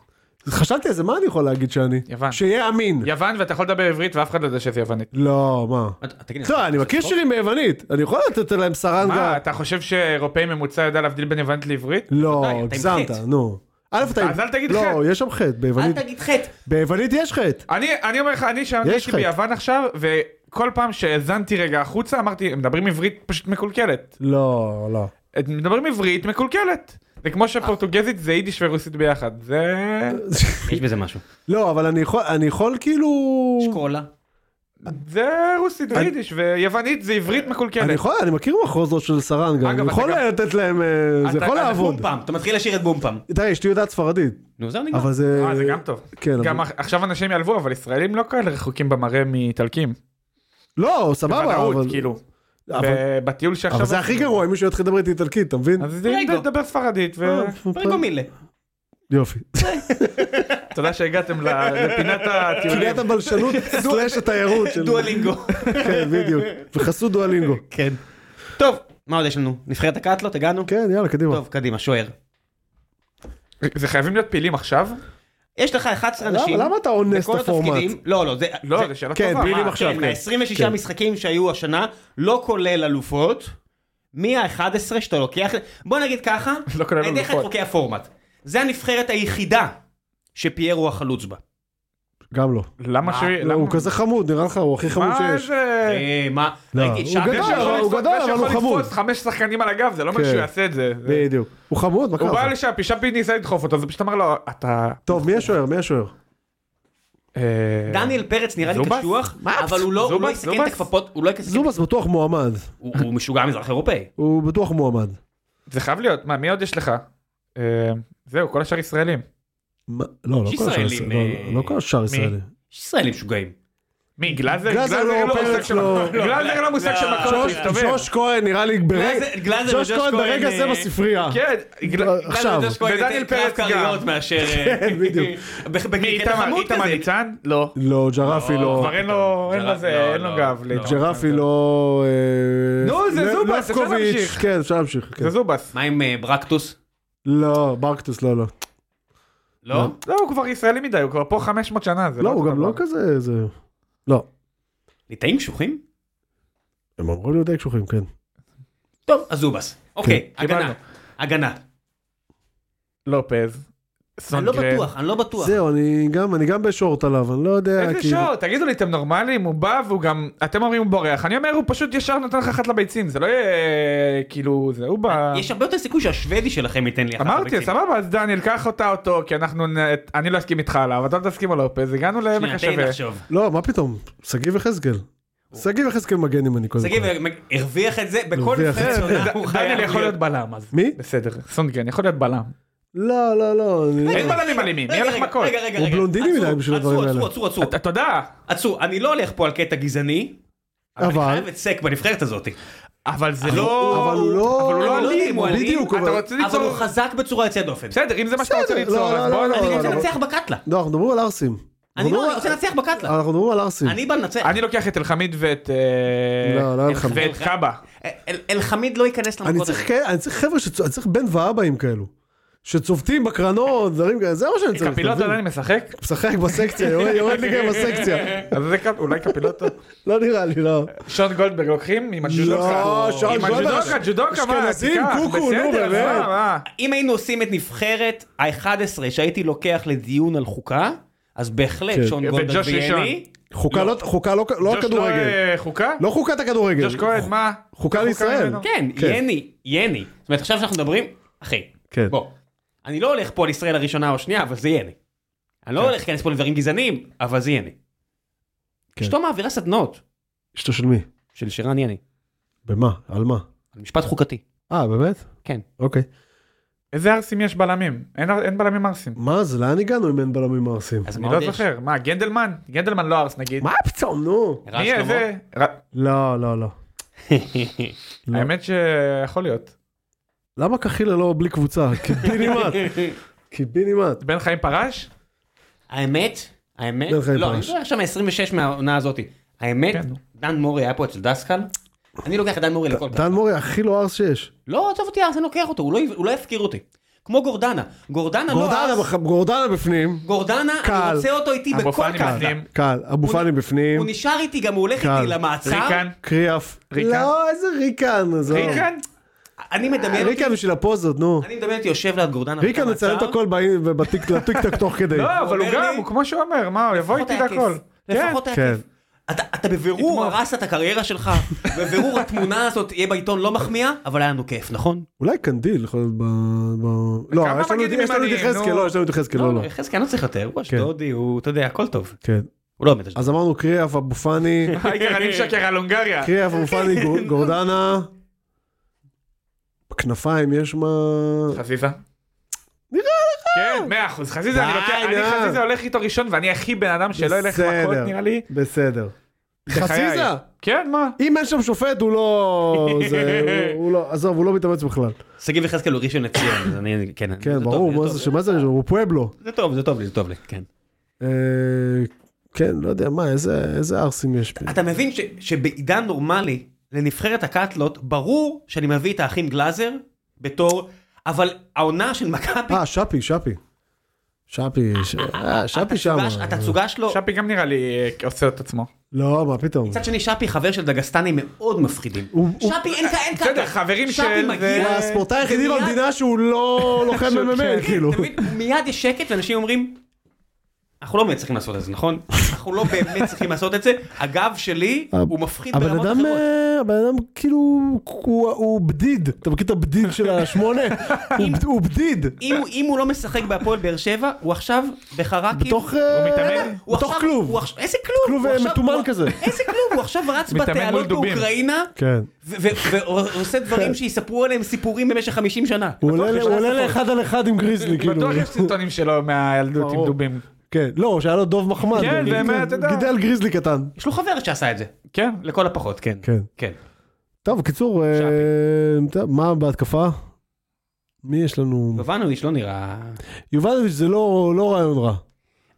C: חשבתי על זה, מה אני יכול להגיד שאני?
B: יוון.
C: שיהיה אמין.
B: יוון ואתה יכול לדבר עברית ואף אחד לא יודע שזה יוונית.
C: לא, מה?
A: אתה- תגיד,
C: לא, אני מכיר שירים ביוונית, אני יכול לתת להם
B: מה,
C: סרנגה.
B: אתה חושב שאירופאי ממוצע יודע להבדיל בין יוונית לעברית?
C: לא,
A: אתה עם
C: הגזמת,
A: חטא.
C: נו. א', אתה... עם-
B: אז אל תגיד
C: לא,
B: חטא.
C: יש שם חטא,
A: אל
C: ביוונית.
A: תגיד חטא.
C: ביוונית יש חטא.
B: אני אני אומר לך, אני שם
C: יש
B: הייתי
C: חטא.
B: ביוון עכשיו, וכל פעם שהאזנתי רגע החוצה אמרתי, הם מדברים עברית פשוט מקולקלת.
C: לא, לא.
B: הם מדברים עברית מקולקלת. זה כמו שפורטוגזית זה יידיש ורוסית ביחד. זה...
A: יש בזה משהו.
C: לא, אבל אני יכול, אני יכול כאילו...
A: שקולה.
B: זה רוסית ויידיש ויוונית זה עברית מקולקלת.
C: אני יכול, אני מכיר מחוזות של סרנגה,
B: אגב,
C: אני
B: אתה
C: יכול
B: גם-
C: לתת להם... אה, זה
B: אתה-
C: יכול
B: אתה
C: לעבוד.
A: בום פעם, אתה מתחיל לשיר את בום פעם.
C: תראה, אשתי יודעת ספרדית,
A: נו, זהו נגמר.
C: אבל זה...
B: אה, זה גם טוב.
C: כן,
B: גם
C: אבל-
B: אח- עכשיו אנשים יעלבו אבל ישראלים לא כאלה רחוקים במראה מאיטלקים.
C: לא, סבבה,
B: בוודאות,
C: אבל...
B: כאילו.
C: אבל-
B: ב- בטיול שעכשיו...
C: אבל זה הכי גרוע אם מישהו יתחיל לדבר איתי איטלקית, אתה מבין? אה,
B: אז
A: פרגו.
B: דבר ספרדית ו... לא
A: פרגו מילה.
C: יופי.
B: תודה שהגעתם ל- לפינת הטיולים.
C: קריית הבלשנות סלאש התיירות. של-
A: דואלינגו.
C: כן, בדיוק. וחסות דואלינגו.
A: כן. טוב, מה עוד יש לנו? נבחרת הקאטלות, הגענו?
C: כן, יאללה, קדימה.
A: טוב, קדימה, שוער.
B: זה חייבים להיות פעילים עכשיו?
A: יש לך 11
C: למה-
A: אנשים.
C: למה אתה אונס
A: בכל
C: את הפורמט?
A: התפקידים. לא, לא, זה...
B: לא,
A: זה-
B: זו שאלה
C: כן,
B: טובה.
C: פעילים
B: מה?
C: עכשיו,
A: כן,
C: כן.
A: מה-26
C: כן.
A: משחקים שהיו השנה, לא כולל אלופות, מי ה-11 שאתה לוקח, בוא נגיד ככה,
B: לא כולל
A: אני אתן לך את
B: אלופות.
A: חוקי הפורמט. זה הנבחרת היחידה שפיירו הוא החלוץ בה.
C: גם לא.
B: למה ש...
C: לא, הוא כזה חמוד, נראה לך, הוא הכי חמוד
B: מה
C: שיש.
B: זה...
A: אה, מה,
C: לא,
A: רגע,
C: הוא
A: שם-
C: גדול,
B: זה שיכול
C: הוא
B: לתפוס-
C: גדול,
B: זה
C: אבל הוא
B: שיכול
C: חמוד.
B: לתפוס חמש שחקנים על הגב, זה לא אומר
C: כן.
B: שהוא יעשה את זה. זה-
C: בדיוק. הוא חמוד, מה
B: הוא בא
C: קרה? לך?
B: לשם, פשע פיד ניסה לדחוף אותו, אז הוא פשוט אמר לו, אתה...
C: טוב, מי השוער? מי השוער?
B: אה,
A: דניאל פרץ נראה לי
B: זובס?
A: קשוח, אבל הוא לא- הוא לא
B: זובס?
A: יסכן את
B: זובס?
A: הכפפות, הוא לא יסכן,
C: זובס בטוח מועמד.
A: הוא הוא משוגע מזרח אירופאי.
C: הוא בטוח מועמד.
B: זה חייב להיות, מה, מי עוד יש לך? אה, זהו, כל השאר ישראלים.
C: מה- לא, לא
A: יש
C: כל השאר
A: ישראלים,
C: ישראלים.
A: אה,
C: לא כל השאר ישראלים.
A: יש ישראלים משוגעים.
B: מי, גלאזר?
C: גלאזר לא, פרץ לא.
B: גלאזר לא מושג של מקום,
C: שוש-
B: להסתובב.
C: שוש כהן נראה לי ברגע...
A: גלאזר- גלאזר
C: שוש
A: וג'וש
C: כהן ברגע
A: כהן,
C: זה
A: אה,
C: בספרייה.
B: כן, גל-
C: עכשיו.
A: גלאזר וג'וש כהן
B: ודניאל
A: יותר קרב
B: פרץ גם.
A: כריות מאשר... אה,
C: כן, בדיוק.
A: בג-
B: מי,
A: בגלל
B: איתמר-
A: חמוד
B: איתמר
A: כזה.
B: ניצן? לא.
C: לא, ג'רפי לא.
B: כבר אין לו, אין לו
A: לא,
B: זה, אין לו
A: לא,
B: גב.
A: לא.
B: להתקרב.
C: ג'רפי לא... אה,
B: נו, זה
C: ל-
B: זובס, אפשר
C: לבקוביץ',
B: להמשיך.
C: כן, אפשר להמשיך. כן.
B: זה זובס.
A: מה עם אה, ברקטוס?
C: לא, ברקטוס לא, לא.
A: לא?
B: לא, הוא כבר ישראלי מדי, הוא כבר פה 500 שנה. זה
C: לא, הוא
B: אותו
C: גם לא
B: דבר.
C: כזה... זה... לא.
A: ליטאים קשוחים?
C: הם אמרו לי די קשוחים, כן.
A: טוב, אז זובס. אוקיי, הגנה.
B: כן, קיבלנו.
A: הגנה.
B: לופז.
A: אני לא
B: סונגרן.
A: בטוח, אני לא בטוח.
C: זהו, אני גם, אני גם בשורט עליו, אני לא יודע,
B: איזה
C: כאילו-
B: שעות, תגידו לי, אתם נורמלים? הוא בא והוא גם... אתם אומרים הוא בורח. אני אומר, הוא פשוט ישר נותן לך אחת לביצים, זה לא יהיה... כאילו, זה הוא בא...
A: יש הרבה יותר סיכוי שהשוודי שלכם ייתן לי אחת
B: אמרתי,
A: הביצים.
B: סבבה, אז דניאל, קח אותה אותו, כי אנחנו... נ- אני לא אסכים איתך עליו, אתה לא תסכים על לופז, הגענו לעמק
A: שנייה, תן לי
B: השווה.
A: לחשוב.
C: לא, מה פתאום? שגיב יחזקאל. שגיב יחזקאל מגן ימני קודם
A: שגיב
C: כל.
B: אוקיי.
A: הרוויח את זה בכל
C: הרוויח.
A: נבחרת שונה. הוא חייב
B: דניאל יכול להיות בלם, אז
C: מי?
B: בסדר. סונגרן יכול להיות בלם.
C: לא, לא, לא. אני לא-
B: אין בלמים אלימים, יהיה
A: רגע,
B: לך
A: רגע,
B: מכות.
A: רגע, רגע,
C: הוא
A: רגע.
C: בלונדיני
A: עצור,
C: מדי בשביל הדברים האלה.
A: עצור, עצור, עצור,
B: אתה- תודה.
A: עצור. אני לא הולך פה על קטע גזעני, אבל אני
C: אבל-
A: חייב את סק בנבחרת הזאת.
B: אבל זה לא...
C: אבל הוא לא-
B: אבל הוא לא
A: לא
B: אלים.
A: אלים,
C: בדיוק,
B: אתה
C: אבל-
B: רוצה
A: אבל
B: ליצור...
A: הוא חזק בצורה יוצאת דופן.
B: בסדר, אם זה מה שאתה רוצה
C: בסדר,
B: ליצור,
C: לא,
B: אז
C: לא,
B: בוא...
C: לא,
A: אני
C: לא,
A: רוצה
C: אבל-
A: לנצח בקטלה.
C: לא, אנחנו מדברים על ארסים.
A: אני
C: אנחנו
A: לא
C: מדברים-
A: רוצה לנצח בקטלה.
C: אנחנו מדברים על ארסים.
A: אני בא לנצח.
B: אני לוקח את אלחמיד ואת... אה,
C: לא, לא אלחמיד.
B: ואת קאבה.
A: אל- אלחמיד לא ייכנס
C: אני
A: למקומות
C: צריך כאלה- אני צריך חבר'ה, שצ- אני צריך בן ואבאים כאלו. שצובטים בקרנות, דברים כאלה, זה מה שאני צריך.
B: קפילוטו
C: אתה מבין?
B: עדיין משחק?
C: משחק בסקציה, יורד- יורד ליגה בסקציה.
B: אז זה קפ- אולי קפילוטו?
C: לא נראה לי, לא.
B: שון גולדברג לוקחים עם הג'ודוקה.
C: לא, שון
B: עם
C: גולדברג.
B: הג'ודוקה, ג'ודוקה, מה?
C: אשכנזים,
B: תיקח,
C: קוקו, נו,
B: בסדר,
C: באמת.
B: מה, מה?
A: אם היינו עושים את נבחרת ה-11 שהייתי לוקח לדיון על חוקה, אז בהחלט
C: כן.
A: שון גולדברג
B: וג'וש
A: ויהיה
B: ראשון.
A: לי.
C: חוקה לא- חוקה לא לא
B: ג'וש לא
C: כדורגל.
B: אה, חוקה?
C: לא חוקת הכדורגל.
B: ג'וש כהן, מה?
C: חוקה לישראל.
B: ממנו?
A: כן,
C: כן.
A: יני, יני. זאת אומרת, עכשיו שאנחנו מדברים, אחי,
C: כן.
A: בוא. אני לא הולך פה על ישראל הראשונה או השנייה, אבל זה יני. אני לא הולך להיכנס פה לדברים גזעניים, אבל זה יני.
C: כן.
A: אשתו מעבירה סדנאות
C: אשתו של מי?
A: של שרן יני.
C: במה? על מה?
A: על משפט חוקתי.
C: אה, באמת?
A: כן.
C: אוקיי.
B: איזה ערסים יש בלמים? אין ער- אין בלמים ערסים.
C: מה זה, לאן הגענו אם אין בלמים ערסים?
A: אז
B: אני
A: מה עוד יש?
B: לא זוכר. מה, גנדלמן? גנדלמן לא ערס נגיד.
C: מה פתאום, נו?
A: ערן
B: מי
A: שלמה?
B: איזה? ר-
C: לא, לא, לא. לא.
B: האמת שיכול להיות.
C: למה קחילה לא בלי קבוצה? קיבינימט. קיבינימט.
B: בן חיים פרש?
A: האמת, האמת,
C: דרך אגב,
A: לא, אני
C: פרש.
A: לוקח שם 26 מהעונה הזאת. האמת,
B: כן, נו.
A: דן מורי היה פה אצל דסקל, אני לוקח את דן מורי לכל כך.
C: דן מורי הכי לא ארס שיש.
A: לא, עזוב אותי, אז אני לוקח אותו, הוא לא יב- הוא לא יפקיר אותי. כמו גורדנה, גורדנה לא...
C: גורדנה
A: אז-
C: בח- גורדנה בפנים.
A: גורדנה, אני
C: קהל.
A: רוצה אותו איתי
B: אבו
A: בכל
B: פאני
A: כך.
B: בפנים.
C: קהל, אבו פאני בפנים.
A: הוא נשאר איתי גם, הוא הולך איתי
C: קהל.
A: למעצר.
B: ריקן?
C: קריאף.
B: ריקן?
C: לא, איזה ריקן. עזוב.
B: ריקן?
A: אני מדמיין אותי,
C: ריקן בשביל הפוזות, נו.
A: אני מדמיין אותי יושב ליד גורדנה.
C: ריקן מצלם את הכל באי- בטיק- לטיקטוק תוך כדי.
B: לא, אבל הוא
A: אומר
B: גם,
A: לי-
B: הוא כמו שהוא אומר, מה, הוא יבוא איתי להכל. כן.
A: לפחות היה
C: כן.
A: כיף. אתה, אתה בבירור
B: לתמוך.
A: הרסת את הקריירה שלך, בבירור התמונה הזאת תהיה בעיתון לא מחמיאה, אבל היה לנו כיף, נכון?
C: אולי קנדיל יכול להיות ב... ב- לא,
B: כמה
C: יש לנו-
B: מגנים
C: יש לנו את
B: ימניים,
C: יחזקאל,
B: נו. אוקיי.
C: לא, יש לנו את יחזקאל, לא, לא.
A: יחזקאל לא צריך יותר, הוא אשדודי, הוא, אתה יודע, הכל טוב.
C: כן.
A: הוא לא באמת אשדוד.
C: אז אמרנו קריאף, אבו פאני,
B: העיקר אני משקר כן. על הונגריה.
C: קריאף, אבו פאני, גור- גורדנה. בכנפיים יש מה...
B: חזיזה?
C: נראה
B: לך. כן, מאה אחוז. חזיזה, אני
C: די,
B: לוקח, אני
C: נו.
B: חזיזה הולך איתו ראשון, ואני הכי בן אדם שלא ילך מכות
C: בסדר.
B: נראה לי.
C: בסדר.
B: בחיי.
C: חזיזה!
B: כן, מה?
C: אם אין שם שופט הוא לא... זה, הוא- הוא לא... עזוב, הוא לא מתאמץ בכלל.
A: שגיב יחזקאל הוא ראשון לציון, אז אני, כן. זה
C: כן,
A: טוב
C: ברור,
A: לי,
C: מה
A: טוב
C: זה
A: לי.
C: שמה זה ראשון? הוא פואבלו.
A: זה טוב, זה טוב לי, זה טוב לי, כן.
C: אה, כן, לא יודע, מה, איזה איזה ערסים יש. פה?
A: אתה מבין ש- שבעידן נורמלי, לנבחרת הקאטלות, ברור שאני מביא את האחים גלאזר בתור, אבל העונה של מכבי,
C: אה, שפי, שפי. שפי, ש- אה, שפי שם.
A: התצוגה ש- התצוגה שלו,
B: שפי גם נראה לי אה, עושה את עצמו.
C: לא, מה פתאום.
A: מצד שני שפי חבר של דגסטנים מאוד מפחידים.
C: הוא- הוא-
A: שפי אין כ- אין ככה.
B: בסדר, חברים
A: שפי
B: של-
C: הוא
A: מגיע,
B: זה-
C: אה, הספורטאי היחידי
A: ומיד-
C: במדינה שהוא לא לוחם
B: שהוא-
C: MMA,
B: כן,
C: כאילו.
A: אתה מבין? מיד יש שקט ואנשים אומרים, אנחנו לא באמת צריכים לעשות את זה, נכון? אנחנו לא באמת צריכים לעשות את זה. הגב שלי הוא מפחיד
C: הבן
A: ברמות
C: אדם,
A: אחרות.
C: אה, הבן אדם כאילו, הוא- הוא בדיד. אתה מכיר את הבדיד של השמונה? הוא בד- הוא בדיד.
A: אם הוא- אם הוא לא משחק בהפועל באר שבע, הוא עכשיו בחרקים.
C: בתוך אה,
B: מתאמן?
A: הוא
C: בתוך
A: עכשיו-
C: כלוב.
A: הוא עכשיו- איזה כלוב?
C: כלוב,
A: הוא
C: אה,
A: עכשיו-
C: מטומן
A: הוא-
C: כזה.
A: איזה כלוב? הוא עכשיו רץ
B: מתאמן מול
A: בתעלות
B: דובים.
A: באוקראינה,
C: כן.
A: ו- ו- ועושה דברים שיספרו עליהם סיפורים במשך 50 שנה.
C: הוא עולה-
B: יש
C: הוא עולה
B: לעשות.
C: לאחד על אחד עם גריזלי, כאילו.
B: בטוח יש סרטונים שלו מהילדות עם
C: ברור.
B: דובים.
C: כן, לא, שהיה לו דוב מחמד.
B: כן,
C: הוא-
B: זה
C: הוא-
B: מה, אתה יודע.
C: גידל גריזלי קטן.
A: יש לו חבר שעשה את זה,
B: כן.
A: לכל הפחות, כן.
C: כן.
A: כן.
C: טוב, בקיצור, אה, טוב, מה בהתקפה? מי יש לנו?
A: יובנוביץ' לא נראה...
C: יובנוביץ' זה לא לא רעיון רע.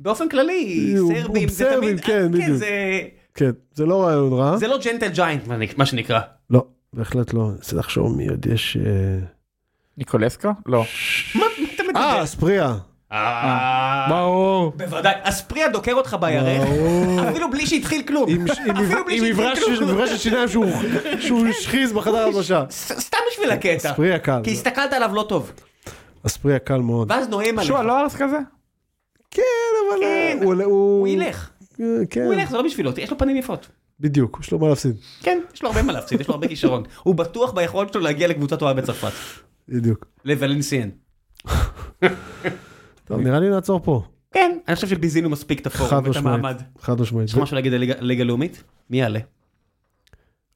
A: באופן כללי,
C: הוא- הוא
A: סרבים זה
C: סרבים,
A: תמיד... אה,
C: כן, בדיוק.
A: זה-
C: כן, זה לא רעיון רע.
A: זה לא ג'נטל ג'יינט, מה נק- מה שנקרא.
C: לא, בהחלט לא. אני רוצה לחשוב מי עוד יש... אה,
B: ניקולסקו? לא.
A: מה מה אתה מדבר?
C: אה, ספריה.
A: אה,
B: ברור.
A: בוודאי. אספריה דוקר אותך בירך, אפילו בלי שהתחיל כלום.
C: אה, עם ש- עם
A: אה, אפילו בלי
C: עם מברש
A: שהתחיל כלום.
C: מברש השיניים שהוא- שהוא השחיז בחדר הלבשה.
A: ס- סתם בשביל הקטע.
C: אספריה קל.
A: כי הסתכלת עליו לא טוב.
C: אספריה קל מאוד.
A: ואז נואם עליך.
B: שועה לא ארס כזה?
C: כן, אבל...
A: כן.
C: הוא- הוא...
A: הוא ילך.
C: אה, כן,
A: הוא ילך, זה לא בשבילו. יש לו פנים יפות.
C: בדיוק, יש לו מה להפסיד.
A: כן, יש לו הרבה מה להפסיד, יש לו הרבה כישרון. הוא בטוח ביכולת שלו להגיע לקבוצת אוהד בצרפת.
C: בדיוק.
A: לוולנסיאן.
C: טוב,
A: אוקיי.
C: נראה לי נעצור פה.
A: כן, אני חושב שביזינו מספיק את
C: חד
A: הפורום, את המעמד.
C: משמעית. חד משמעית.
A: יש לך משהו להגיד על ליגה- ליגה לאומית? מי יעלה?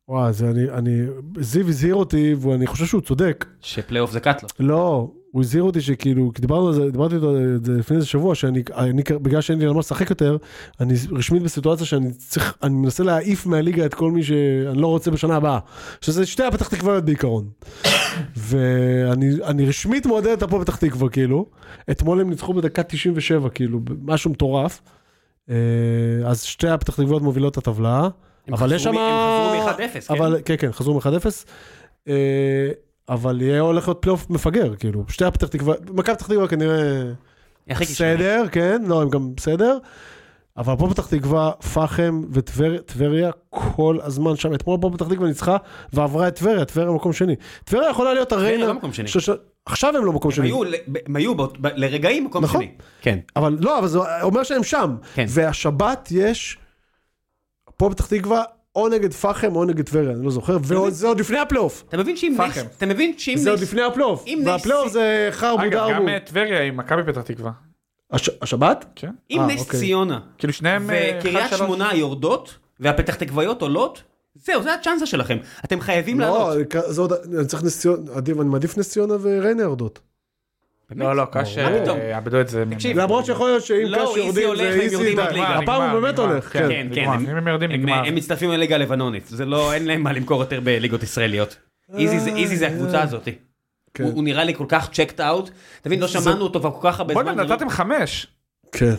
C: וואי, זה אני, אני, זיו הזהיר אותי, ואני חושב שהוא צודק.
A: שפלייאוף זה קאט לו.
C: לא, הוא הזהיר אותי שכאילו, כי דיברנו על זה, דיברתי איתו על זה לפני איזה שבוע, שאני, אני, בגלל שאין לי על מה לשחק יותר, אני רשמית בסיטואציה שאני צריך, אני מנסה להעיף מהליגה את כל מי שאני לא רוצה בשנה הבאה. שזה שתי הפתח תקוויות בעיקרון. ואני אני רשמית מועדד את הפועל פתח תקווה, כאילו. אתמול הם ניצחו בדקה 97, כאילו, משהו מטורף. אה, אז שתי הפתח תקוויות מובילות את הטבלה.
A: הם
C: אבל יש שם...
A: חזרו מ- הם חזרו מ-1-0, כן?
C: אבל, כן, כן, חזרו מ-1-0. אבל יהיה הולך להיות פלייאוף מפגר, כאילו. שתי הפתח תקווה, מכבי פתח תקווה כנראה
A: הכי כישרון.
C: בסדר, כן, לא, הם גם בסדר. אבל פה פתח תקווה, פחם וטבריה, טבריה כל הזמן שם. אתמול פה פתח תקווה ניצחה ועברה את טבריה, טבריה מקום שני. טבריה יכולה להיות הריינה.
A: לא מקום שני.
C: שש- עכשיו הם לא מקום
A: הם
C: שני.
A: היו ל- הם היו באות- ב- לרגעים מקום
C: נכון.
A: שני. כן.
C: אבל לא, אבל זה אומר שהם שם.
A: כן.
C: והשבת יש, פה פתח תקווה, או נגד פחם או נגד טבריה, אני לא זוכר, וזה עוד לפני הפלייאוף.
A: אתה מבין שאם נס...
B: פחם.
A: אתה מבין שאם
C: זה עוד
A: נס...
C: לפני הפלייאוף.
A: אם נס-
C: והפלייאוף זה חרבו
B: אגב,
C: דרבו.
B: גם אה, טבריה עם מכבי פתח תקווה.
C: הש- השבת?
B: כן.
A: אם
C: אה,
A: נס
C: אוקיי.
A: ציונה
B: כאילו שניהם... אה,
A: וקריית
B: אחד, שלוש.
A: שמונה יורדות והפתח תקוויות עולות, זהו, זה הצ'אנסה שלכם. אתם חייבים
C: לא,
A: לעלות.
C: זה עוד, אני צריך נס ציונה, עדיף- אני מעדיף נס ציונה וריינה יורדות.
A: באמת?
B: לא, לא, קש...
A: מה
B: אה,
A: פתאום?
B: יאבדו את זה.
A: תקשיב,
C: למרות שיכול להיות שאם
A: לא,
C: קש
A: איזי
C: יורדים
A: הולך
C: זה
A: והם
C: איזי
A: יורדים
C: די.
A: עוד ליגה.
B: נגמר,
C: הפעם הוא באמת
B: נגמר,
C: הולך,
B: כן.
C: כן.
A: כן, כן.
B: נגמר. אם הם יורדים,
A: הם-
B: נגמר.
A: הם מצטרפים לליגה הלבנונית, זה לא, אין להם מה למכור יותר בליגות ישראליות. איזי זה- איזי זה הקבוצה הזאת.
C: אה, כן.
A: הוא הוא נראה לי כל כך צ'קט אאוט, תבין, לא
C: זה-
A: שמענו אותו כבר כל כך הרבה
B: בואנה,
A: זמן. לא- ולא-
B: נתתם חמש.
C: כן.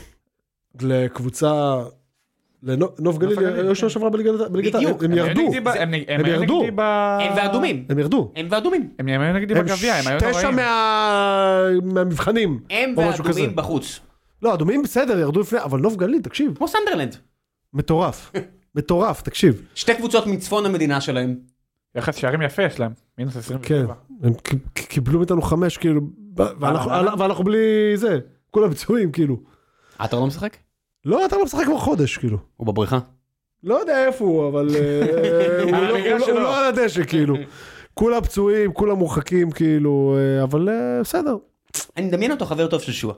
C: לקבוצה, לנוף
B: גליל,
C: גליל, יש
B: כן.
C: שנה שעברה בליגת העל, בליגת העל,
A: בדיוק.
C: הם
A: הם
B: היו נגדי
C: ירדו,
B: ב- הם נג- הם
C: הם
B: היו
C: ירדו.
B: נגדי ב...
A: הם והאדומים,
C: הם ירדו.
A: הם והאדומים.
B: הם היו נגדי בגביע, הם היו
C: הם
B: נוראים.
C: תשע מה- מהמבחנים.
A: הם
C: או משהו
A: והאדומים
C: כזה.
A: בחוץ.
C: לא, אדומים בסדר, ירדו לפני, אבל נוף גליל, תקשיב,
A: כמו סנדרלנד.
C: מטורף. מטורף, תקשיב.
A: שתי קבוצות מצפון המדינה שלהם.
B: יחס שערים יפה יש להם. מינוס עשרים
C: כן,
B: ושבע.
C: הם ק- ק- קיבלו מאיתנו חמש, כאילו, ב- ואנחנו-
B: אה,
C: ואנחנו בלי זה, כולם פצועים, כאילו.
A: עטר לא משחק?
C: לא, אתה לא משחק כבר חודש, כאילו.
A: הוא בבריכה.
C: לא יודע איפה הוא, אבל אה, הוא
B: על
C: לא-
B: המגרש
C: הוא לא-
B: שלו.
C: הוא לא על הדשא, כאילו. כולם פצועים, כולם מורחקים, כאילו, אה, אבל אה, בסדר.
A: אני מדמיין אותו חבר טוב של שועה.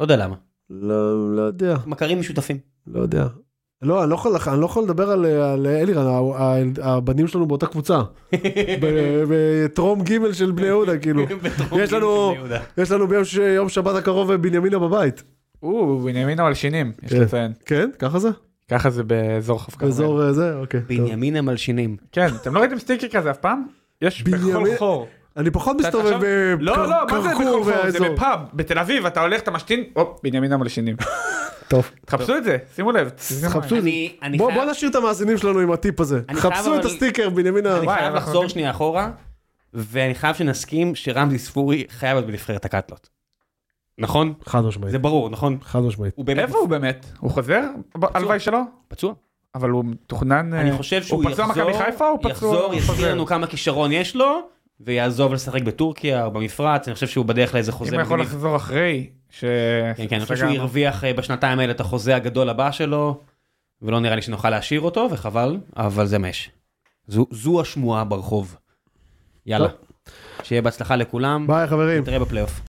A: לא יודע למה.
C: לא לא יודע,
A: מכרים משותפים.
C: לא יודע. לא, אני לא יכול לח- אני לא יכול לדבר על אה, על אלירן, ה- ה- הבנים שלנו באותה קבוצה. ב- בטרום ג' של בני יהודה, כאילו. יש לנו- יש לנו ביום ש- יום שבת הקרוב אה, בנימינה בבית.
B: או, בנימין המלשינים, יש
C: כן.
B: לציין.
C: כן? ככה זה?
B: ככה זה באזור חוף כרמל.
C: באזור אה, זה? אוקיי. טוב.
A: בנימין המלשינים.
B: כן, אתם לא ראיתם סטיקר כזה אף פעם? יש בכל
C: בנימין-
B: חור.
C: אני פחות
B: אתה
C: מסתובב אה,
B: תחשוב-
C: בקרקור
B: לא, לא, מה זה בכל חור? זה
C: והאזור.
B: בפאב, בתל אביב, אתה הולך, אתה משתין, הופ, בנימין המלשינים.
C: טוב.
B: תחפשו את זה, שימו לב.
C: תחפשו.
A: אני אני
C: בוא
A: חייב...
C: בוא נשאיר את המאזינים שלנו עם הטיפ הזה.
A: אני חייב
C: חפשו את
A: אבל-
C: הסטיקר בנימינה.
A: אני
B: וואי,
A: חייב
B: אנחנו
A: לחזור
B: נותנים-
A: שנייה אחורה, ואני חייב שנסכים שרמזי ספורי חייב להיות בנבחרת הקאטלות. נכון?
C: חד משמעית.
A: זה ברור, נכון?
C: חד משמעית.
A: הוא באמת
B: איפה הוא באמת? הוא חוזר? ב- הלוואי שלא?
A: פצוע.
B: אבל הוא מתוכנן...
A: אני
B: אה,
A: חושב שהוא
B: הוא פצוע
A: יחזור,
B: מכבי חיפה או פצוע-
A: יחזור, יסביר
B: חוזר?
A: לנו כמה כישרון יש לו, ויעזוב לשחק בטורקיה או במפרץ, אני חושב שהוא בדרך לאיזה
B: אם
A: חוזה
B: הוא יכול
A: מגניב.
B: לחזור אחרי... ש...
A: כן, כן, אני חושב
B: שגם-
A: שהוא הרוויח אה, בשנתיים האלה את החוזה הגדול הבא שלו, ולא נראה לי שנוכל להשאיר אותו, וחבל, אבל זה מש. זו, זו השמועה ברחוב. יאללה. שיהיה בהצלחה לכולם,
C: ביי חברים.
A: נתראה בפלייאוף.